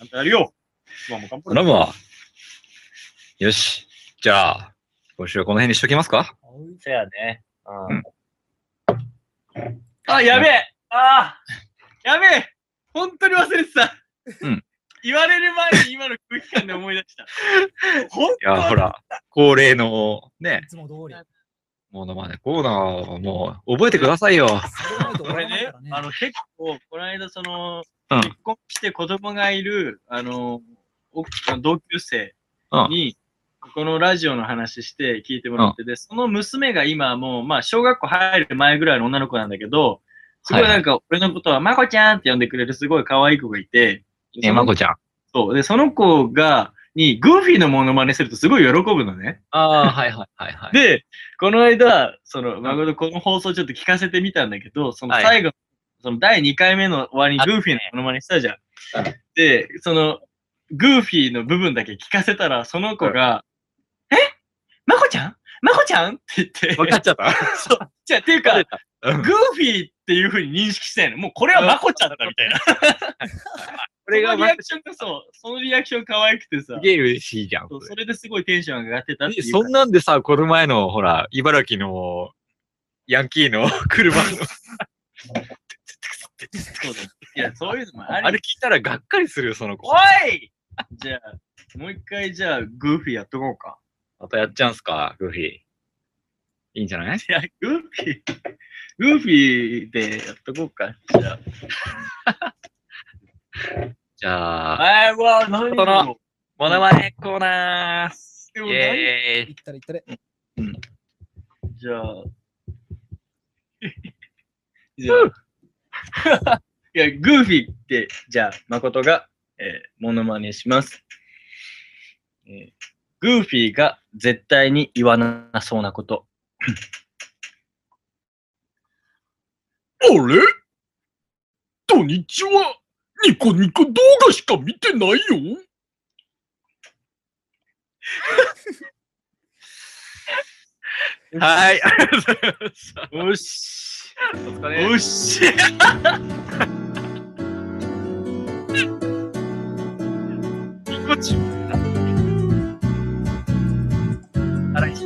[SPEAKER 3] あんたやるよ。まあもう頑張
[SPEAKER 1] 頼むわ。よし。じゃあ、今週はこの辺にしときますか
[SPEAKER 3] せやね。う。
[SPEAKER 1] うん
[SPEAKER 3] あ、やべえああやべえ本当に忘れてた。
[SPEAKER 1] うん。
[SPEAKER 3] [laughs] 言われる前に今の空気感で思い出した。ほん
[SPEAKER 1] いや、ほら、恒例の、ね
[SPEAKER 2] い、つも通り。
[SPEAKER 1] ものまねコーナー、もう、覚えてくださいよ。
[SPEAKER 2] それないと終
[SPEAKER 3] こ
[SPEAKER 2] わ
[SPEAKER 3] れ
[SPEAKER 2] らない
[SPEAKER 3] ね
[SPEAKER 2] からね、。
[SPEAKER 3] あの結構、この間、その、
[SPEAKER 1] うん
[SPEAKER 3] 結婚して子供がいる、あの、奥さん同級生に、このラジオの話して聞いてもらって、で、その娘が今もう、まあ、小学校入る前ぐらいの女の子なんだけど、すごい
[SPEAKER 1] はいは
[SPEAKER 3] ないんか、俺のことは、まこちゃんって呼んでくれるすごい可愛い子がいて、
[SPEAKER 1] え、まこちゃん。
[SPEAKER 3] そう。で、その子が、に、グーフィーのモノマネするとすごい喜ぶのね。
[SPEAKER 1] ああ、はいはいはいは
[SPEAKER 3] で、この間、その、誠、この放送ちょっと聞かせてみたんだけど、その
[SPEAKER 1] はい
[SPEAKER 3] 最後、その第2回目の終わりに
[SPEAKER 1] あ
[SPEAKER 3] グーフィーのモノマネしたじゃん
[SPEAKER 1] うん。
[SPEAKER 3] で、その、グーフィーの部分だけ聞かせたら、その子が、えまこちゃんまこちゃんって言って、
[SPEAKER 1] 分かっちゃった。
[SPEAKER 3] じゃあっていうか、グ
[SPEAKER 1] う
[SPEAKER 3] ー
[SPEAKER 1] ん
[SPEAKER 3] フィーっていうふうに認識してないの。もうこれはまこちゃんだみたいな。
[SPEAKER 1] これが
[SPEAKER 3] その
[SPEAKER 1] ま
[SPEAKER 3] リ
[SPEAKER 1] こ
[SPEAKER 3] アクションがそう、そのリアクション可愛くてさ
[SPEAKER 1] す、げえ嬉しいじゃん。
[SPEAKER 3] そう
[SPEAKER 1] こ
[SPEAKER 3] そ
[SPEAKER 1] れ
[SPEAKER 3] れですごいテンション上がってたって
[SPEAKER 1] で
[SPEAKER 3] いう
[SPEAKER 1] そ
[SPEAKER 3] か。
[SPEAKER 1] んなんでさ、この前の、ほら、茨城の、ヤンキーの [laughs] 車の、
[SPEAKER 3] そうだよいや、そういうのもあ
[SPEAKER 1] [laughs]
[SPEAKER 3] り
[SPEAKER 1] あれ聞いたらがっかりするよ、その子。
[SPEAKER 3] おいじゃあ、もう一回じゃあ、グーフィーやっとこうか。
[SPEAKER 1] またやっちゃうんすか、グーフィー。いいんじゃない
[SPEAKER 3] いや、グーフィー、グーフィーでやっとこうか。じゃ
[SPEAKER 1] じゃ
[SPEAKER 3] あ。
[SPEAKER 1] あ、
[SPEAKER 3] あい、わあ、何
[SPEAKER 1] だろモノマネコーナー
[SPEAKER 3] で
[SPEAKER 1] イ
[SPEAKER 3] も何
[SPEAKER 1] ェー
[SPEAKER 2] 行
[SPEAKER 1] イ
[SPEAKER 2] ったら行ったら。
[SPEAKER 3] じゃあ。じゃあ。 [laughs] いや、グーフィーって、じゃあ、誠が、えー、モノマネします、えーグーフィーが絶対に言わなそうなこと。
[SPEAKER 5] [coughs] あれ土日はニコニコ動画しか見て
[SPEAKER 3] [laughs]
[SPEAKER 5] ないよ
[SPEAKER 1] はい、ありがとうございました。
[SPEAKER 3] よし。
[SPEAKER 1] お疲れ
[SPEAKER 3] よ
[SPEAKER 1] [laughs]
[SPEAKER 3] し。
[SPEAKER 1] 再来週。